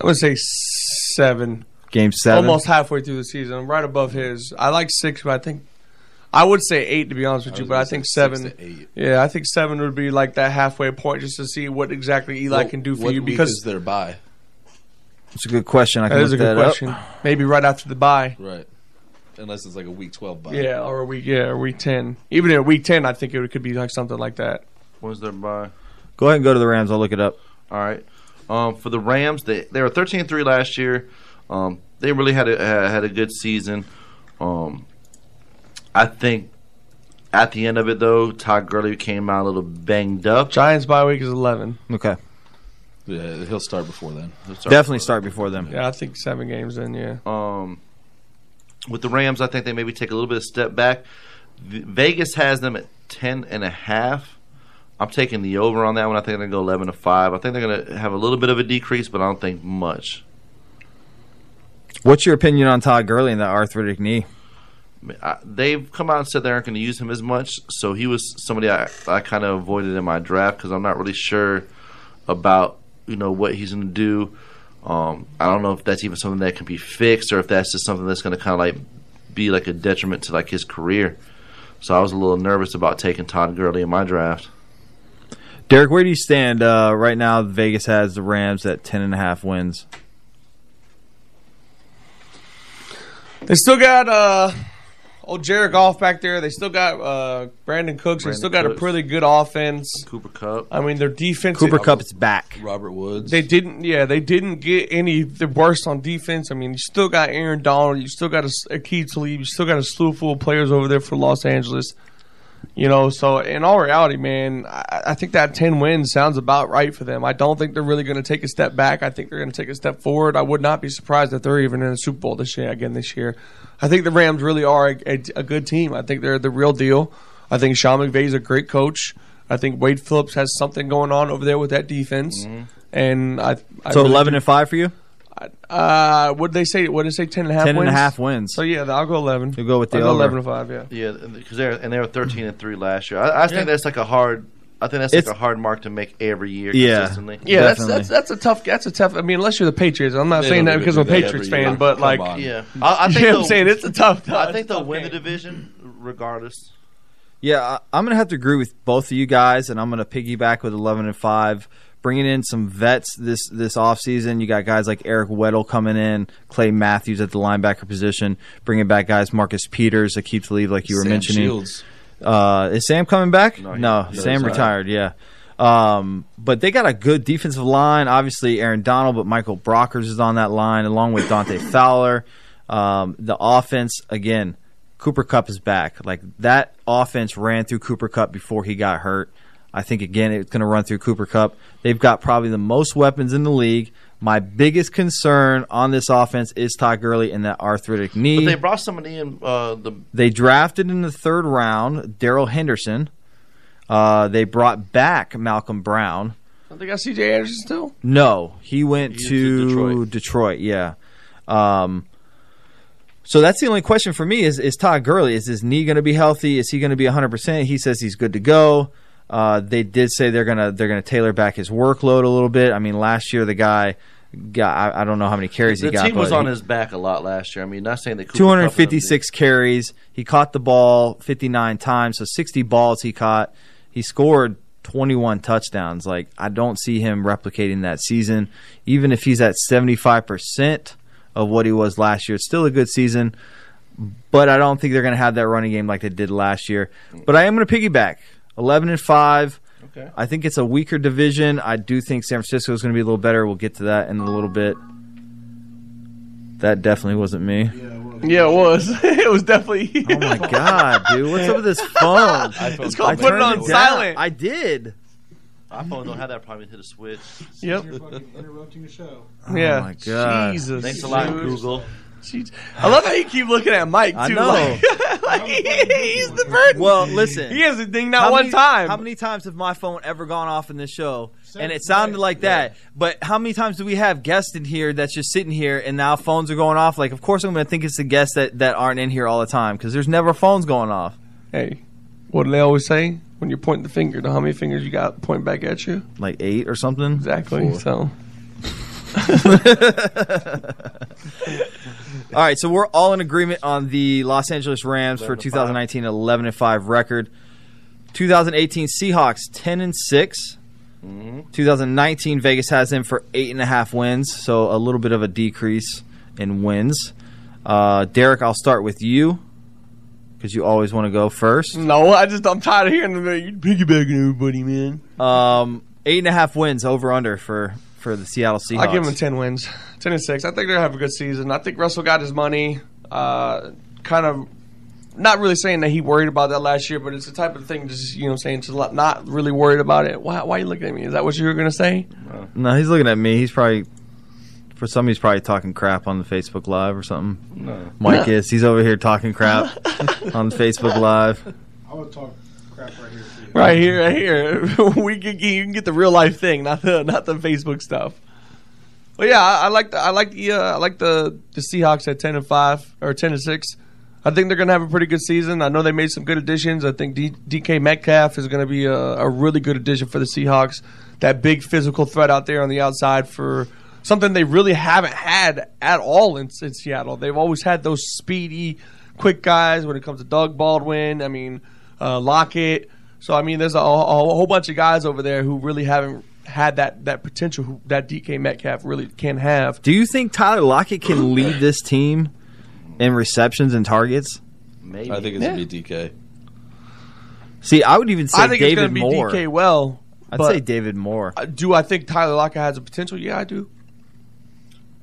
Speaker 18: I would say seven.
Speaker 19: Game seven.
Speaker 18: Almost halfway through the season, I'm right above his. I like six, but I think I would say eight to be honest with you. But I think seven. Yeah, I think seven would be like that halfway point just to see what exactly Eli
Speaker 3: What-
Speaker 18: can do for
Speaker 3: what
Speaker 18: you
Speaker 3: week
Speaker 18: because
Speaker 3: is their bye.
Speaker 19: It's a good question. I can
Speaker 18: that
Speaker 19: look
Speaker 18: is a good
Speaker 19: that up.
Speaker 18: question. Maybe right after the bye.
Speaker 3: Right. Unless it's like a week 12 bye.
Speaker 18: Yeah, or a week. Yeah, or week ten. Even at week ten, I think it could be like something like that.
Speaker 20: When's their bye?
Speaker 19: Go ahead and go to the Rams. I'll look it up.
Speaker 20: All right. Um, for the Rams, they they were thirteen and three last year. Um, they really had a had had a good season. Um, I think at the end of it though, Todd Gurley came out a little banged up.
Speaker 18: Giants bye week is eleven.
Speaker 19: Okay.
Speaker 3: Yeah, he'll start before then.
Speaker 19: Definitely start before them.
Speaker 18: Yeah, I think seven games in. Yeah.
Speaker 20: Um, with the Rams, I think they maybe take a little bit of step back. V- Vegas has them at ten and a half. I'm taking the over on that one. I think they're gonna go eleven to five. I think they're gonna have a little bit of a decrease, but I don't think much.
Speaker 19: What's your opinion on Todd Gurley and that arthritic knee?
Speaker 20: I, they've come out and said they aren't going to use him as much. So he was somebody I, I kind of avoided in my draft because I'm not really sure about you know what he's going to do. Um, I don't know if that's even something that can be fixed or if that's just something that's going to kind of like be like a detriment to like his career. So I was a little nervous about taking Todd Gurley in my draft.
Speaker 19: Derek, where do you stand uh, right now? Vegas has the Rams at ten and a half wins.
Speaker 18: They still got uh old Jared Goff back there. They still got uh Brandon Cooks. they
Speaker 20: Brandon
Speaker 18: still got
Speaker 20: Cooks.
Speaker 18: a pretty good offense.
Speaker 20: Cooper Cup.
Speaker 18: I mean, their defense.
Speaker 19: Cooper Cup is back.
Speaker 3: Robert Woods.
Speaker 18: They didn't. Yeah, they didn't get any the worst on defense. I mean, you still got Aaron Donald. You still got a, a key to leave. You still got a slew full of players over there for Los Angeles. You know, so in all reality, man, I, I think that ten wins sounds about right for them. I don't think they're really going to take a step back. I think they're going to take a step forward. I would not be surprised if they're even in the Super Bowl this year again this year. I think the Rams really are a, a, a good team. I think they're the real deal. I think Sean McVay is a great coach. I think Wade Phillips has something going on over there with that defense, and I. I
Speaker 19: so
Speaker 18: really
Speaker 19: eleven
Speaker 18: do-
Speaker 19: and five for you.
Speaker 18: Uh, what they say? What did they say? Ten and a half.
Speaker 19: 10 and
Speaker 18: wins?
Speaker 19: a half wins.
Speaker 18: So yeah, I'll go eleven.
Speaker 19: You'll go with the
Speaker 18: I'll go
Speaker 19: over.
Speaker 18: eleven and five. Yeah.
Speaker 20: Yeah, because they're and they were thirteen and three last year. I, I think
Speaker 18: Yeah.
Speaker 20: that's like a hard. I think that's like
Speaker 18: It's-
Speaker 20: a hard mark to make every year.
Speaker 18: Yeah.
Speaker 20: consistently.
Speaker 18: Yeah, that's, that's that's a tough. That's a tough. I mean, unless you're the Patriots. I'm not
Speaker 20: They
Speaker 18: saying
Speaker 20: don't
Speaker 18: that
Speaker 20: even
Speaker 18: because
Speaker 20: do
Speaker 18: I'm a
Speaker 20: that
Speaker 18: Patriots
Speaker 20: every year.
Speaker 18: fan, but
Speaker 20: Come
Speaker 18: like,
Speaker 20: on. Yeah. I- I
Speaker 18: You
Speaker 20: think
Speaker 18: know what I'm
Speaker 20: they'll-
Speaker 18: saying it's a tough.
Speaker 20: I think they'll win the division regardless.
Speaker 19: Yeah, I, I'm gonna have to agree with both of you guys, and I'm gonna piggyback with 11 and five, bringing in some vets this this offseason. You got guys like Eric Weddle coming in, Clay Matthews at the linebacker position, bringing back guys Marcus Peters, Akeem Talib, like you were
Speaker 20: Sam
Speaker 19: mentioning.
Speaker 20: Shields.
Speaker 19: Uh, is Sam coming back? No,
Speaker 20: he- no, he's
Speaker 19: Sam
Speaker 20: not.
Speaker 19: retired. Yeah. Um, but they got a good defensive line. Obviously, Aaron Donald, but Michael Brockers is on that line along with Dante Fowler. Um, the offense again, Cooper Cup is back. Like that offense ran through Cooper Cup before he got hurt. I think again it's going to run through Cooper Cup. They've got probably the most weapons in the league. My biggest concern on this offense is Todd Gurley and that arthritic knee.
Speaker 20: But they brought somebody in uh, the
Speaker 19: They drafted in the third round Daryl Henderson. Uh, they brought back Malcolm Brown.
Speaker 18: They got C.J. Anderson still.
Speaker 19: No, he went to, Detroit. yeah. Um, so that's the only question for me is is Todd Gurley is his knee going to be healthy? Is he going to be 100%? He says he's good to go. Uh, they did say they're going to they're going to tailor back his workload a little bit. I mean, last year the guy got I, I don't know how many carries
Speaker 20: the
Speaker 19: he got
Speaker 20: team was
Speaker 19: but
Speaker 20: on
Speaker 19: he-
Speaker 20: his back a lot last year. I mean, not saying that Cooper Kupp was up there.
Speaker 19: 256 carries. He caught the ball 59 times, so 60 balls he caught. He scored 21 touchdowns. Like I don't see him replicating that season, even if he's at 75 percent of what he was last year. It's still a good season, but I don't think they're going to have that running game like they did last year. But I am going to piggyback 11 and five.
Speaker 20: Okay.
Speaker 19: I think it's a weaker division. I do think San Francisco is going to be a little better. We'll get to that in a little bit. That definitely wasn't me.
Speaker 18: Yeah, it was. it was definitely.
Speaker 19: Oh my god, dude! What's up with this phone?
Speaker 18: It's called putting
Speaker 19: turned
Speaker 18: on
Speaker 19: down.
Speaker 18: silent.
Speaker 19: I did.
Speaker 20: iPhone don't have that problem. Hit a switch.
Speaker 18: Yep.
Speaker 2: interrupting the show.
Speaker 18: yeah.
Speaker 19: Oh my god.
Speaker 18: Jesus.
Speaker 20: Thanks a lot,
Speaker 18: dude.
Speaker 20: Google.
Speaker 18: Jeez. I love how you keep looking at Mike too.
Speaker 19: I know.
Speaker 18: Like, like, he's the burden.
Speaker 19: Well, listen.
Speaker 18: He hasn't ding not
Speaker 19: How
Speaker 18: one
Speaker 19: many-
Speaker 18: time.
Speaker 19: How many times have my phone ever gone off in this show? and it sounded like that. But how many times do we have guests in here that's just sitting here and now phones are going off? Like, of course I'm going to think it's the guests that, that aren't in here all the time because there's never phones going off.
Speaker 18: Hey, what do they always say? When you're pointing the finger, know how many fingers you got pointing back at you?
Speaker 19: Like eight or something?
Speaker 18: Exactly.
Speaker 19: Four.
Speaker 18: So.
Speaker 19: All right, so we're all in agreement on the Los Angeles Rams for 2019 11 and 5 record. 2018 Seahawks 10 and 6.
Speaker 18: Mm-hmm.
Speaker 19: 2019 Vegas has them for eight and a half wins, so a little bit of a decrease in wins. Uh, Derek, I'll start with you because you always want to go first.
Speaker 18: No, I just I'm tired of hearing them. like, You piggybacking everybody, man.
Speaker 19: Um, eight and a half wins over under for for the Seattle Seahawks.
Speaker 18: I give them ten wins, ten and six. I think they're gonna have a good season. I think Russell got his money. Uh, kind of, not really saying that he worried about that last year, but it's the type of thing. Just you know, what I'm saying just lo- not really worried about it. Why? Why are you looking at me? Is that what you were gonna say?
Speaker 19: No, he's looking at me. He's probably for some. He's probably talking crap on the Facebook Live or something.
Speaker 18: No.
Speaker 19: Mike is. He's over here talking crap on Facebook Live.
Speaker 2: I would talk crap right here. For you.
Speaker 18: Right here, right here. we can get, you can get the real life thing, not the not the Facebook stuff. But yeah, I, I like the I like the uh, I like the the Seahawks at ten and five or ten and six. I think they're going to have a pretty good season. I know they made some good additions. I think D- DK Metcalf is going to be a, a really good addition for the Seahawks. That big physical threat out there on the outside for something they really haven't had at all in, in Seattle. They've always had those speedy, quick guys when it comes to Doug Baldwin. I mean, uh, Lockett. So I mean, there's a, a whole bunch of guys over there who really haven't had that that potential who, that DK Metcalf really can have.
Speaker 19: Do you think Tyler Lockett can lead this team in receptions and targets?
Speaker 20: Maybe.
Speaker 3: I think it's
Speaker 18: Yeah.
Speaker 3: gonna be DK.
Speaker 19: See, I would even say
Speaker 18: I think it's
Speaker 19: David
Speaker 18: going to be
Speaker 19: Moore.
Speaker 18: DK well.
Speaker 19: I'd
Speaker 18: but
Speaker 19: say David Moore.
Speaker 18: uh, do I think Tyler Lockett has a potential? Yeah, I do.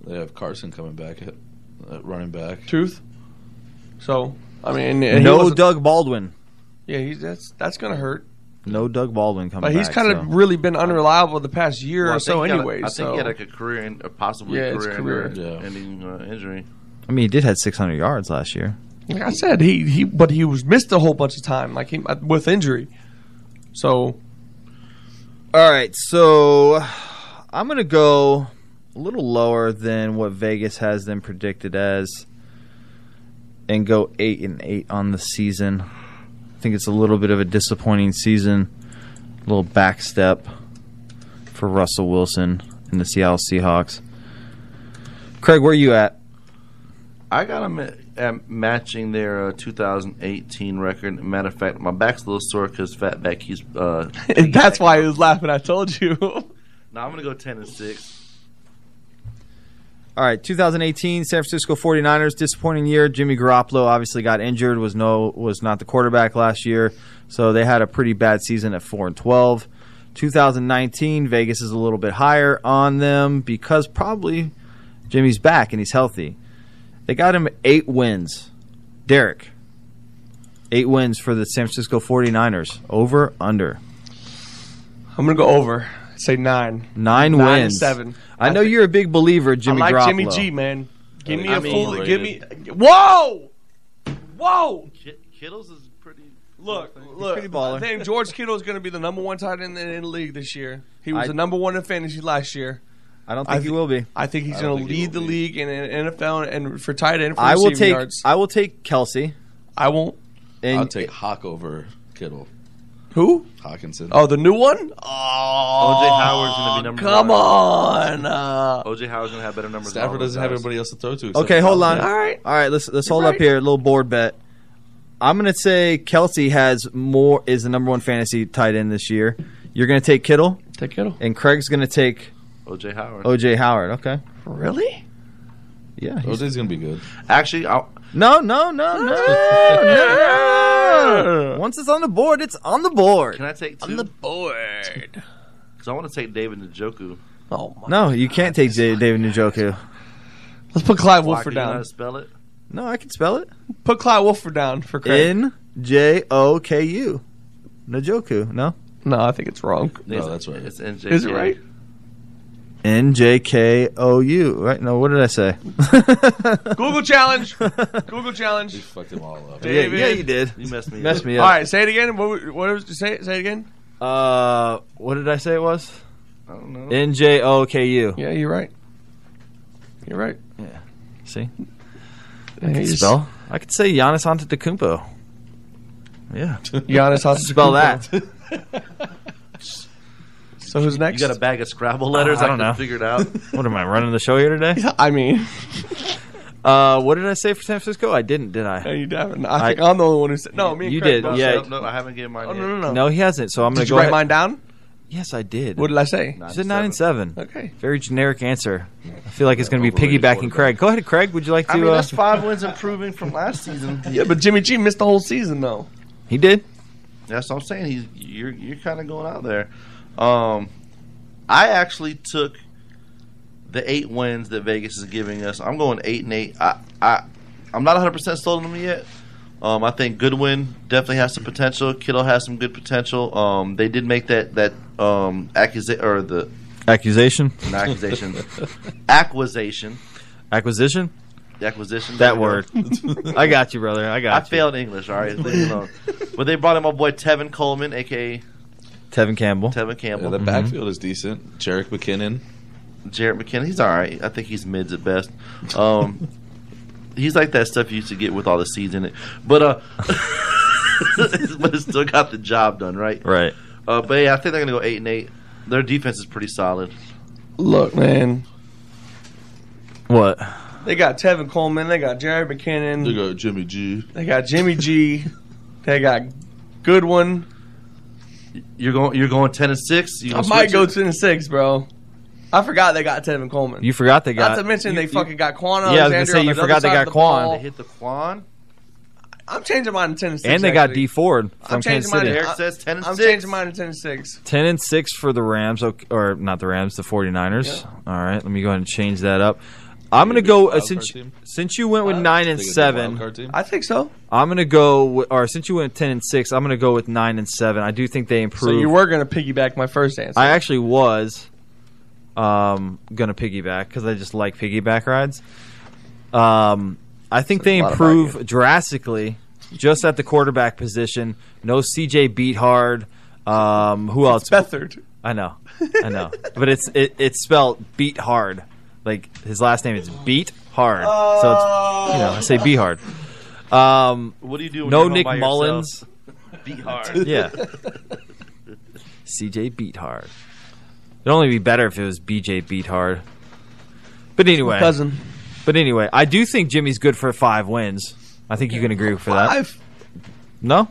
Speaker 3: They have Carson coming back at, at running back.
Speaker 18: Truth. So I mean, and he
Speaker 19: no
Speaker 18: wasn't-
Speaker 19: Doug Baldwin.
Speaker 18: Yeah, he's that's that's going to hurt.
Speaker 19: No Doug Baldwin coming.
Speaker 18: But he's
Speaker 19: back,
Speaker 18: kind of
Speaker 19: so.
Speaker 18: really been unreliable the past year
Speaker 20: Well, I
Speaker 18: or so,
Speaker 20: think he got a-
Speaker 18: anyway.
Speaker 20: I think
Speaker 18: so
Speaker 20: he had like a career and a possibly
Speaker 18: Yeah, it's
Speaker 20: career,
Speaker 18: career.
Speaker 20: ending uh, injury.
Speaker 19: I mean, he did had 600 yards last year.
Speaker 18: like I said, he he but he was missed a whole bunch of time, like he with injury. So
Speaker 19: All right, so I'm gonna go. a little lower than what Vegas has them predicted as, and go eight and eight on the season. I think it's a little bit of a disappointing season, a little backstep for Russell Wilson and the Seattle Seahawks. Craig, where are you at?
Speaker 20: I got them at, at matching their uh, 2018 record. Matter of fact, my back's a little sore because Fatback keeps. Uh,
Speaker 10: That's why he was laughing. I told you.
Speaker 20: no, I'm gonna go 10 and six.
Speaker 19: All right, 2018 San Francisco 49ers disappointing year. Jimmy Garoppolo obviously got injured, was no was not the quarterback last year, so they had a pretty bad season at 4 and 12. 2019 Vegas is a little bit higher on them because probably Jimmy's back and he's healthy. They got him 8 wins. Derek. 8 wins for the San Francisco 49ers. Over under.
Speaker 10: I'm gonna go over. Say nine.
Speaker 19: 9,
Speaker 10: Nine and
Speaker 19: wins.
Speaker 10: seven.
Speaker 19: I, know you're a big believer Jimmy
Speaker 10: I like
Speaker 19: Garoppolo.
Speaker 10: Jimmy G, man. Give me
Speaker 20: I
Speaker 10: a
Speaker 20: mean,
Speaker 10: full. Give me.
Speaker 20: overrated.
Speaker 10: Whoa, whoa.
Speaker 20: Kit- Kittle's is pretty.
Speaker 10: Look, look.
Speaker 19: pretty baller.
Speaker 10: I think George Kittle is going to be the number one tight end in the league this year. He was
Speaker 19: I-
Speaker 10: the number one in fantasy last year.
Speaker 19: I don't
Speaker 10: I
Speaker 19: think he
Speaker 10: thi-
Speaker 19: will be.
Speaker 10: I think he's
Speaker 19: I don't
Speaker 10: going to
Speaker 19: think he
Speaker 10: lead the league in, in NFL and for tight end. For
Speaker 19: I will
Speaker 10: receiving
Speaker 19: take
Speaker 10: yards.
Speaker 19: I will take Kelsey.
Speaker 10: I won't.
Speaker 19: And
Speaker 3: I'll take Hawk over Kittle.
Speaker 10: Who?
Speaker 3: Hawkinson.
Speaker 10: Oh, the new one. Oh,
Speaker 20: OJ Howard's gonna be number
Speaker 18: Oh,
Speaker 10: Come on.
Speaker 20: one.
Speaker 10: Uh,
Speaker 20: OJ Howard's gonna have better numbers. than all
Speaker 3: Stafford
Speaker 20: those
Speaker 3: doesn't have
Speaker 20: guys.
Speaker 3: anybody else to throw to. except
Speaker 19: okay, hold on.
Speaker 3: Kelsey.
Speaker 10: All right.
Speaker 19: All right, let's let's hold
Speaker 10: right.
Speaker 19: up here. A little board bet. I'm gonna say Kelsey has more is the number one fantasy tight end this year. You're gonna take Kittle,
Speaker 10: Take Kittle.
Speaker 19: and Craig's gonna take
Speaker 20: OJ Howard.
Speaker 19: OJ Howard. Okay.
Speaker 10: Really?
Speaker 19: Yeah. he's-
Speaker 3: OJ's gonna be good.
Speaker 20: Actually, I'll,
Speaker 19: No, no, no, no, no. Once it's on the board, it's on the board.
Speaker 20: can I take two?
Speaker 10: board.
Speaker 20: Because I want to take David Njoku.
Speaker 10: Oh my.
Speaker 19: No, you can't take J- David Njoku.
Speaker 10: Let's put Clyde
Speaker 20: Why,
Speaker 10: Wolford
Speaker 20: can you know how
Speaker 10: down.
Speaker 20: to spell it?
Speaker 19: No, I can spell it.
Speaker 10: Put Clyde Wolford down for Craig.
Speaker 19: N J O K U. Njoku. No.
Speaker 10: No, I think it's wrong.
Speaker 3: No, that's right.
Speaker 20: It's NJ.
Speaker 10: Is it right?
Speaker 19: N J K O U. Right? No, what did I say?
Speaker 10: Google challenge. Google challenge.
Speaker 3: He fucked them all up.
Speaker 19: yeah,
Speaker 10: David.
Speaker 19: yeah, you did.
Speaker 20: You messed me
Speaker 19: Messed
Speaker 20: up.
Speaker 19: me
Speaker 10: All
Speaker 19: up.
Speaker 10: right, say it again. What, were- what was say? it- Say it again.
Speaker 19: Uh, what did I say it was?
Speaker 20: I don't know.
Speaker 19: N J O K U.
Speaker 10: Yeah, you're right. You're right.
Speaker 19: See,
Speaker 10: I
Speaker 19: I could spell. I could say Giannis Antetokounmpo. Yeah,
Speaker 10: Giannis has to
Speaker 19: spell that.
Speaker 10: So who's
Speaker 20: You
Speaker 10: next?
Speaker 20: got a bag of Scrabble letters?
Speaker 19: I
Speaker 20: I,
Speaker 19: don't
Speaker 20: can
Speaker 19: know.
Speaker 20: figure it out.
Speaker 19: what am I running the show here today?
Speaker 10: I mean,
Speaker 19: Uh, what did I say for San Francisco? I didn't, did
Speaker 10: no,
Speaker 19: I?
Speaker 10: you haven't. I think I, am the only one who said. No, me. And
Speaker 19: You
Speaker 10: Craig
Speaker 19: did,
Speaker 10: both
Speaker 19: yeah.
Speaker 10: said-
Speaker 20: No, no, I haven't given mine
Speaker 10: Oh,
Speaker 20: yet.
Speaker 10: no, no, no.
Speaker 19: No, he hasn't. So I'm gonna
Speaker 10: Did you
Speaker 19: go.
Speaker 10: write
Speaker 19: ahead-
Speaker 10: mine down?
Speaker 19: Yes, I did.
Speaker 10: What did I say?
Speaker 19: I said nine and seven.
Speaker 10: Okay.
Speaker 19: Very generic answer. I feel like it's going to be
Speaker 20: Overrated
Speaker 19: piggybacking Craig. Go ahead, Craig. Would you like to?
Speaker 20: I mean,
Speaker 19: uh,
Speaker 20: that's five wins improving from last season.
Speaker 10: Yeah, but Jimmy G missed the whole season though.
Speaker 19: he did.
Speaker 20: That's what I'm saying. He's you're you're kind of going out there. Um, I actually took the eight wins that Vegas is giving us. I'm going eight and eight. I I I'm not 100 percent sold on them yet. Um, I think Goodwin definitely has some potential. Kittle has some good potential. Um, they did make that that um accusation or the
Speaker 19: Accusation,
Speaker 20: not accusation acquisition
Speaker 19: acquisition.
Speaker 20: the acquisition
Speaker 19: That word. I got you, brother. I got
Speaker 20: I
Speaker 19: you.
Speaker 20: failed English. All right, leave me alone. but they brought in my boy Tevin Coleman, aka
Speaker 19: Tevin Campbell. Mm-hmm.
Speaker 20: Tevin Campbell.
Speaker 3: Yeah, the backfield is decent. Jarek McKinnon.
Speaker 20: Jarrett McKinnon. He's all right. I think he's mids at best. Um, he's like that stuff you used to get with all the seeds in it, but uh, but it still got the job done right.
Speaker 19: Right.
Speaker 20: Uh, but yeah, I think they're gonna go eight and eight. Their defense is pretty solid.
Speaker 10: Look, man.
Speaker 19: What?
Speaker 10: They got Tevin Coleman. They got Jerry McKinnon.
Speaker 3: They got Jimmy G.
Speaker 10: They got Jimmy G. they got Goodwin.
Speaker 20: You're going. You're going ten and six. You
Speaker 10: I
Speaker 20: gonna
Speaker 10: might
Speaker 20: switch
Speaker 10: go
Speaker 20: it?
Speaker 10: ten and six, bro. I forgot they got Tevin Coleman.
Speaker 19: You forgot they got.
Speaker 10: Not to mention
Speaker 19: you-
Speaker 10: they
Speaker 19: you-
Speaker 10: fucking got Quan.
Speaker 19: Yeah, I was gonna
Speaker 10: uh, Alexander
Speaker 19: say,
Speaker 10: on
Speaker 19: you
Speaker 10: the other
Speaker 19: forgot they
Speaker 10: side
Speaker 19: got
Speaker 10: of the
Speaker 19: Quan.
Speaker 10: ball.
Speaker 20: They hit the Quan.
Speaker 10: I'm changing mine to ten and six.
Speaker 19: And they got
Speaker 10: actually.
Speaker 19: D Ford
Speaker 10: I'm
Speaker 19: from
Speaker 10: changing
Speaker 19: Kansas
Speaker 10: mine.
Speaker 19: City.
Speaker 10: to-
Speaker 20: Eric
Speaker 10: I-
Speaker 20: says 10 and
Speaker 10: I'm
Speaker 20: six.
Speaker 10: changing mine to ten and six.
Speaker 19: 10 and 6 for the Rams, ok- or not the Rams, the 49ers. All right, let me go ahead and change that up. I'm going to
Speaker 3: be
Speaker 19: go,
Speaker 3: a wild
Speaker 19: uh, since,
Speaker 3: card team?
Speaker 19: since you went with 9 and
Speaker 3: They got the
Speaker 19: 7,
Speaker 3: wildcard team.
Speaker 10: I think so.
Speaker 19: I'm going to go, with, or since you went 10 and 6, I'm going to go with 9 and 7. I do think they
Speaker 10: So
Speaker 19: improved.
Speaker 10: you were gonna piggyback my first answer.
Speaker 19: I actually was um, going to piggyback because I just like piggyback rides. Um, I think they
Speaker 10: lot about
Speaker 19: improve drastically just at the quarterback position. No CJ Beathard. Um, who else?
Speaker 10: Bethard.
Speaker 19: I know, I know, but it's it, it's spelled beat hard. Like his last name is Beat Hard, so it's you know I say Beat Hard. Um,
Speaker 20: What do you do when
Speaker 19: no
Speaker 20: you're home
Speaker 19: Nick
Speaker 20: by yourself?
Speaker 19: Mullins.
Speaker 20: Beat hard.
Speaker 19: yeah. CJ Beat Hard. It'd only be better if it was BJ Beat Hard. But anyway,
Speaker 18: cousin.
Speaker 19: But anyway, I do think Jimmy's good for five wins. I think you can agree for that.
Speaker 18: Five?
Speaker 19: No.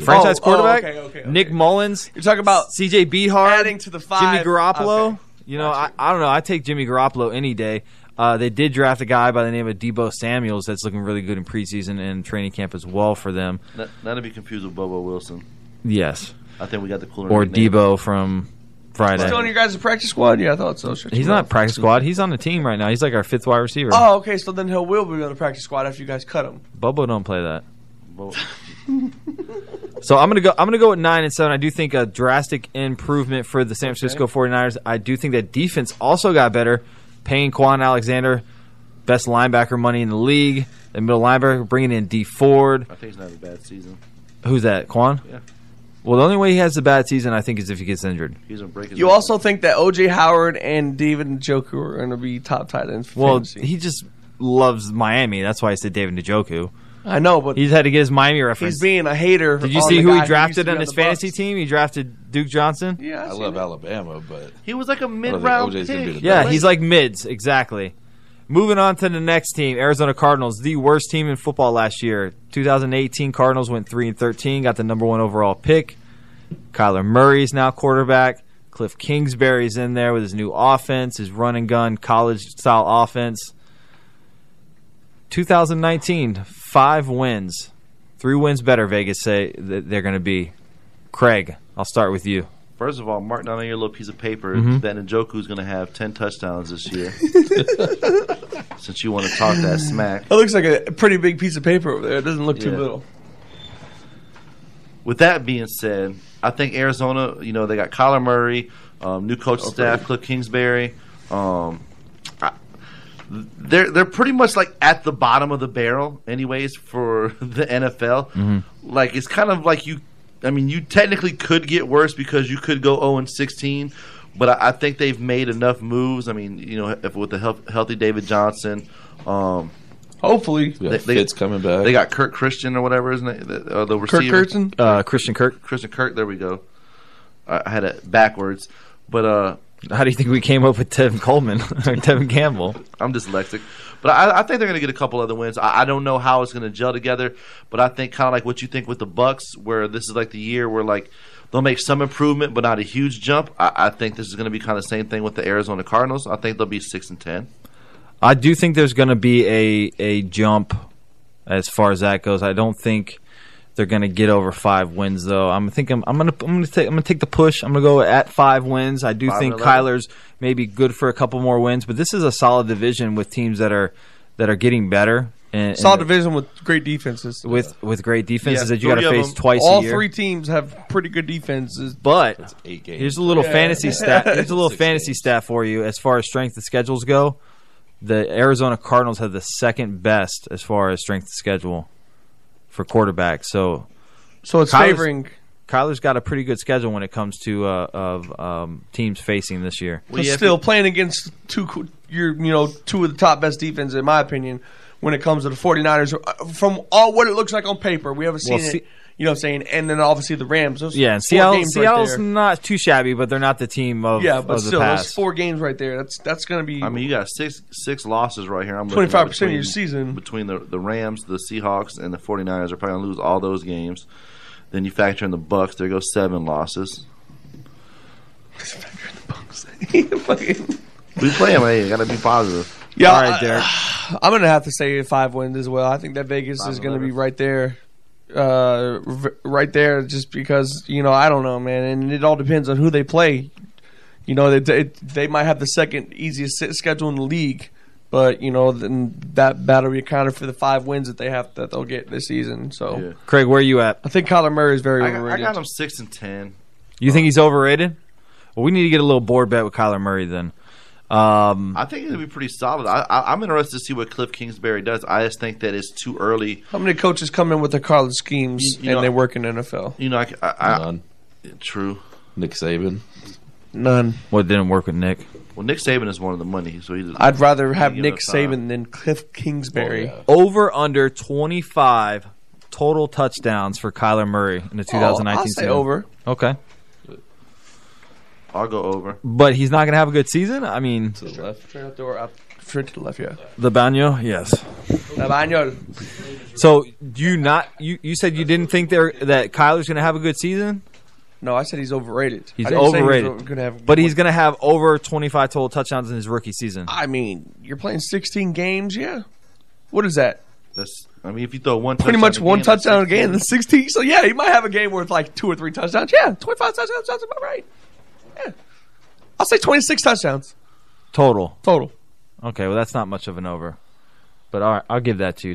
Speaker 19: Franchise
Speaker 18: Oh, oh,
Speaker 19: quarterback
Speaker 18: okay, okay,
Speaker 19: Nick Mullins. You're
Speaker 18: talking about
Speaker 19: CJ Beathard
Speaker 18: adding to the five.
Speaker 19: Jimmy Garoppolo.
Speaker 18: Okay.
Speaker 19: You know, I, I don't know. I take Jimmy Garoppolo any day. Uh, they did draft a guy by the name of Debo Samuels that's looking really good in preseason and training camp as well for them.
Speaker 20: Not, not to be confused with Bobo Wilson.
Speaker 19: Yes.
Speaker 20: I think we got the cooler
Speaker 19: Or
Speaker 20: nickname.
Speaker 19: Debo from Friday.
Speaker 18: Still on your guys' practice squad? Yeah, I thought so. Shit,
Speaker 19: He's
Speaker 18: you
Speaker 19: not practice squad. He's on the team right now. He's like our fifth wide receiver.
Speaker 18: Oh, okay. So then he'll will be on the practice squad after you guys cut him.
Speaker 19: Bobo don't play that. So I'm gonna go. I'm gonna go with nine and seven. I do think a drastic improvement for the San Francisco 49ers. I do think that defense also got better. Paying Quan Alexander, best linebacker money in the league. The middle linebacker bringing in D Ford.
Speaker 20: I think it's not a bad season.
Speaker 19: Who's that? Quan.
Speaker 20: Yeah.
Speaker 19: Well, the only way he has a bad season, I think, is if he gets injured.
Speaker 20: He's gonna break his
Speaker 18: You also think that OJ Howard and David Njoku are going to be top tight ends? For
Speaker 19: Well,
Speaker 18: fantasy.
Speaker 19: he just loves Miami. That's why I said David Njoku.
Speaker 18: I know, but
Speaker 19: he's had to get his Miami reference.
Speaker 18: he's being a hater.
Speaker 19: Did you
Speaker 18: on
Speaker 19: see
Speaker 18: the
Speaker 19: who
Speaker 18: guy
Speaker 19: he
Speaker 18: used to
Speaker 19: drafted
Speaker 18: be
Speaker 19: on his
Speaker 18: the
Speaker 19: fantasy team? He drafted Duke Johnson.
Speaker 18: Yeah,
Speaker 3: I love Alabama, but
Speaker 20: He was like a mid
Speaker 3: round
Speaker 20: round
Speaker 3: OJ's gonna be
Speaker 20: pick.
Speaker 3: pick. the
Speaker 19: Yeah, he's like mids, exactly. Moving on to the next team, Arizona Cardinals, the worst team in football last year. 2018 Cardinals went 3 and 13, got the number 1 overall pick. Kyler Murray's now quarterback. Cliff Kingsbury's in there with his new offense, his run and gun college style offense. 2019, 5 wins. 3 wins better Vegas say that they're going to be. Craig, I'll start with you.
Speaker 20: First of all, mark down on your little piece of paper
Speaker 19: Mhm.
Speaker 20: that Njoku's going to have 10 touchdowns this year. Since you want to talk that smack.
Speaker 18: It looks like a pretty big piece of paper over there. It doesn't look too
Speaker 20: Yeah.
Speaker 18: little.
Speaker 20: With that being said, I think Arizona, you know, they got Kyler Murray, um, new coach staff, Cliff Kingsbury. Um, I, they're they're pretty much like at the bottom of the barrel, anyways, for the NFL.
Speaker 19: Mm-hmm.
Speaker 23: Mhm.
Speaker 20: Like it's kind of like you. I mean, you technically could get worse because you could go zero and sixteen, but I, I think they've made enough moves. I mean, you know, if, with the health, healthy David Johnson, um,
Speaker 18: hopefully
Speaker 3: Yeah, Fitz coming back.
Speaker 20: They got Kirk Christian or whatever his name, the, uh, the receiver.
Speaker 18: Kirkson?
Speaker 19: Uh, Christian Kirk.
Speaker 20: Christian Kirk. There we go. I I had it backwards, but uh,
Speaker 19: How do you think we came up with Tevin Coleman or Tevin Campbell?
Speaker 20: I'm dyslexic. But I, I think they're going to get a couple other wins. I, I don't know how it's going to gel together, but I think kind of like what you think with the Bucks, where this is like the year where like they'll make some improvement, but not a huge jump. I, I think this is going to be kind of the same thing with the Arizona Cardinals. I think they'll be six and ten.
Speaker 19: I do think there's going to be a a jump as far as that goes. I don't think they're going to get over five wins though. I'm think I'm, I'm going to I'm going to take I'm going to take the push. I'm going to go at five wins. I do
Speaker 20: Five
Speaker 19: think
Speaker 20: and 11.
Speaker 19: Kyler's maybe good for a couple more wins, but this is a solid division with teams that are that are getting better. And, and
Speaker 18: Solid division with great defenses.
Speaker 19: with with great defenses
Speaker 18: Yeah,
Speaker 19: that you got
Speaker 18: three
Speaker 19: to
Speaker 18: of
Speaker 19: face
Speaker 18: them.
Speaker 19: twice
Speaker 18: All
Speaker 19: a year.
Speaker 18: three teams have pretty good defenses,
Speaker 19: but
Speaker 3: eight games.
Speaker 19: Here's a little
Speaker 18: Yeah.
Speaker 19: fantasy stat. Here's a little fantasy stat for you as far as strength of schedules go. The Arizona Cardinals have the second best as far as strength of schedule for quarterbacks. So,
Speaker 18: So it's
Speaker 19: Kyler's-
Speaker 18: favoring-
Speaker 19: Kyler's got a pretty good schedule when it comes to uh, of um, teams facing this year.
Speaker 18: But still, playing against two co- your you know two of the top best defenses, in my opinion, when it comes to the 49ers, uh, from all what it looks like on paper, we haven't seen
Speaker 19: Well,
Speaker 18: it.
Speaker 19: see-
Speaker 18: You know what I'm saying? And then obviously the Rams. Those
Speaker 19: yeah, and
Speaker 18: four
Speaker 19: Seattle,
Speaker 18: games right
Speaker 19: Seattle's
Speaker 18: there.
Speaker 19: not too shabby, but they're not the team of
Speaker 18: yeah, but
Speaker 19: of the
Speaker 18: still, those
Speaker 19: past.
Speaker 18: four games right there. That's that's going to be.
Speaker 20: I mean, you got six six losses right here. I'm looking at
Speaker 18: 25% of your
Speaker 20: between-
Speaker 18: season.
Speaker 20: between the the Rams, the Seahawks, and the 49ers are probably going to lose all those games. Then you factor in the Bucks, there goes seven losses. we play them. Hey, got to be positive.
Speaker 18: yeah, uh, I- I'm going to have to say five wins as well. I think that Vegas is going to be right there, uh, v- right there, just because you know I don't know, man, and it all depends on who they play. You know, they they, they might have the second easiest s- schedule in the league, but you know then that that'll be accounted for the five wins that they have that they'll get this season. So
Speaker 19: Craig, where are you at?
Speaker 18: I think Kyler Murray is very
Speaker 20: I, got- I
Speaker 18: overrated.
Speaker 20: got them six and ten.
Speaker 19: You think he's overrated? Well, we need to get a little board bet with Kyler Murray then. Um,
Speaker 20: I think it'll be pretty solid. I, I, I'm interested to see what Cliff Kingsbury does. I just think that it's too early.
Speaker 18: How many coaches come in with their college schemes
Speaker 20: You- you
Speaker 18: and
Speaker 20: know-
Speaker 18: they work in NFL?
Speaker 20: You know, I, I, I,
Speaker 3: None.
Speaker 20: True.
Speaker 3: Nick Saban.
Speaker 18: None.
Speaker 19: What didn't work with Nick?
Speaker 20: Well, Nick Saban is one of the money, so he's.
Speaker 10: I'd rather have
Speaker 20: he's
Speaker 10: Nick
Speaker 20: giving
Speaker 10: Saban than Cliff
Speaker 20: Oh,
Speaker 10: Kingsbury.
Speaker 19: Over under 25 total touchdowns for Kyler Murray in the 2019
Speaker 10: Oh, I'll say
Speaker 19: season.
Speaker 10: over.
Speaker 19: Okay.
Speaker 20: us five. I'll go over.
Speaker 19: But he's not going to have a good season? I mean,
Speaker 10: To the left, straight up the door, up, straight to the left. Yeah.
Speaker 19: the Bano, yes.
Speaker 10: Lavagno,
Speaker 19: So, do you not you, you said you didn't think there that Kyler's going to have a good season?
Speaker 10: No, I said he's overrated.
Speaker 19: He's
Speaker 10: I didn't say he was
Speaker 19: overrated.
Speaker 10: o- gonna have-
Speaker 19: but he's going to have over 25 total touchdowns in his rookie season.
Speaker 10: I mean, you're playing 16 games. Yeah. What is that?
Speaker 20: That's. I mean, if you throw one,
Speaker 10: Pretty
Speaker 20: touchdown
Speaker 10: much
Speaker 20: a
Speaker 10: one
Speaker 20: game, that's
Speaker 10: touchdown a
Speaker 20: sixteen.
Speaker 10: game. The 16. So yeah, he might have a game worth like two or three touchdowns. Yeah, 25 touchdowns. That's about right. Yeah. I'll say 26 touchdowns.
Speaker 19: Total.
Speaker 10: Total.
Speaker 19: Okay, well that's not much of an over. But all right, I'll give that to you.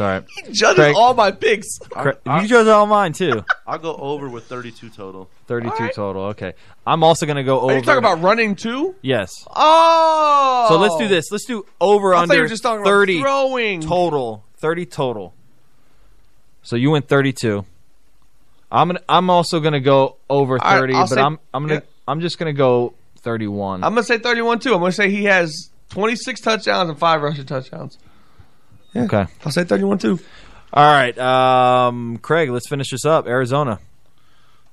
Speaker 19: All right.
Speaker 10: Judges
Speaker 19: Craig-
Speaker 10: all my picks.
Speaker 19: Cra- you judge all mine too.
Speaker 20: I'll go over with 32 total.
Speaker 19: 32 total. Okay. I'm also going to go over.
Speaker 10: Are you talking about running too?
Speaker 19: Yes.
Speaker 10: Oh.
Speaker 19: So let's do this. Let's do over
Speaker 10: I thought you
Speaker 19: under
Speaker 10: were just talking about
Speaker 19: 30
Speaker 10: throwing.
Speaker 19: total. 30 total. So you went 32. I'm gonna, I'm also going to go over
Speaker 10: All right,
Speaker 19: 30,
Speaker 10: I'll
Speaker 19: but
Speaker 10: say-
Speaker 19: I'm I'm going to I'm just going to go 31.
Speaker 10: I'm gonna say 31 too. I'm gonna say he has 26 touchdowns and five rushing touchdowns.
Speaker 19: Okay.
Speaker 10: I'll say 31 too.
Speaker 19: All right. Um Craig, let's finish this up. Arizona.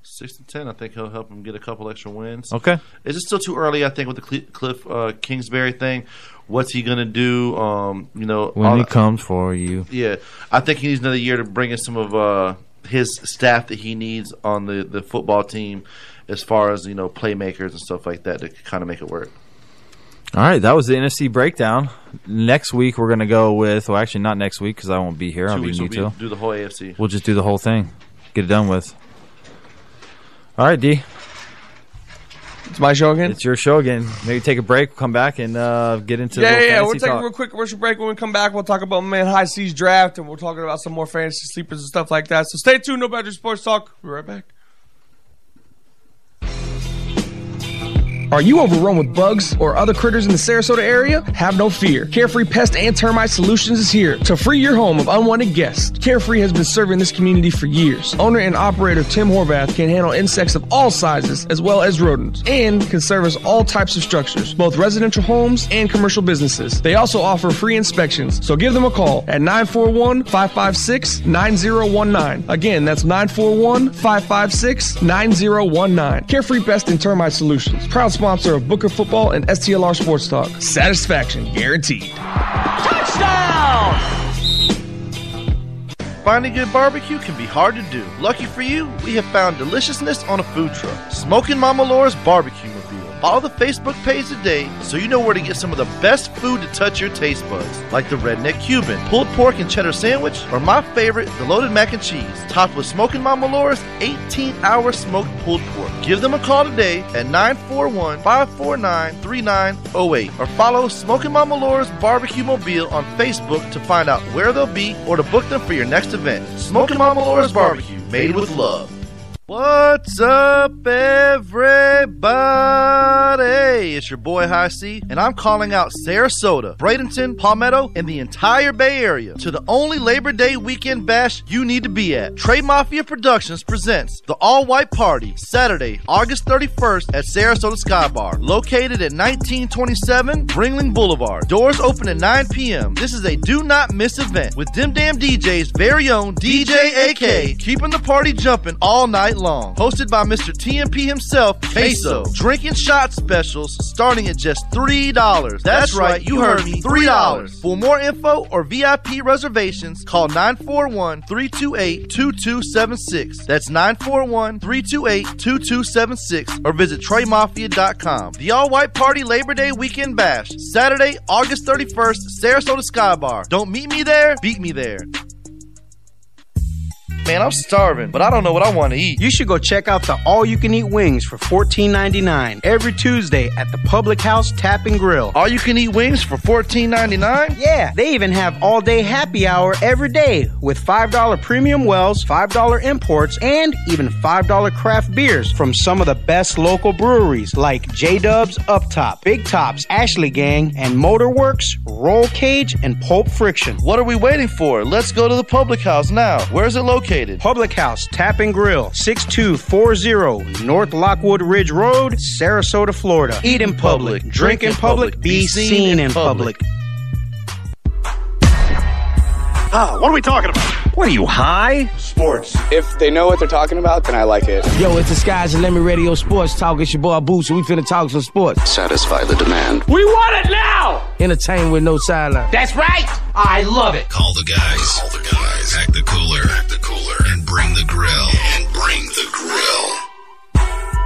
Speaker 20: Six to ten, I think he'll help him get a couple extra wins.
Speaker 19: Okay.
Speaker 20: Is it still too early? I think with the Cl- Cliff uh, Kingsbury thing, what's he gonna do? Um, you know, all the-
Speaker 19: comes for you.
Speaker 20: yeah, I think he needs another year to bring in some of uh, his staff that he needs on the, the football team, as far as you know, playmakers and stuff like that to kind of make it work.
Speaker 19: All right, that was the NFC breakdown. Next week we're gonna go with, well, actually not next week because I won't be here. I'll
Speaker 20: Two
Speaker 19: be in
Speaker 20: weeks will be,
Speaker 19: Utah.
Speaker 20: do the whole AFC.
Speaker 19: We'll just do the whole thing, get it done with. All right, D,
Speaker 10: It's my show again.
Speaker 19: it's your show again. Maybe take a break, come back, and uh, get into the
Speaker 10: yeah,
Speaker 19: little
Speaker 10: yeah, yeah.
Speaker 19: fantasy
Speaker 10: We'll take a
Speaker 19: talk.
Speaker 10: real quick commercial break. When we come back, we'll talk about my man high seas draft, and we're talking about some more fantasy sleepers and stuff like that. So stay tuned. No Boundary Sports Talk. We'll be right back.
Speaker 12: Are you overrun with bugs or other critters in the Sarasota area? Have no fear. Carefree Pest and Termite Solutions is here to free your home of unwanted guests. Carefree has been serving this community for years. Owner and operator Tim Horvath can handle insects of all sizes as well as rodents and can service all types of structures, both residential homes and commercial businesses. They also offer free inspections, so give them a call at 941 556 9019. Again, that's 941 556 9019. Carefree Pest and Termite Solutions, proud sponsor of Booker Football and STLR Sports Talk. Satisfaction guaranteed.
Speaker 20: Touchdown! Finding good barbecue can be hard to do. Lucky for you, we have found deliciousness on a food truck. Smoking Mama Laura's Barbecue Mobile. Follow the Facebook page today so you know where to get some of the best food to touch your taste buds, like the Redneck Cuban, pulled pork and cheddar sandwich, or my favorite, the loaded mac and cheese, topped with Smoking Mama Laura's 18 hour smoked pulled pork. Give them a call today at 941 549 3908 or follow Smoking Mama Laura's Barbecue Mobile on Facebook to find out where they'll be or to book them for your next event. Smoking Mama Laura's Barbecue, made with love. What's up, everybody? It's your boy High C, and I'm calling out Sarasota, Bradenton, Palmetto, and the entire Bay Area to the only Labor Day weekend bash you need to be at. Trey Mafia Productions presents the All White Party Saturday, August 31st at Sarasota Sky Bar, located at 1927 Ringling Boulevard. Doors open at 9 p.m. This is a do not miss event with Dim Dam DJ's very own DJ AK, keeping the party jumping all night long. Hosted by Mr. TMP himself, Queso. Drinking shot specials starting at just $3. That's, right, you heard me, $3. For more info or VIP reservations, call 941 328 2276. That's 941 328 2276 or visit TreyMafia.com. The All White Party Labor Day Weekend Bash, Saturday, August 31st, Sarasota Sky Bar. Don't meet me there, beat me there. Man, I'm starving, but I don't know what I want to eat.
Speaker 5: You should go check out the All You Can Eat Wings for $14.99 every Tuesday at the Public House Tap and Grill.
Speaker 20: All You Can Eat Wings for $14.99?
Speaker 5: Yeah, they even have all day happy hour every day with $5 premium wells, $5 imports, and even $5 craft beers from some of the best local breweries like J Dubs Up Top, Big Tops, Ashley Gang, and Motorworks, Roll Cage, and Pulp Friction.
Speaker 20: What are we waiting for? Let's go to the public house now. Where is it located? located?
Speaker 5: Public House Tap and Grill, 6240 North Lockwood Ridge Road, Sarasota, Florida. Eat in public, drink in public, be seen in public.
Speaker 14: Ah, what are we talking about?
Speaker 24: What are you high?
Speaker 14: Sports. If they know what they're talking about, then I like it.
Speaker 25: Yo, it's the Skies and Lemon Radio Sports Talk. It's your boy Boots, and we finna talk some sports.
Speaker 14: Satisfy the demand.
Speaker 6: We want it now!
Speaker 25: Entertain with no sideline.
Speaker 6: That's right! I love it!
Speaker 26: Call the guys.
Speaker 14: All the guys at the cooler, at the cooler, and bring the grill, and bring the grill.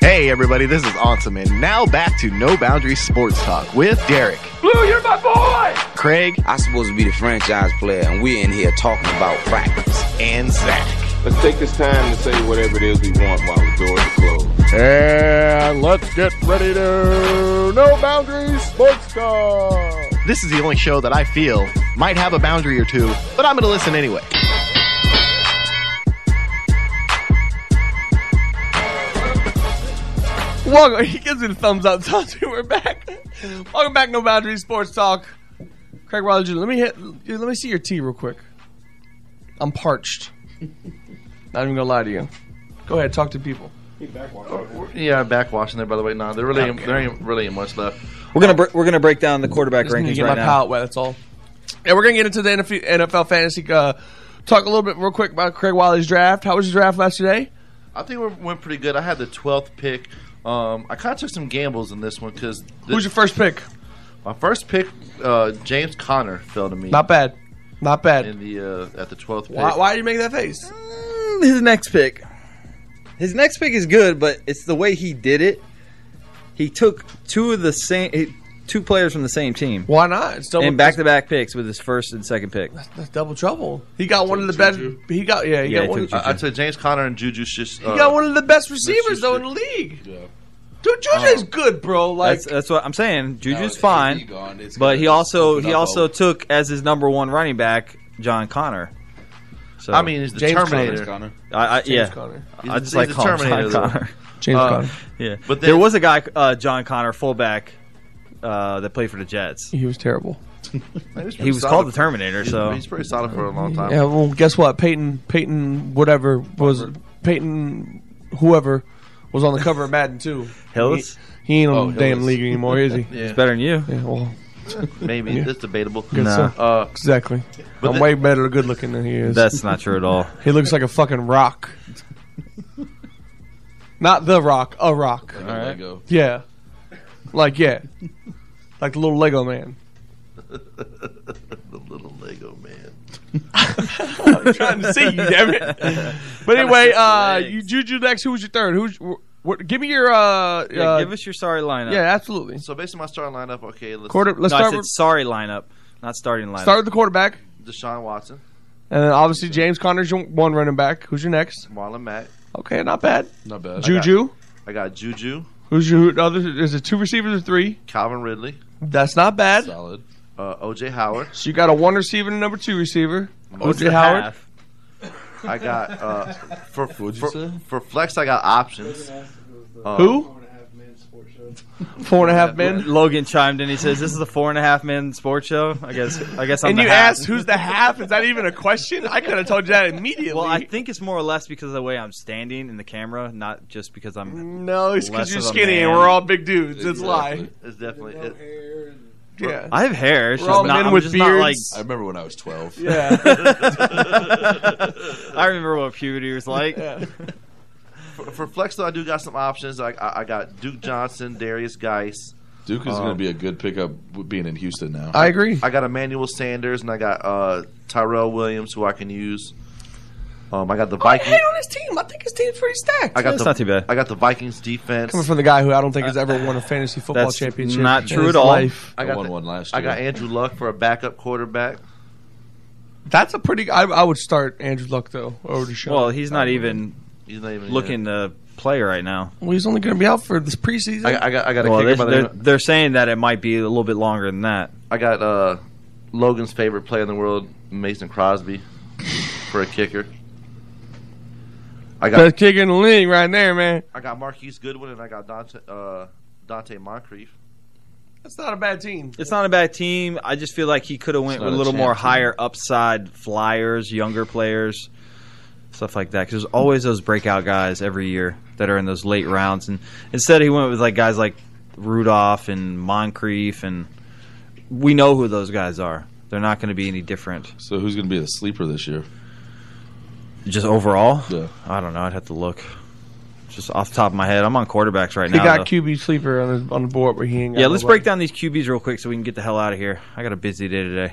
Speaker 8: Hey, everybody, this is Awesome, and now back to No Boundary Sports Talk with Derek,
Speaker 6: Blue, you're my boy!
Speaker 8: Craig,
Speaker 27: I'm supposed to be the franchise player, and we're in here talking about practice.
Speaker 8: and Zach.
Speaker 28: Let's take this time to say whatever it is we want while the doors are closed.
Speaker 8: And let's get ready to No Boundaries Sports Talk. This is the only show that I feel might have a boundary or two, but I'm going to listen anyway.
Speaker 18: Welcome. He gives me the thumbs up. Tells me we're back. Welcome back, No Boundaries Sports Talk. Craig Riley Jr. Let me hit. dude, Let me see your tea real quick. I'm parched. Not even gonna lie to you. Go ahead, talk to people.
Speaker 20: Yeah, backwashing there. By the way, no, there really, there ain't really much left.
Speaker 19: We're gonna br- we're gonna break down the quarterback
Speaker 18: Just need to
Speaker 19: rankings
Speaker 18: get
Speaker 19: right
Speaker 18: my
Speaker 19: now.
Speaker 18: palate wet. That's all. And we're gonna get into the NF- NFL fantasy. Uh, talk a little bit real quick about Craig Wiley's draft. How was your draft last today?
Speaker 20: I think we went pretty good. I had the twelfth pick. Um, I kind of took some gambles in this one because
Speaker 18: Who's your first pick?
Speaker 20: My first pick, uh, James Conner fell to me.
Speaker 18: Not bad. Not bad.
Speaker 20: In the uh, at the twelfth pick.
Speaker 18: Why, why are you making that face?
Speaker 19: His next pick. His next pick is good, but it's the way he did it. He took two of the same he- two players from the same team.
Speaker 18: Why not? It's double-
Speaker 19: and back to back picks with his first and second pick.
Speaker 18: That's double trouble. He got one of the best. He got yeah. He
Speaker 19: Yeah,
Speaker 18: got
Speaker 19: he
Speaker 18: one. uh,
Speaker 19: took Juju.
Speaker 20: I- I'd say James Conner and Juju. uh, Just,
Speaker 18: He got one of the best receivers though in the league. Dude, Juju's good, bro. Like
Speaker 19: Oh. that's, that's what I'm saying. Juju's
Speaker 18: it's
Speaker 19: fine,
Speaker 18: gone. It's
Speaker 19: but
Speaker 18: gonna
Speaker 19: he also
Speaker 18: open
Speaker 19: he
Speaker 18: up
Speaker 19: also
Speaker 18: a-
Speaker 19: took as his number one running back John Connor. So
Speaker 20: I mean, he's the Terminator.
Speaker 19: I, I, yeah, I just like calling him John Connor.
Speaker 20: James
Speaker 19: Uh,
Speaker 20: Conner.
Speaker 19: Yeah,
Speaker 20: But
Speaker 19: but
Speaker 20: then-
Speaker 19: there was a guy, uh, John Connor, fullback, uh, that played for the Jets.
Speaker 18: He was terrible.
Speaker 19: He was called the Terminator,
Speaker 20: He's,
Speaker 19: so
Speaker 20: he's pretty solid for a long time.
Speaker 18: Yeah, well, guess what? Peyton, Peyton, whatever was Peyton, whoever was on the cover of Madden too.
Speaker 19: Hillis?
Speaker 18: He, he ain't on
Speaker 20: Oh,
Speaker 18: the damn
Speaker 20: Hillis.
Speaker 18: league anymore, is he?
Speaker 20: Yeah. He's
Speaker 19: better than you.
Speaker 18: Yeah, well,
Speaker 20: Maybe
Speaker 18: Yeah.
Speaker 20: that's debatable.
Speaker 18: Good son.
Speaker 20: Uh,
Speaker 18: exactly.
Speaker 20: but
Speaker 18: I'm
Speaker 20: the-
Speaker 18: way better good looking than he is.
Speaker 19: That's not true at all.
Speaker 18: He looks like a fucking rock. Not the rock, a rock.
Speaker 3: Like a Alright. Lego.
Speaker 18: Yeah. Like yeah. Like the little Lego man.
Speaker 20: the little Lego man. Oh,
Speaker 18: I'm trying to see you, damn it. But anyway, uh, you Juju next. Who was your third? Who's what, give me your uh,
Speaker 19: Yeah,
Speaker 18: uh,
Speaker 19: give us your sorry lineup.
Speaker 18: yeah, absolutely.
Speaker 20: So based on my starting lineup, okay, let's
Speaker 18: Quarter- let's
Speaker 19: no,
Speaker 18: start
Speaker 19: I said
Speaker 18: with-
Speaker 19: sorry lineup, not starting lineup.
Speaker 18: Start with the quarterback,
Speaker 20: Deshaun Watson,
Speaker 18: and then obviously James Conner's your one running back. Who's your next?
Speaker 20: Marlon Mack.
Speaker 18: Okay, not bad.
Speaker 20: Not bad.
Speaker 18: Juju.
Speaker 20: I got Juju,
Speaker 18: Who's your who- other? Is it two receivers or three?
Speaker 20: Calvin Ridley,
Speaker 18: That's not bad.
Speaker 20: solid. Uh, OJ Howard.
Speaker 18: So you got a one receiver and a number two receiver.
Speaker 20: What's
Speaker 18: OJ
Speaker 20: the
Speaker 18: Howard.
Speaker 20: half? I got uh, for for, for flex. I got options. Uh,
Speaker 18: Who? Four and a half men.
Speaker 19: Logan chimed in. He says, "This is a four and a half man sports show." I guess. I guess. I'm
Speaker 18: and
Speaker 19: the
Speaker 18: you
Speaker 19: half.
Speaker 18: asked who's the half? Is that even a question? I could have told you that immediately.
Speaker 19: Well, I think it's more or less because of the way I'm standing in the camera, not just because I'm.
Speaker 18: no, it's
Speaker 19: less
Speaker 18: because you're
Speaker 19: of a
Speaker 18: skinny and
Speaker 19: man.
Speaker 18: we're all big dudes. It's lie.
Speaker 20: It's definitely. it-
Speaker 18: Yeah.
Speaker 19: I have hair. It's
Speaker 18: We're
Speaker 19: just
Speaker 18: all
Speaker 19: not,
Speaker 18: men
Speaker 19: I'm
Speaker 18: with
Speaker 19: just not like.
Speaker 18: beards.
Speaker 3: I remember when I was 12.
Speaker 19: I remember what puberty was like.
Speaker 20: for, for flex though, I do got some options. I I, I got Duke Johnson, Darius Geis.
Speaker 3: Duke is
Speaker 20: Um,
Speaker 3: going to be a good pickup with being in Houston now.
Speaker 18: I agree.
Speaker 20: I got Emmanuel Sanders and I got uh, Tyrell Williams, who I can use. Um, I got the
Speaker 18: I
Speaker 20: Vikings.
Speaker 18: hate on his team. I think his team's pretty stacked.
Speaker 20: I got
Speaker 19: It's
Speaker 20: the,
Speaker 19: not too bad.
Speaker 20: I got the Vikings defense.
Speaker 18: Coming from the guy who I don't think has ever won a fantasy football
Speaker 19: That's
Speaker 18: championship.
Speaker 19: not
Speaker 18: in
Speaker 19: true
Speaker 18: his
Speaker 19: at all.
Speaker 18: life.
Speaker 20: I got
Speaker 3: won
Speaker 20: the-
Speaker 3: one last
Speaker 20: I got
Speaker 3: year.
Speaker 20: Andrew Luck for a backup quarterback.
Speaker 18: That's a pretty. I, I would start Andrew Luck though over to Sean.
Speaker 19: Well, he's not even
Speaker 20: He's not even
Speaker 19: looking to play right now.
Speaker 18: Well, he's only going to be out for this preseason.
Speaker 20: I, I got I got a
Speaker 19: Well, they're,
Speaker 20: kicker by the
Speaker 19: they're,
Speaker 20: name-
Speaker 19: they're saying that it might be a little bit longer than that.
Speaker 20: I got uh, Logan's favorite player in the world, Mason Crosby, for a kicker. I got
Speaker 18: Best kicker in the league right there, man.
Speaker 20: I got Marquise Goodwin and I got Dante uh, Dante Moncrief.
Speaker 18: It's not a bad team.
Speaker 19: It's not a bad team. I just feel like he could have went
Speaker 18: not
Speaker 19: with a
Speaker 18: a
Speaker 19: little more
Speaker 18: champ team.
Speaker 19: higher upside flyers, younger players, stuff like that. Because there's always those breakout guys every year that are in those late rounds, and instead he went with like guys like Rudolph and Moncrief, and we know who those guys are. They're not going to be any different.
Speaker 3: So who's going to be the sleeper this year?
Speaker 19: Just overall, yeah. I don't know. I'd have to look. Just off the top of my head, I'm on quarterbacks right
Speaker 18: He
Speaker 19: now.
Speaker 18: got
Speaker 19: though.
Speaker 18: QB sleeper on the, on the board, but he ain't. Got
Speaker 19: Yeah, let's
Speaker 18: nobody.
Speaker 19: break down these QBs real quick so we can get the hell out of here. I got a busy day today.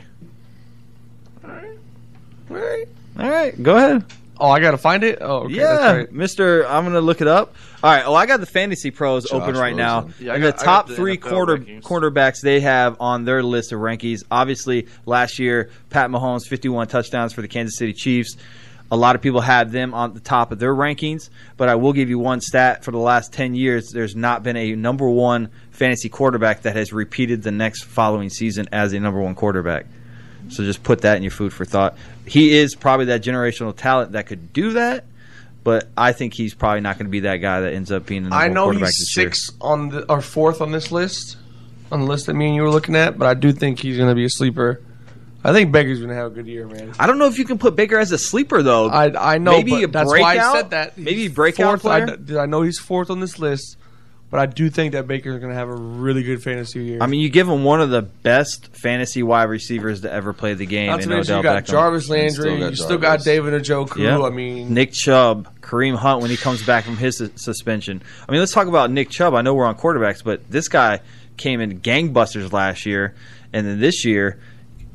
Speaker 19: All right. All right. Go ahead.
Speaker 18: Oh, I got to find it? Oh, okay,
Speaker 19: yeah.
Speaker 18: that's right.
Speaker 19: Mister, I'm going to look it up. All right. Oh, I got the Fantasy Pros
Speaker 18: Josh
Speaker 19: open right now.
Speaker 18: Rosen. Yeah, I
Speaker 19: and
Speaker 18: got-
Speaker 19: the
Speaker 18: I got
Speaker 19: top
Speaker 18: the
Speaker 19: three
Speaker 18: NFL
Speaker 19: quarter
Speaker 18: rankings.
Speaker 19: cornerbacks they have on their list of rankings. Obviously, last year, Pat Mahomes, 51 touchdowns for the Kansas City Chiefs. A lot of people have them on the top of their rankings, but I will give you one stat. For the last 10 years, there's not been a number one fantasy quarterback that has repeated the next following season as a number one quarterback. So just put that in your food for thought. He is probably that generational talent that could do that, but I think he's probably not going to be that guy that ends up being the number
Speaker 18: I
Speaker 19: one
Speaker 18: know
Speaker 19: quarterback
Speaker 18: he's
Speaker 19: this year.
Speaker 18: six on the or fourth on this list, on the list that me and you were looking at. But I do think he's going to be a sleeper. I think Baker's going to have a good year, man.
Speaker 19: I don't know if you can put Baker as a sleeper though.
Speaker 18: I I know.
Speaker 19: Maybe
Speaker 18: but
Speaker 19: a
Speaker 18: that's
Speaker 19: breakout.
Speaker 18: why I said that.
Speaker 19: Maybe
Speaker 18: He's
Speaker 19: breakout
Speaker 18: fourth. I,
Speaker 19: player?
Speaker 18: d- I know he's fourth on this list, but I do think that Baker's going to have a really good fantasy year.
Speaker 19: I mean, you give him one of the best fantasy wide receivers to ever play the game.
Speaker 18: Not
Speaker 19: in
Speaker 18: to mention
Speaker 19: Odell
Speaker 18: you got
Speaker 19: Beckham.
Speaker 18: Jarvis Landry. you still got David Njoku.
Speaker 19: Yeah.
Speaker 18: I mean,
Speaker 19: Nick Chubb, Kareem Hunt when he comes back from his sus- suspension. I mean, let's talk about Nick Chubb. I know we're on quarterbacks, but this guy came in gangbusters last year, and then this year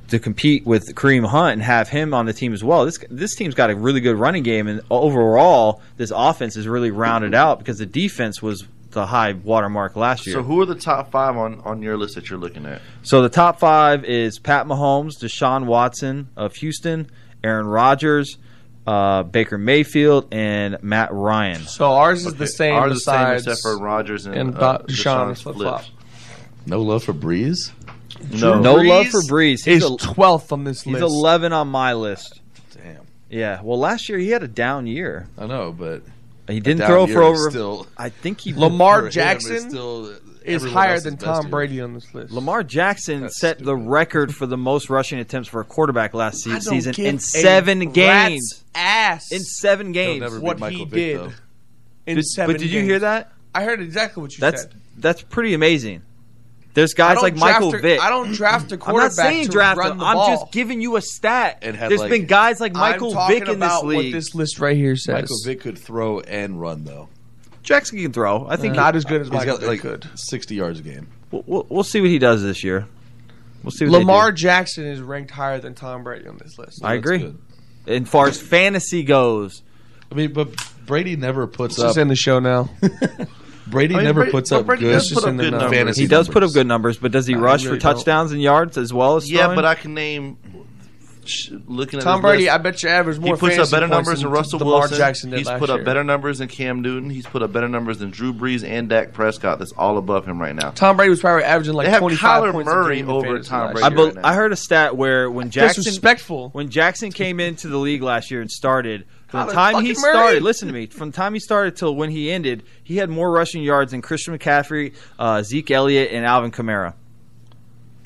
Speaker 19: to compete with Kareem Hunt and have him on the team as well. This this team's got a really good running game, and overall, this offense is really rounded out because the defense was the high watermark last year.
Speaker 20: So who are the top five on, on your list that you're looking at?
Speaker 19: So the top five is Pat Mahomes, Deshaun Watson of Houston, Aaron Rodgers, uh, Baker Mayfield, and Matt Ryan.
Speaker 18: So ours is the same.
Speaker 20: ours is the same
Speaker 18: besides-
Speaker 20: except for Rodgers and,
Speaker 18: and
Speaker 20: uh,
Speaker 18: Bo- Deshaun
Speaker 20: Deshaun's
Speaker 18: flip flop.
Speaker 3: No love for Breeze.
Speaker 19: No, no love for Breeze.
Speaker 18: He's
Speaker 19: a-
Speaker 18: twelfth on this
Speaker 19: He's
Speaker 18: list.
Speaker 19: eleven on my list.
Speaker 3: Damn.
Speaker 19: Yeah. Well, last year he had a down year.
Speaker 3: I know, but
Speaker 19: he didn't
Speaker 3: down
Speaker 19: throw
Speaker 3: year
Speaker 19: for
Speaker 3: is
Speaker 19: over.
Speaker 3: still-
Speaker 19: I think he
Speaker 18: Lamar
Speaker 19: for him,
Speaker 18: Jackson
Speaker 19: it's still-
Speaker 18: is
Speaker 19: everyone
Speaker 18: higher
Speaker 19: else's
Speaker 18: than
Speaker 19: best
Speaker 18: Tom
Speaker 19: year.
Speaker 18: Brady on this list.
Speaker 19: Lamar Jackson set the record for the most rushing attempts for a quarterback last se-
Speaker 18: I don't
Speaker 19: season
Speaker 18: give
Speaker 19: in
Speaker 18: a
Speaker 19: seven
Speaker 18: rat's
Speaker 19: games.
Speaker 18: ass
Speaker 19: in seven games.
Speaker 18: never be What Michael he Vick, did though. in
Speaker 19: Did-
Speaker 18: seven
Speaker 19: But did you
Speaker 18: games.
Speaker 19: hear that?
Speaker 18: I heard exactly what you
Speaker 19: That's
Speaker 18: said.
Speaker 19: that's pretty amazing. There's
Speaker 18: I
Speaker 19: guys
Speaker 18: don't
Speaker 19: like
Speaker 18: draft
Speaker 19: Michael
Speaker 18: a-
Speaker 19: Vick.
Speaker 18: I don't draft a
Speaker 19: I'm not
Speaker 18: quarterback
Speaker 19: saying
Speaker 18: to
Speaker 19: draft
Speaker 18: run
Speaker 19: him.
Speaker 18: the
Speaker 19: I'm
Speaker 18: ball.
Speaker 19: just giving you a stat.
Speaker 3: And had,
Speaker 19: There's
Speaker 3: like-
Speaker 19: been guys like
Speaker 3: I'm
Speaker 19: Michael
Speaker 3: talking
Speaker 19: Vick in this
Speaker 3: about what
Speaker 19: league.
Speaker 3: this
Speaker 18: list right here says.
Speaker 3: Michael Vick could throw and run though.
Speaker 19: Jackson can throw. I think
Speaker 18: Not as good as
Speaker 3: He's
Speaker 18: Michael
Speaker 3: got
Speaker 18: Vick
Speaker 3: like
Speaker 18: could.
Speaker 3: sixty yards a game.
Speaker 19: We'll, we'll, we'll see what he does this year. We'll see. What they do.
Speaker 18: Lamar Jackson is ranked higher than Tom Brady on this list.
Speaker 19: I agree. And far as fantasy goes,
Speaker 3: I mean, but Brady never puts
Speaker 18: Let's just
Speaker 3: up.
Speaker 18: end the show now.
Speaker 3: Brady
Speaker 18: I mean,
Speaker 3: never
Speaker 18: Brady-
Speaker 3: puts
Speaker 18: but
Speaker 3: up
Speaker 18: Brady
Speaker 3: good,
Speaker 18: does put up good
Speaker 3: fantasy.
Speaker 18: numbers.
Speaker 19: he does put up good numbers, but does he
Speaker 20: I
Speaker 19: rush
Speaker 20: really
Speaker 19: for touchdowns and yards as well as
Speaker 20: Yeah,
Speaker 19: throwing?
Speaker 20: but I can name. sh- Looking at
Speaker 18: Tom
Speaker 20: his
Speaker 18: Brady,
Speaker 20: list,
Speaker 18: I bet you averaged more
Speaker 20: He puts up
Speaker 18: fantasy
Speaker 20: better
Speaker 18: points
Speaker 20: numbers
Speaker 18: than
Speaker 20: than Russell
Speaker 18: Lamar
Speaker 20: Wilson.
Speaker 18: Jackson did
Speaker 20: He's
Speaker 18: last
Speaker 20: put up
Speaker 18: year.
Speaker 20: better numbers than Cam Newton. He's put up better numbers than Drew Brees and Dak Prescott. That's all above him right now.
Speaker 18: Tom Brady was probably averaging like
Speaker 20: They have
Speaker 18: 25
Speaker 20: Kyler
Speaker 18: points a
Speaker 20: Murray
Speaker 18: game in
Speaker 20: over
Speaker 18: fantasy
Speaker 20: Tom
Speaker 18: last
Speaker 20: Brady
Speaker 18: year.
Speaker 19: I, bel I heard a stat where when Jackson
Speaker 18: Disrespectful.
Speaker 19: when Jackson came into the league last year and started from the
Speaker 18: Kyler
Speaker 19: time he
Speaker 18: fucking Murray.
Speaker 19: started. Listen to me. From the time he started till when he ended, he had more rushing yards than Christian McCaffrey, uh, Zeke Elliott, and Alvin Kamara.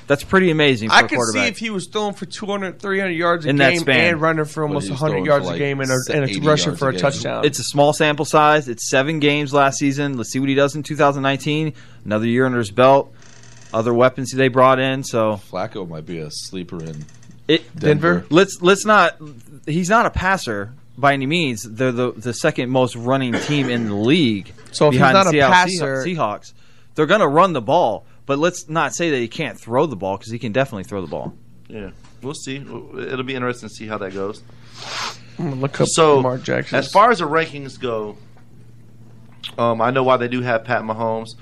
Speaker 19: That's pretty amazing. For
Speaker 18: I
Speaker 19: a
Speaker 18: could see
Speaker 19: quarterback.
Speaker 18: if he was throwing for 200, 300 yards a
Speaker 19: In that
Speaker 18: game
Speaker 19: span.
Speaker 18: and running for almost
Speaker 19: he was
Speaker 18: 100
Speaker 19: throwing
Speaker 18: yards
Speaker 19: for,
Speaker 18: a
Speaker 19: like,
Speaker 18: game and,
Speaker 19: se-
Speaker 18: a, and a
Speaker 19: 80
Speaker 18: rushing
Speaker 19: yards
Speaker 18: for
Speaker 19: a
Speaker 18: a
Speaker 19: game.
Speaker 18: touchdown.
Speaker 19: It's a small sample size. It's seven games last season. Let's see what he does in 2019. Another year under his belt. Other weapons they brought in. So
Speaker 3: Flacco might be a sleeper in
Speaker 19: it,
Speaker 3: Denver.
Speaker 19: Let's let's not. He's not a passer by any means. They're the the second most running team in the league.
Speaker 18: So if he's
Speaker 19: behind
Speaker 18: not a
Speaker 19: Seattle
Speaker 18: passer-
Speaker 19: Seah- Seahawks, they're going to run the ball. But let's not say that he can't throw the ball because he can definitely throw the ball.
Speaker 20: Yeah, we'll see. It'll be interesting to see how that goes.
Speaker 18: I'm gonna look up
Speaker 20: so,
Speaker 18: Lamar Jackson.
Speaker 20: As far as the rankings go, um, I know why they do have Pat Mahomes.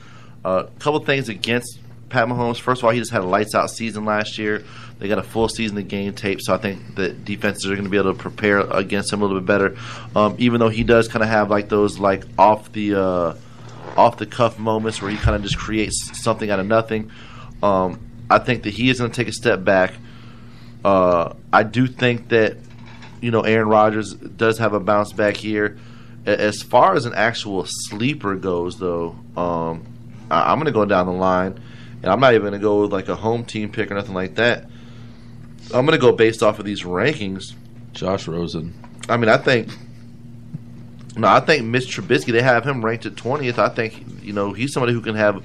Speaker 20: A couple things against Pat Mahomes. First of all, he just had a lights out season last year. They got a full season of game tape, so I think that defenses are going to be able to prepare against him a little bit better. Um, even though he does kind of have like those like off the uh, off the cuff moments where he kind of just creates something out of nothing. Um, I think that he is going to take a step back. Uh, I do think that you know Aaron Rodgers does have a bounce back here. A- As far as an actual sleeper goes, though, um, I- I'm going to go down the line and I'm not even gonna go with like a home team pick or nothing like that. I'm gonna go based off of these rankings.
Speaker 3: Josh Rosen.
Speaker 20: I mean, I think. No, I think Mitch Trubisky. They have him ranked at twentieth. I think you know he's somebody who can have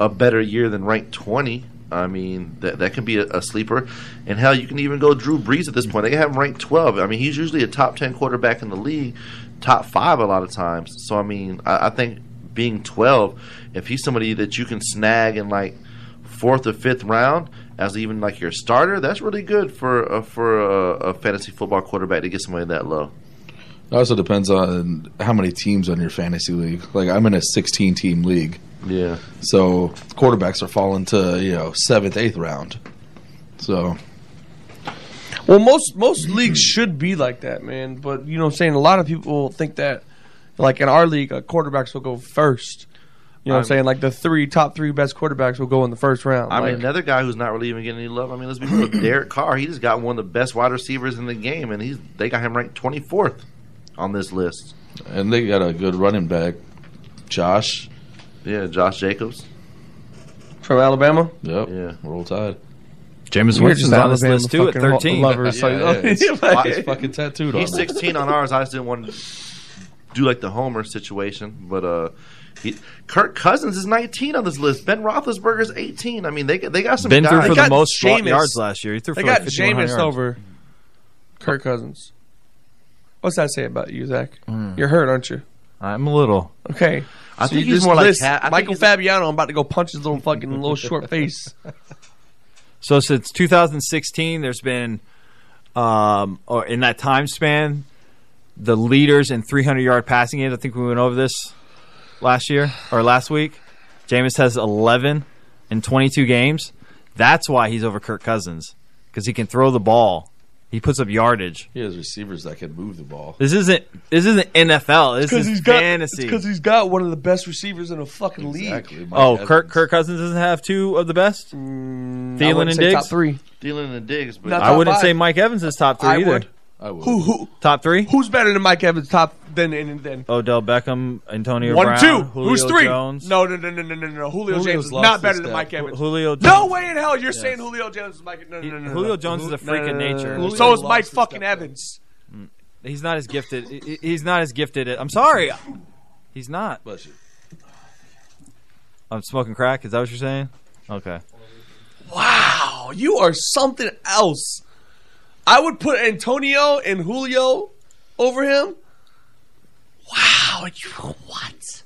Speaker 20: a better year than ranked twenty. I mean, that that can be a, a sleeper, and hell, you can even go Drew Brees at this point. They can have him ranked twelve. I mean, he's usually a top ten quarterback in the league, top five a lot of times. So I mean, I, I think being twelve, if he's somebody that you can snag in like fourth or fifth round as even like your starter, that's really good for uh, for uh, a fantasy football quarterback to get somebody that low.
Speaker 3: It also depends on how many teams on your fantasy league. Like I'm in a 16 team league.
Speaker 20: Yeah.
Speaker 3: So quarterbacks are falling to you know seventh, eighth round. So
Speaker 18: Well, most most leagues should be like that, man. But you know, what I'm saying a lot of people think that, like in our league, uh, quarterbacks will go first. You know, what I'm
Speaker 20: I'm-
Speaker 18: saying like the three top three best quarterbacks will go in the first round.
Speaker 20: I
Speaker 18: like,
Speaker 20: mean, another guy who's not really even getting any love. I mean, let's be real. Derek Carr, he just got one of the best wide receivers in the game, and he's they got him ranked 24th on this list.
Speaker 3: and they got a good running back, Josh.
Speaker 20: Yeah, Josh Jacobs
Speaker 18: from Alabama.
Speaker 3: Yep. Yeah. Roll Tide.
Speaker 19: James
Speaker 18: You're Winston's just on this Alabama list, too, at fucking 13. lovers, so-
Speaker 3: yeah, yeah, it's-
Speaker 18: Like-
Speaker 3: it's fucking tattooed on.
Speaker 20: He's 16 on ours. I just didn't want to do like the Homer situation, but uh, he, Kirk Cousins is 19 on this list. Ben Roethlisberger's 18. I mean, they they got some.
Speaker 19: Ben threw
Speaker 20: guys.
Speaker 19: for
Speaker 20: They
Speaker 19: the
Speaker 20: got
Speaker 19: most wa-
Speaker 20: Jameis.
Speaker 19: yards last year. He threw
Speaker 18: they
Speaker 19: for
Speaker 18: got
Speaker 19: like 51
Speaker 18: Jameis
Speaker 19: yards.
Speaker 18: over Kirk Cousins. What's that say about you, Zach? You're hurt, aren't you?
Speaker 19: I'm a little.
Speaker 18: Okay.
Speaker 20: I
Speaker 18: So
Speaker 20: think
Speaker 18: you
Speaker 20: he's
Speaker 18: just
Speaker 20: more like
Speaker 18: list
Speaker 20: Ha- I think
Speaker 18: Michael
Speaker 20: he's-
Speaker 18: Fabiano. I'm about to go punch his little fucking little short face.
Speaker 19: So since 2016, there's been, um, or in that time span, the leaders in 300 yard passing games. I think we went over this last year or last week. Jameis has 11 in 22 games. That's why he's over Kirk Cousins because he can throw the ball. He puts up yardage.
Speaker 3: He has receivers that can move the ball.
Speaker 19: This isn't this isn't NFL. This is fantasy.
Speaker 18: Because he's got one of the best receivers in the fucking league.
Speaker 19: oh, Kirk Kirk Cousins doesn't have two of the best.
Speaker 18: Mm,
Speaker 19: Thielen and Diggs.
Speaker 20: Dylan and Diggs, but
Speaker 19: I wouldn't say Mike Evans is top three
Speaker 18: I
Speaker 19: either.
Speaker 18: would.
Speaker 3: I would.
Speaker 18: Who, who
Speaker 19: Top three?
Speaker 18: who's better than Mike Evans? Top then and then.
Speaker 19: Odell Beckham, Antonio
Speaker 18: One
Speaker 19: Brown,
Speaker 18: two.
Speaker 19: Julio
Speaker 18: Who's three?
Speaker 19: Jones.
Speaker 18: No, no, no, no, no, no, no. Julio
Speaker 19: Julio's
Speaker 18: James is
Speaker 19: lost
Speaker 18: not
Speaker 19: his
Speaker 18: better than
Speaker 19: step.
Speaker 18: Mike Evans.
Speaker 19: Julio
Speaker 18: No
Speaker 19: Jones-
Speaker 18: way in hell you're
Speaker 19: Yes.
Speaker 18: saying Julio Jones is Mike. No, no, no, no. no.
Speaker 19: Julio Jones is a freak of nature.
Speaker 18: So is Mike fucking Evans.
Speaker 19: Mm. He's not as gifted. he- he- He's not as gifted. At, I'm sorry. He's not. I'm smoking crack. Is that what you're saying? Okay.
Speaker 18: Wow, you are something else. I would put Antonio and Julio over him. Wow, you what?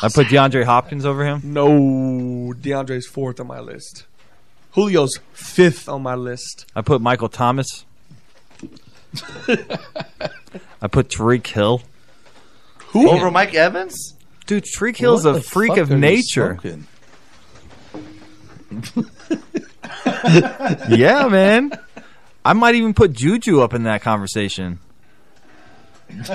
Speaker 19: I put DeAndre Hopkins over him.
Speaker 18: No, DeAndre's fourth on my list. Julio's fifth on my list.
Speaker 19: I put Michael Thomas. I put Tariq Hill.
Speaker 18: Who
Speaker 20: over Mike Evans?
Speaker 19: Dude, Tariq Hill's
Speaker 20: What
Speaker 19: a
Speaker 20: the
Speaker 19: freak
Speaker 20: fuck
Speaker 19: of
Speaker 20: are you
Speaker 19: nature.
Speaker 3: smoking?
Speaker 19: yeah, man. I might even put Juju up in that conversation. All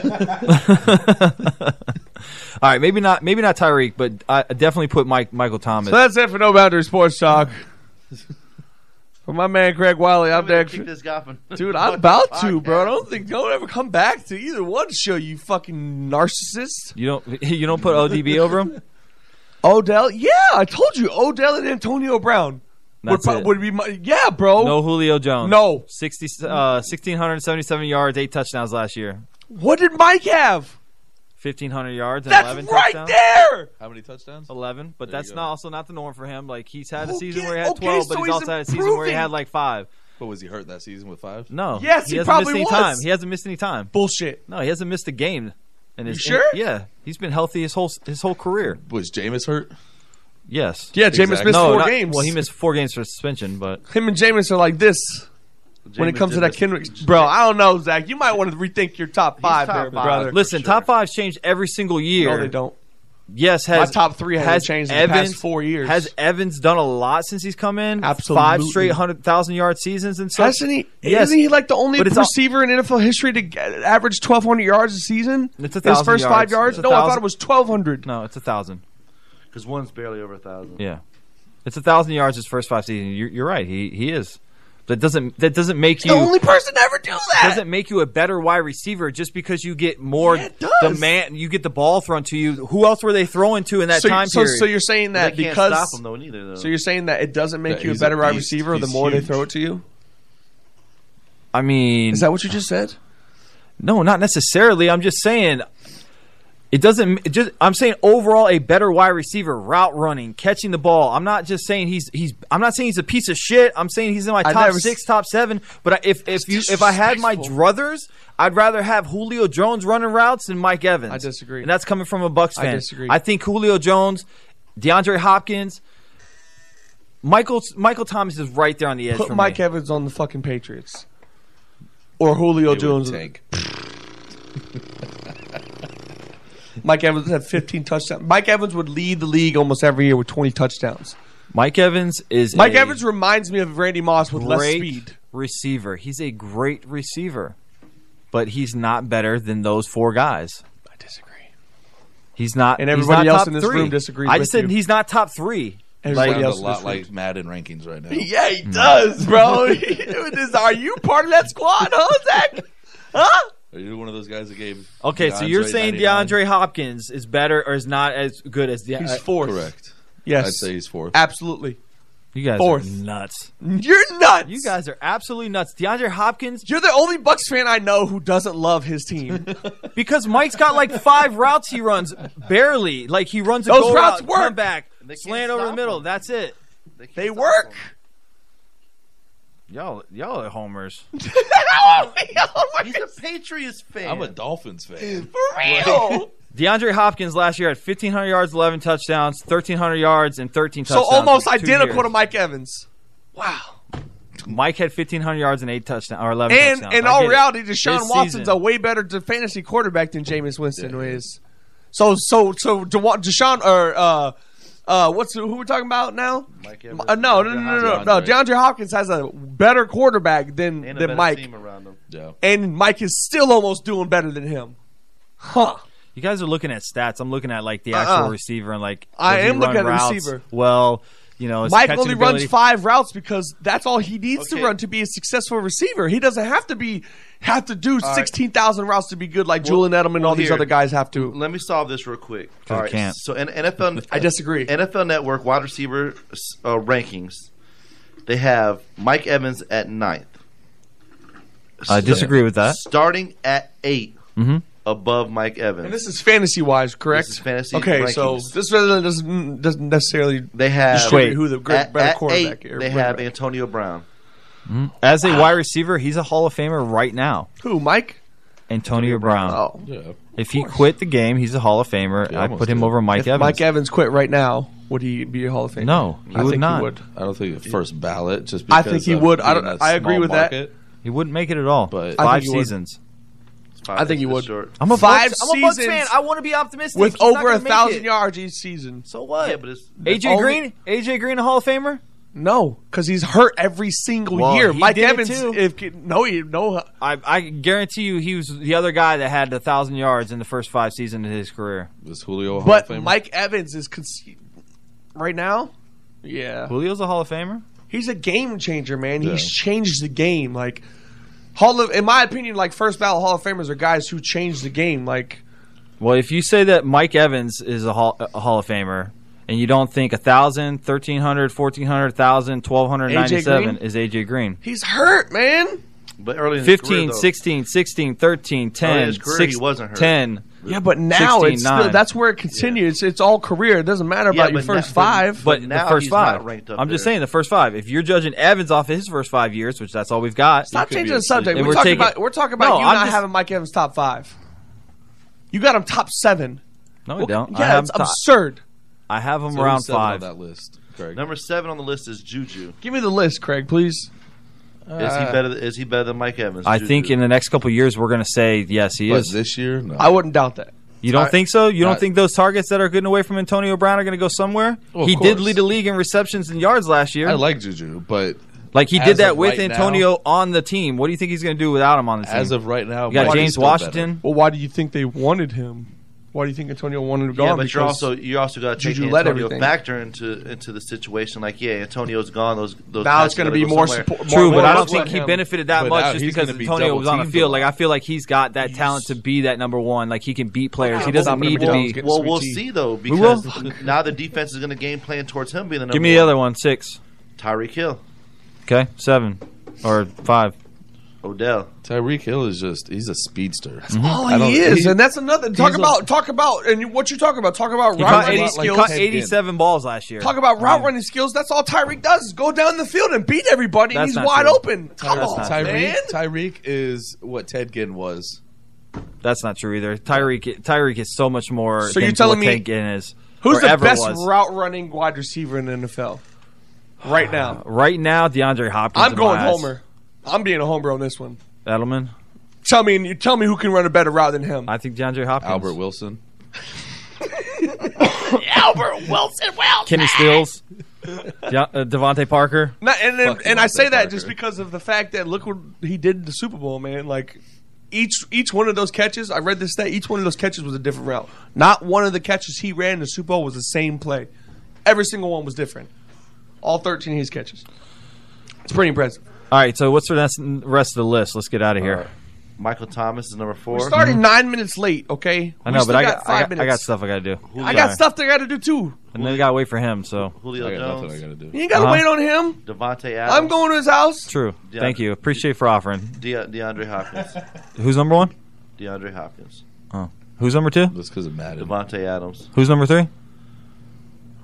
Speaker 19: right, maybe not, maybe not Tyreek, but I definitely put Mike Michael Thomas.
Speaker 18: So that's it for No Boundary Sports Talk. For my man Craig Wiley, I'm Derek.
Speaker 20: Kick this guy from-
Speaker 18: Dude, I'm about to, bro. I don't think don't ever come back to either one show, you fucking narcissist.
Speaker 19: you don't, you don't put ODB over him.
Speaker 18: Odell, yeah, I told you, Odell and Antonio Brown would,
Speaker 19: That's
Speaker 18: pro-
Speaker 19: it.
Speaker 18: would be my yeah, bro.
Speaker 19: No Julio Jones.
Speaker 18: oh. No.
Speaker 19: 60, uh, 1,677 yards, eight touchdowns last year.
Speaker 18: What did Mike have?
Speaker 19: 1,500 yards and
Speaker 18: That's
Speaker 19: 11
Speaker 18: right
Speaker 19: touchdowns.
Speaker 18: there.
Speaker 3: How many touchdowns?
Speaker 19: 11, but
Speaker 18: There you
Speaker 19: that's
Speaker 18: go.
Speaker 19: not also not the norm for him. Like, he's had a
Speaker 18: Okay,
Speaker 19: season where he had
Speaker 18: okay,
Speaker 19: 12,
Speaker 18: so
Speaker 19: but
Speaker 18: he's
Speaker 19: he's also had a season where he
Speaker 18: improving.
Speaker 19: had like five.
Speaker 3: But was he hurt that season with five?
Speaker 19: No.
Speaker 18: Yes, he
Speaker 19: hasn't
Speaker 18: probably
Speaker 19: missed
Speaker 18: was.
Speaker 19: any time. He hasn't missed any time.
Speaker 18: Bullshit.
Speaker 19: No, he hasn't missed a game. And his,
Speaker 18: You sure?
Speaker 19: yeah, he's been healthy his whole his whole career.
Speaker 3: Was Jameis hurt?
Speaker 19: Yes.
Speaker 18: Yeah, Jameis Exactly. missed
Speaker 19: No,
Speaker 18: four
Speaker 19: not-
Speaker 18: games.
Speaker 19: Well, he missed four games for suspension, but
Speaker 18: Him and Jameis are like this. when it
Speaker 19: Jameis
Speaker 18: comes to
Speaker 19: did
Speaker 18: that Kendrick, bro, I don't know, Zach. You might want to rethink your top five,
Speaker 19: top
Speaker 18: there,
Speaker 19: five,
Speaker 18: brother.
Speaker 19: for Listen, top fives change every single year.
Speaker 18: they don't.
Speaker 19: Yes,
Speaker 18: My
Speaker 19: has
Speaker 18: top three hasn't changed in the past four years.
Speaker 19: Has Evans done a lot since he's come in? five
Speaker 18: Absolutely.
Speaker 19: straight hundred thousand yard seasons and stuff.
Speaker 18: Hasn't he? Isn't he like the only
Speaker 19: But it's all-
Speaker 18: receiver in NFL history to get, average twelve hundred yards a season?
Speaker 19: It's a
Speaker 18: His
Speaker 19: thousand
Speaker 18: first five
Speaker 19: yards. It's
Speaker 18: yards.
Speaker 19: a
Speaker 18: No, I
Speaker 19: thousand.
Speaker 18: thought it was twelve hundred.
Speaker 19: No, it's a thousand.
Speaker 20: Because one's barely over a thousand.
Speaker 19: Yeah, it's a thousand yards his first five seasons. You're, you're right. He he is, That doesn't that doesn't make you
Speaker 18: the only person to ever do that.
Speaker 19: doesn't make you a better wide receiver just because you get more demand. You get the ball thrown to you. Who else were they throwing to in that
Speaker 18: so,
Speaker 19: time
Speaker 18: so,
Speaker 19: period?
Speaker 18: so you're saying that
Speaker 20: They can't
Speaker 18: because
Speaker 20: stop him, though, neither, though.
Speaker 18: So you're saying that it doesn't make
Speaker 20: Yeah,
Speaker 18: you a
Speaker 20: he's a
Speaker 18: better wide
Speaker 20: beast.
Speaker 18: receiver the
Speaker 20: He's
Speaker 18: more they
Speaker 20: huge.
Speaker 18: throw it to you.
Speaker 19: I mean,
Speaker 18: Is that what you just said?
Speaker 19: No, not necessarily. I'm just saying it doesn't it just I'm saying overall a better wide receiver, route running, catching the ball. I'm not just saying he's he's I'm not saying he's a piece of shit. I'm saying he's in my
Speaker 18: I
Speaker 19: top
Speaker 18: never s-
Speaker 19: 6, top 7, but I, if if you if I had my druthers, I'd rather have Julio Jones running routes than Mike Evans. I disagree. And that's coming from a Bucks
Speaker 18: I
Speaker 19: fan.
Speaker 18: disagree.
Speaker 19: I think Julio Jones, DeAndre Hopkins, Michael Michael Thomas is right there on the edge
Speaker 18: Put
Speaker 19: for
Speaker 18: Mike
Speaker 19: me.
Speaker 18: Evans on the fucking Patriots or Julio Jones. Mike Evans had 15 touchdowns. Mike Evans would lead the league almost every year with 20 touchdowns.
Speaker 19: Mike Evans is
Speaker 18: Mike
Speaker 19: a-
Speaker 18: Evans reminds me of Randy Moss with less speed.
Speaker 19: receiver. He's a great receiver, but he's not better than those four guys. I
Speaker 18: disagree.
Speaker 19: He's not,
Speaker 18: And
Speaker 19: he's
Speaker 18: everybody
Speaker 19: not
Speaker 18: else
Speaker 19: top
Speaker 18: in this
Speaker 19: three.
Speaker 18: room disagrees
Speaker 19: I
Speaker 18: with
Speaker 19: just said
Speaker 18: you.
Speaker 19: he's not top three.
Speaker 18: Everybody
Speaker 3: Sounds
Speaker 18: else
Speaker 3: a
Speaker 18: in
Speaker 3: lot
Speaker 18: this
Speaker 3: like Madden rankings right now.
Speaker 18: Yeah,
Speaker 19: Hmm.
Speaker 18: he does, bro. It is- Are you part of that squad, huh, Zach? Huh?
Speaker 3: Are you one of those guys that gave?
Speaker 19: Okay, so you're
Speaker 3: DeAndre
Speaker 19: saying
Speaker 3: 99?
Speaker 19: DeAndre Hopkins is better or is not as good as the? uh,
Speaker 18: He's fourth.
Speaker 3: Correct.
Speaker 18: Yes.
Speaker 3: I'd say he's fourth.
Speaker 18: Absolutely.
Speaker 19: You guys
Speaker 18: Fourth.
Speaker 19: are nuts.
Speaker 18: You're nuts.
Speaker 19: You guys are absolutely nuts. DeAndre Hopkins.
Speaker 18: You're the only Bucks fan I know who doesn't love his team.
Speaker 19: because Mike's got like five routes he runs, barely. Like he runs a
Speaker 18: Those
Speaker 19: go
Speaker 18: routes
Speaker 19: route,
Speaker 18: work.
Speaker 19: come back, slant over the middle. That's it.
Speaker 20: They,
Speaker 18: work.
Speaker 19: Y'all, y'all are homers.
Speaker 20: He's a Patriots fan.
Speaker 3: I'm a Dolphins fan.
Speaker 20: For
Speaker 18: real.
Speaker 19: DeAndre Hopkins last year had 1,500 yards, 11 touchdowns, 1,300 yards, and 13 touchdowns.
Speaker 18: so almost
Speaker 19: in two
Speaker 18: identical
Speaker 19: years.
Speaker 18: to Mike Evans.
Speaker 19: Mike had 1,500 yards and eight touchdowns, or 11
Speaker 18: And
Speaker 19: touchdowns.
Speaker 18: in
Speaker 19: I
Speaker 18: all
Speaker 19: get it.
Speaker 18: reality, Deshaun
Speaker 19: This
Speaker 18: Watson's
Speaker 19: season-
Speaker 18: a way better de- fantasy quarterback than Jameis Winston is. So so so Dewa- Deshaun or uh uh what's who we're talking about now? Mike
Speaker 20: Evans,
Speaker 18: uh, no, no, no, no, no, no.
Speaker 20: DeAndre.
Speaker 18: DeAndre Hopkins has a better quarterback than
Speaker 20: And
Speaker 18: than
Speaker 20: a better
Speaker 18: Mike,
Speaker 20: team around him. Yeah.
Speaker 18: and Mike is still almost doing better than him. Huh?
Speaker 19: You guys are looking at stats. I'm looking at like the actual
Speaker 18: Uh-uh.
Speaker 19: receiver and like
Speaker 18: I
Speaker 19: does he
Speaker 18: am looking
Speaker 19: run
Speaker 18: at the
Speaker 19: routes
Speaker 18: receiver.
Speaker 19: Well, you
Speaker 20: Oh,
Speaker 19: know, his
Speaker 18: Mike
Speaker 19: catching
Speaker 18: only
Speaker 19: ability-
Speaker 18: runs five routes because that's all he needs
Speaker 19: Okay.
Speaker 18: to run to be a successful receiver. He doesn't have to be have to do
Speaker 20: right.
Speaker 18: sixteen thousand routes to be good like
Speaker 20: Well-
Speaker 18: Julian Edelman and
Speaker 20: well,
Speaker 18: all these
Speaker 20: here.
Speaker 18: other guys have to.
Speaker 20: Let me solve this real quick.
Speaker 18: 'Cause I can't.
Speaker 20: So N- NFL,
Speaker 18: I disagree.
Speaker 20: NFL Network wide receiver uh, rankings, they have Mike Evans at ninth.
Speaker 19: I disagree with that.
Speaker 20: Starting at 8
Speaker 19: Mhm.
Speaker 20: above Mike Evans.
Speaker 18: And this is fantasy wise, correct?
Speaker 20: This is fantasy
Speaker 18: Okay, so
Speaker 20: rankings.
Speaker 18: this really doesn't doesn't necessarily
Speaker 20: they have
Speaker 18: distribute who the great,
Speaker 20: at,
Speaker 18: better
Speaker 20: at
Speaker 18: quarterback.
Speaker 20: eight,
Speaker 18: or
Speaker 20: they have
Speaker 18: quarterback.
Speaker 20: Antonio Brown.
Speaker 19: Mhm. As a wide receiver, he's a Hall of Famer right now.
Speaker 18: Uh. Who, Mike?
Speaker 19: Antonio Brown.
Speaker 18: Oh.
Speaker 19: If he quit the game, he's a Hall of Famer. I
Speaker 18: almost
Speaker 19: put him
Speaker 18: did.
Speaker 19: over Mike
Speaker 18: if
Speaker 19: Evans.
Speaker 18: Mike Evans quit right now, would he be a Hall of Famer?
Speaker 19: No, he
Speaker 18: I
Speaker 19: would
Speaker 18: think
Speaker 19: not.
Speaker 18: He would.
Speaker 3: I don't think the first ballot. Just
Speaker 18: I
Speaker 3: because
Speaker 18: think he
Speaker 3: of
Speaker 18: would. I
Speaker 3: being
Speaker 18: don't-
Speaker 3: a
Speaker 18: I agree
Speaker 3: small
Speaker 18: with that.
Speaker 3: market.
Speaker 19: He wouldn't make it at all.
Speaker 3: But
Speaker 18: I
Speaker 19: five
Speaker 18: think he would.
Speaker 19: seasons.
Speaker 18: I think he would.
Speaker 19: I'm a
Speaker 18: five
Speaker 19: Bucks- I'm a Bucks
Speaker 18: seasons
Speaker 19: fan. I want to be optimistic.
Speaker 18: with
Speaker 19: He's not
Speaker 18: over
Speaker 19: gonna
Speaker 18: a
Speaker 19: make
Speaker 18: thousand
Speaker 19: it.
Speaker 18: yards each season.
Speaker 19: So what?
Speaker 20: Yeah, but it's
Speaker 19: AJ
Speaker 18: Only-
Speaker 19: Green, AJ Green, a Hall of Famer.
Speaker 18: No, because he's hurt every single
Speaker 19: Well,
Speaker 18: year.
Speaker 19: he
Speaker 18: Mike
Speaker 19: did it
Speaker 18: Evans,
Speaker 19: too.
Speaker 18: if no, he- no,
Speaker 19: I, I guarantee you, he was the other guy that had a thousand yards in the first five seasons of his career.
Speaker 3: Was Julio a
Speaker 18: but Mike Evans is conce- right now. Yeah,
Speaker 19: Julio's a Hall of Famer.
Speaker 18: He's a game changer, man.
Speaker 19: Yeah.
Speaker 18: He's changed the game. Like Hall of, in my opinion, like first ballot Hall of Famers are guys who changed the game. Like
Speaker 19: Well, if you say that Mike Evans is a Hall, a Hall of Famer, and you don't think 1,000, 1,300, 1,400, 1,000, 1,297
Speaker 18: AJ
Speaker 19: is AJ Green.
Speaker 18: he's hurt, man.
Speaker 20: But early in his career,
Speaker 19: 15,
Speaker 20: though-
Speaker 19: 16, 16, 13, 10,
Speaker 20: Early in his career, he
Speaker 19: 6,
Speaker 20: wasn't hurt.
Speaker 19: 10.
Speaker 18: Yeah, but now
Speaker 19: 16,
Speaker 18: it's still,
Speaker 19: nine.
Speaker 18: that's where it continues. It's all career. It doesn't matter about your
Speaker 19: but
Speaker 18: first
Speaker 19: now-
Speaker 18: five.
Speaker 19: But, the first five. I'm just saying the first five. If you're judging Evans off of his first five years, which that's all we've got.
Speaker 18: Stop changing the subject.
Speaker 19: And
Speaker 18: We're, talking
Speaker 19: taking-
Speaker 18: about we're talking about
Speaker 19: No,
Speaker 18: you
Speaker 19: I'm
Speaker 18: not
Speaker 19: just-
Speaker 18: having Mike Evans top five. You got him top seven.
Speaker 19: No,
Speaker 18: Well,
Speaker 19: we don't. I
Speaker 18: Yeah,
Speaker 19: have
Speaker 18: it's
Speaker 19: him top-
Speaker 18: absurd.
Speaker 19: I have him
Speaker 20: So
Speaker 19: around
Speaker 20: who's seven on
Speaker 19: five.
Speaker 20: that Number seven on the list is Juju.
Speaker 18: Give me the list, Craig, please.
Speaker 20: is
Speaker 18: Uh,
Speaker 20: he better? Is he better than Mike Evans?
Speaker 19: I
Speaker 20: Juju.
Speaker 19: think in the next couple of years we're going to say yes, he
Speaker 20: But
Speaker 19: is.
Speaker 3: This year, no.
Speaker 18: I wouldn't doubt that.
Speaker 19: You don't
Speaker 3: I-
Speaker 19: think so? You don't
Speaker 3: I-
Speaker 19: think those targets that are getting away from Antonio Brown are going to go somewhere?
Speaker 3: Well, of
Speaker 19: he did
Speaker 3: course.
Speaker 19: lead the league in receptions and yards last year.
Speaker 3: I like Juju, but
Speaker 19: like he
Speaker 3: as
Speaker 19: did that
Speaker 3: of
Speaker 19: with
Speaker 3: right now-
Speaker 19: Antonio on the team. What do you think he's going to do without him on the team?
Speaker 3: As of right now,
Speaker 19: you got
Speaker 3: Mike is
Speaker 19: James
Speaker 3: still
Speaker 19: Washington.
Speaker 18: Well, why do you think they wanted him? Why do you think Antonio wanted to go?
Speaker 20: Yeah, but you're also you also got to take
Speaker 18: Juju
Speaker 20: the
Speaker 18: led
Speaker 20: Antonio
Speaker 18: everything.
Speaker 20: factor into into the situation. Like, yeah, Antonio's gone. Those those
Speaker 18: Now it's
Speaker 20: guys
Speaker 18: gonna
Speaker 20: are gonna
Speaker 18: be
Speaker 20: go
Speaker 18: more
Speaker 20: somewhere.
Speaker 18: support-
Speaker 19: True, but I don't think he benefited that much just because Antonio was on the field. Like I feel like he's got that talent to be that number one. Like he can beat players. He doesn't need to be.
Speaker 20: Well, we'll see though
Speaker 19: We will?
Speaker 20: because now the defense is going to game plan towards him being the number.
Speaker 29: Give me the other one. Six.
Speaker 20: Tyreek Hill,
Speaker 29: Okay, seven or five.
Speaker 20: Odell.
Speaker 3: Tyreek Hill is just he's a speedster. That's
Speaker 19: Mm-hmm.
Speaker 18: all Oh, he is, and that's another talk about talk about and you- what you talking about. Talk about
Speaker 3: He
Speaker 18: route
Speaker 3: caught
Speaker 18: running
Speaker 3: 80
Speaker 18: skills.
Speaker 3: he caught 87
Speaker 19: balls last year.
Speaker 18: Talk about route running skills. That's all Tyreek does is go down the field and beat everybody. and
Speaker 3: That's
Speaker 18: he's
Speaker 3: not
Speaker 18: wide
Speaker 3: true.
Speaker 18: open. Come on,
Speaker 3: Tyreek
Speaker 18: man.
Speaker 3: Tyreek is what Ted Ginn was.
Speaker 19: That's not true either. Tyreek Tyreek is so much more.
Speaker 18: So
Speaker 19: than
Speaker 18: you're telling
Speaker 19: what
Speaker 18: me
Speaker 19: Ted Ginn is
Speaker 18: Who's
Speaker 19: or
Speaker 18: the
Speaker 19: ever
Speaker 18: best
Speaker 19: was.
Speaker 18: route running wide receiver in the NFL right now?
Speaker 19: right now? DeAndre Hopkins.
Speaker 18: I'm
Speaker 19: in
Speaker 18: going
Speaker 19: my eyes.
Speaker 18: Homer. I'm being a Homer on this one.
Speaker 19: Edelman.
Speaker 18: Tell me, you tell me who can run a better route than him.
Speaker 19: I think DeAndre Hopkins.
Speaker 3: Albert Wilson.
Speaker 18: Albert Wilson. Well,
Speaker 19: Kenny Stills. yeah, uh, Devontae Parker.
Speaker 18: Not, and and,
Speaker 19: Fuck
Speaker 18: and I say
Speaker 19: Devontae
Speaker 18: that just because of the fact that look what he did in the Super Bowl, man. Like each each one of those catches, I read this stat. Each one of those catches was a different route. Not one of the catches he ran in the Super Bowl was the same play. Every single one was different. All thirteen of his catches. It's pretty impressive.
Speaker 19: All right, so what's the rest, rest of the list? Let's get out of here.
Speaker 20: Michael Thomas is number four.
Speaker 18: We started nine minutes late. Okay,
Speaker 19: Mm-hmm. I
Speaker 18: We
Speaker 19: know,
Speaker 18: still
Speaker 19: but I got,
Speaker 18: five
Speaker 19: I, got,
Speaker 18: minutes.
Speaker 19: I got stuff I got to do.
Speaker 18: I got stuff that I got to do too.
Speaker 19: And then I got to wait for him. So
Speaker 20: Julio
Speaker 3: I got
Speaker 20: Jones.
Speaker 3: nothing I gotta do.
Speaker 18: You ain't got to
Speaker 19: Uh-huh.
Speaker 18: wait on him.
Speaker 20: Devontae Adams.
Speaker 18: I'm going to his house.
Speaker 19: True.
Speaker 20: Yeah.
Speaker 19: Thank you. Appreciate for offering.
Speaker 20: De- DeAndre Hopkins.
Speaker 19: Who's number one?
Speaker 20: DeAndre Hopkins.
Speaker 19: Oh, who's number two?
Speaker 3: That's because of Madden.
Speaker 20: Devontae Adams.
Speaker 19: Who's number three?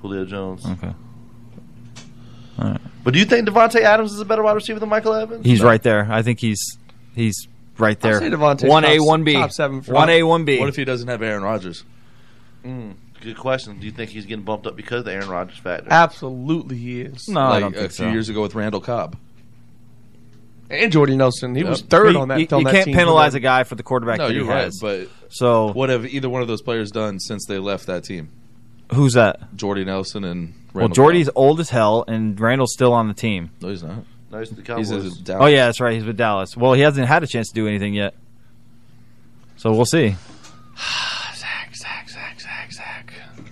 Speaker 20: Julio Jones.
Speaker 19: Okay. All right.
Speaker 20: But do you think Devontae Adams is a better wide receiver than Michael Evans?
Speaker 19: He's right there. I think he's he's right there.
Speaker 20: say Devontae's
Speaker 19: One A,
Speaker 20: top-
Speaker 19: one B,
Speaker 20: top seven for-
Speaker 19: one A, one B.
Speaker 20: What if he doesn't have Aaron Rodgers? Mm, good question. Do you think he's getting bumped up because of the Aaron Rodgers factor?
Speaker 18: Absolutely, he is.
Speaker 20: Like
Speaker 3: like a few years ago with Randall Cobb.
Speaker 18: And Jordy Nelson, he
Speaker 3: Yep.
Speaker 18: was third
Speaker 3: You-
Speaker 18: on that.
Speaker 3: you-
Speaker 18: on
Speaker 3: you
Speaker 18: that
Speaker 3: can't
Speaker 18: team.
Speaker 3: penalize
Speaker 19: a guy for the quarterback
Speaker 3: no,
Speaker 19: that he
Speaker 3: you're right,
Speaker 19: has.
Speaker 3: but
Speaker 19: so
Speaker 3: what have either one of those players done since they left that team?
Speaker 19: Who's that?
Speaker 3: Jordy Nelson and
Speaker 19: Well,
Speaker 3: Randall
Speaker 19: Jordy's old as hell, and Randall's still on the team.
Speaker 3: No, he's not.
Speaker 20: No, he's the
Speaker 3: He's
Speaker 20: Cowboys.
Speaker 3: a
Speaker 19: Oh yeah, that's right. He's with Dallas. Well, he hasn't had a chance to do anything yet, so we'll see.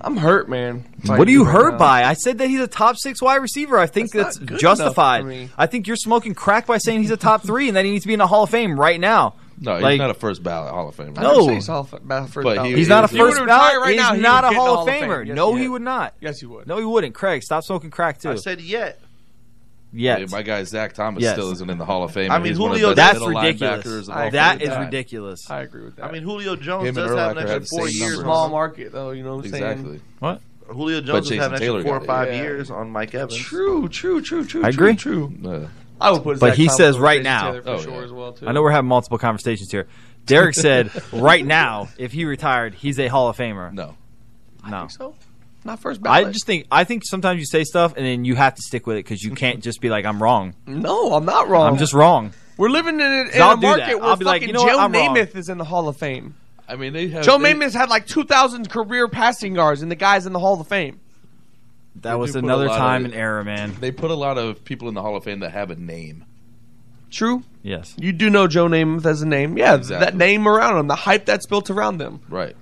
Speaker 18: I'm hurt, man.
Speaker 19: what are you
Speaker 18: Right
Speaker 19: hurt
Speaker 18: now.
Speaker 19: by? I said that he's a top six wide receiver. I think that's,
Speaker 18: not good
Speaker 19: justified.
Speaker 18: enough for me.
Speaker 19: I think you're smoking crack by saying he's a top three and that he needs to be in the Hall of Fame right now.
Speaker 3: No, he's
Speaker 19: Like-
Speaker 3: not a first ballot Hall of Famer.
Speaker 19: I didn't say
Speaker 18: he's Hall of- about first
Speaker 3: But
Speaker 18: ballot.
Speaker 3: he-
Speaker 19: He's not a
Speaker 3: he would
Speaker 19: first
Speaker 18: retire
Speaker 19: ballot.
Speaker 18: right
Speaker 19: He's
Speaker 18: now, he
Speaker 19: not
Speaker 18: would
Speaker 19: a
Speaker 18: get in
Speaker 19: Hall of Famer.
Speaker 18: Yes,
Speaker 19: no,
Speaker 18: he
Speaker 19: he,
Speaker 18: would.
Speaker 19: would not.
Speaker 18: Yes, he would.
Speaker 19: No, he wouldn't. Craig, stop smoking crack too.
Speaker 20: I said yet.
Speaker 19: Yet.
Speaker 3: Yeah, my guy Zach Thomas
Speaker 19: Yes.
Speaker 3: still isn't in the Hall of Fame.
Speaker 19: I
Speaker 3: and
Speaker 19: mean,
Speaker 3: he's one of the
Speaker 19: Julio-
Speaker 3: best
Speaker 19: that's
Speaker 3: middle
Speaker 19: ridiculous.
Speaker 3: linebackers of
Speaker 19: I-
Speaker 3: all
Speaker 19: that
Speaker 3: time.
Speaker 19: is ridiculous.
Speaker 18: I agree with that.
Speaker 20: I mean, Julio Jones
Speaker 3: Him and
Speaker 20: does have an
Speaker 3: Urlacher
Speaker 20: extra
Speaker 3: had the
Speaker 20: four
Speaker 3: same
Speaker 20: years.
Speaker 3: numbers.
Speaker 18: Small market, though. You know what I'm saying?
Speaker 3: Exactly.
Speaker 19: What?
Speaker 20: Julio
Speaker 3: But
Speaker 20: Jones has
Speaker 3: Jason
Speaker 20: had an
Speaker 3: Taylor
Speaker 20: extra four or
Speaker 3: got it.
Speaker 20: five
Speaker 3: Yeah.
Speaker 20: years on Mike Evans.
Speaker 18: True, true, true, true.
Speaker 19: I agree.
Speaker 18: True. Uh, true.
Speaker 20: I would put
Speaker 19: but
Speaker 20: Zach
Speaker 19: he
Speaker 20: Thomas
Speaker 19: says
Speaker 20: over
Speaker 19: right
Speaker 20: Jason
Speaker 19: now.
Speaker 20: Taylor for Oh, sure yeah. as well, too.
Speaker 19: I know we're having multiple conversations here. Derek said right now, if he retired, he's a Hall of Famer.
Speaker 3: No,
Speaker 19: no.
Speaker 18: So, not first
Speaker 19: I
Speaker 18: ballot.
Speaker 19: just think I think sometimes you say stuff and then you have to stick with it because you can't just be like I'm wrong.
Speaker 18: no, I'm not wrong.
Speaker 19: I'm just wrong.
Speaker 18: We're living in, a- in
Speaker 19: I'll
Speaker 18: a
Speaker 19: do that.
Speaker 18: market where
Speaker 19: I'll
Speaker 18: fucking
Speaker 19: be like, you know what?
Speaker 18: Joe
Speaker 19: I'm wrong.
Speaker 18: Namath is in the Hall of Fame.
Speaker 3: I mean, they have
Speaker 18: Joe
Speaker 3: they-
Speaker 18: Namath had like 2,000 career passing yards, and the guy's in the Hall of Fame.
Speaker 3: they
Speaker 19: That was
Speaker 3: do put
Speaker 19: another
Speaker 3: a lot
Speaker 19: time
Speaker 3: of-
Speaker 19: and era, man.
Speaker 3: They put a lot of people in the Hall of Fame that have a name.
Speaker 18: True.
Speaker 19: Yes.
Speaker 18: You do know Joe Namath as a name. Yeah,
Speaker 3: Exactly.
Speaker 18: that name around him, the hype that's built around them.
Speaker 3: Right.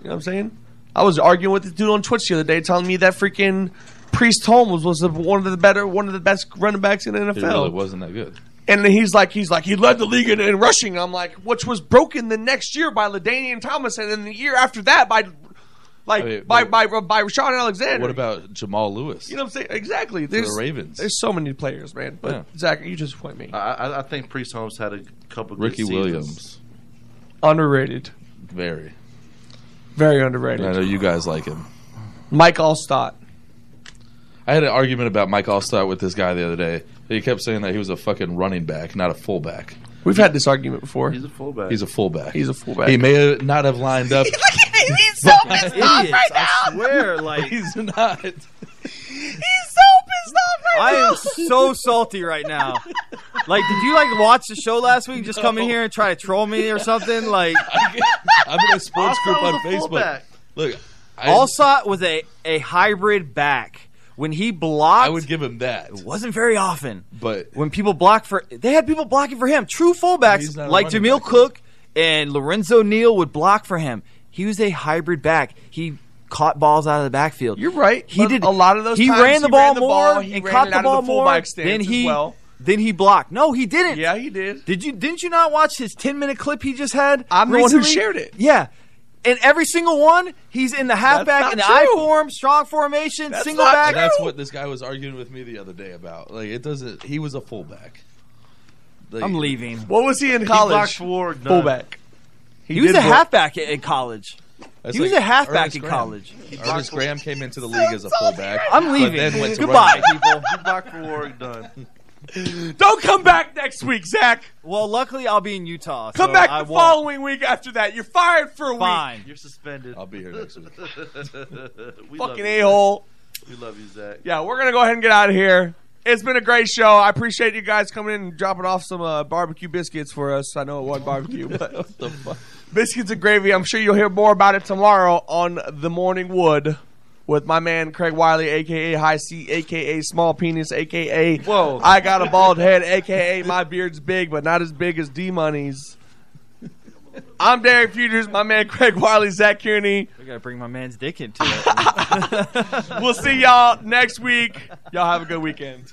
Speaker 18: You know what I'm saying? I was arguing with this dude on Twitch the other day telling me that freaking Priest Holmes was the- one of the better one of the best running backs in the
Speaker 3: It
Speaker 18: NFL.
Speaker 3: really wasn't that good.
Speaker 18: And then he's like, he's like, he led the league in, in rushing. I'm like, which was broken the next year by Ladainian Thomas, and then the year after that by, like,
Speaker 3: I mean,
Speaker 18: by, by by Rashawn Alexander.
Speaker 3: What about Jamal Lewis?
Speaker 18: You know what I'm saying? Exactly.
Speaker 3: the
Speaker 18: There's
Speaker 3: Ravens.
Speaker 18: There's so many players, man. But
Speaker 3: Yeah.
Speaker 18: Zach, you just point me
Speaker 20: I, I, I think Priest Holmes had a couple. Good
Speaker 3: Ricky
Speaker 20: seasons.
Speaker 3: Williams.
Speaker 18: underrated,
Speaker 3: Very.
Speaker 18: very
Speaker 3: I
Speaker 18: underrated.
Speaker 3: know you guys like him.
Speaker 18: Mike Allstott.
Speaker 3: I had an argument about Mike Allstott with this guy the other day. He kept saying that he was a fucking running back, not a fullback.
Speaker 18: We've had this argument before.
Speaker 20: He's a fullback.
Speaker 3: He's a fullback.
Speaker 18: He's a fullback.
Speaker 3: He may have- not have lined up.
Speaker 18: he's
Speaker 3: so pissed off
Speaker 19: right I swear, like
Speaker 3: he's not. He's so
Speaker 19: pissed off right I am so salty right now. Like, did you like watch the show last week? and Just come in here and try to troll me or something? Like,
Speaker 3: I'm in a sports group on Facebook. Look, I,
Speaker 19: Allsot was a a hybrid back. When he blocked,
Speaker 3: I would give him that.
Speaker 19: it wasn't very often.
Speaker 3: But
Speaker 19: when people block for they had people blocking for him. True fullbacks
Speaker 3: He's not a
Speaker 19: like
Speaker 3: running
Speaker 19: Jameel Cook and Lorenzo Neal would block for him. He was a hybrid back. He caught balls out of the backfield. You're right. He
Speaker 18: But
Speaker 19: did
Speaker 18: a lot of those
Speaker 19: He
Speaker 18: times
Speaker 19: ran the
Speaker 18: he
Speaker 19: ball
Speaker 18: ran the
Speaker 19: more
Speaker 18: ball, he
Speaker 19: and
Speaker 18: ran
Speaker 19: caught
Speaker 18: it
Speaker 19: the
Speaker 18: out of
Speaker 19: ball
Speaker 18: the
Speaker 19: more.
Speaker 18: fullback stance
Speaker 19: then
Speaker 18: as
Speaker 19: he
Speaker 18: well.
Speaker 19: then he blocked. No, he didn't.
Speaker 18: Yeah, he did.
Speaker 19: Did you didn't you not watch his 10 minute clip he just had?
Speaker 18: I'm the one who
Speaker 19: recently?
Speaker 18: shared it.
Speaker 19: Yeah. And every single one, he's in the halfback
Speaker 18: not
Speaker 19: in the I
Speaker 18: true.
Speaker 19: form, strong formation,
Speaker 3: That's
Speaker 19: single
Speaker 3: not-
Speaker 19: back.
Speaker 3: and That's what this guy was arguing with me the other day about. Like it doesn't. He was a fullback. Like-
Speaker 19: I'm leaving.
Speaker 18: What was he in
Speaker 3: He
Speaker 18: college?
Speaker 3: blocked for, no.
Speaker 18: Fullback.
Speaker 19: He,
Speaker 3: He
Speaker 19: was
Speaker 3: did
Speaker 19: a
Speaker 3: block-
Speaker 19: halfback in college.
Speaker 3: That's
Speaker 19: he was
Speaker 3: like
Speaker 19: a halfback
Speaker 3: Ernest
Speaker 19: in
Speaker 3: Graham.
Speaker 19: college.
Speaker 3: Ernest Graham came into the league as a fullback.
Speaker 19: I'm
Speaker 3: but
Speaker 19: leaving.
Speaker 3: then went to
Speaker 19: Goodbye.
Speaker 3: running back.
Speaker 6: People, you blocked for work done.
Speaker 18: Don't come back next week, Zach.
Speaker 19: Well, luckily I'll be in Utah.
Speaker 18: Come
Speaker 19: so
Speaker 18: back
Speaker 19: I
Speaker 18: the
Speaker 19: won't.
Speaker 18: following week after that. You're fired for a
Speaker 19: Fine.
Speaker 18: week.
Speaker 6: You're suspended. I'll
Speaker 3: be here next week.
Speaker 6: we love
Speaker 18: Fucking
Speaker 6: you,
Speaker 18: a hole.
Speaker 6: Zach. We love you, Zach.
Speaker 18: Yeah, we're gonna go ahead and get out of here. It's been a great show. I appreciate you guys coming in and dropping off some uh, barbecue biscuits for us. I know it wasn't barbecue, but biscuits and gravy. I'm sure you'll hear more about it tomorrow on the Morning Wood with my man Craig Wiley, aka High C, aka Small Penis, aka
Speaker 30: Whoa.
Speaker 18: I got a bald head, aka my beard's big but not as big as D Money's. I'm Derek Futures, my man Craig Wiley, Zach Kearney.
Speaker 19: I gotta bring my man's dick into it.
Speaker 18: We'll see y'all next week. Y'all have a good weekend.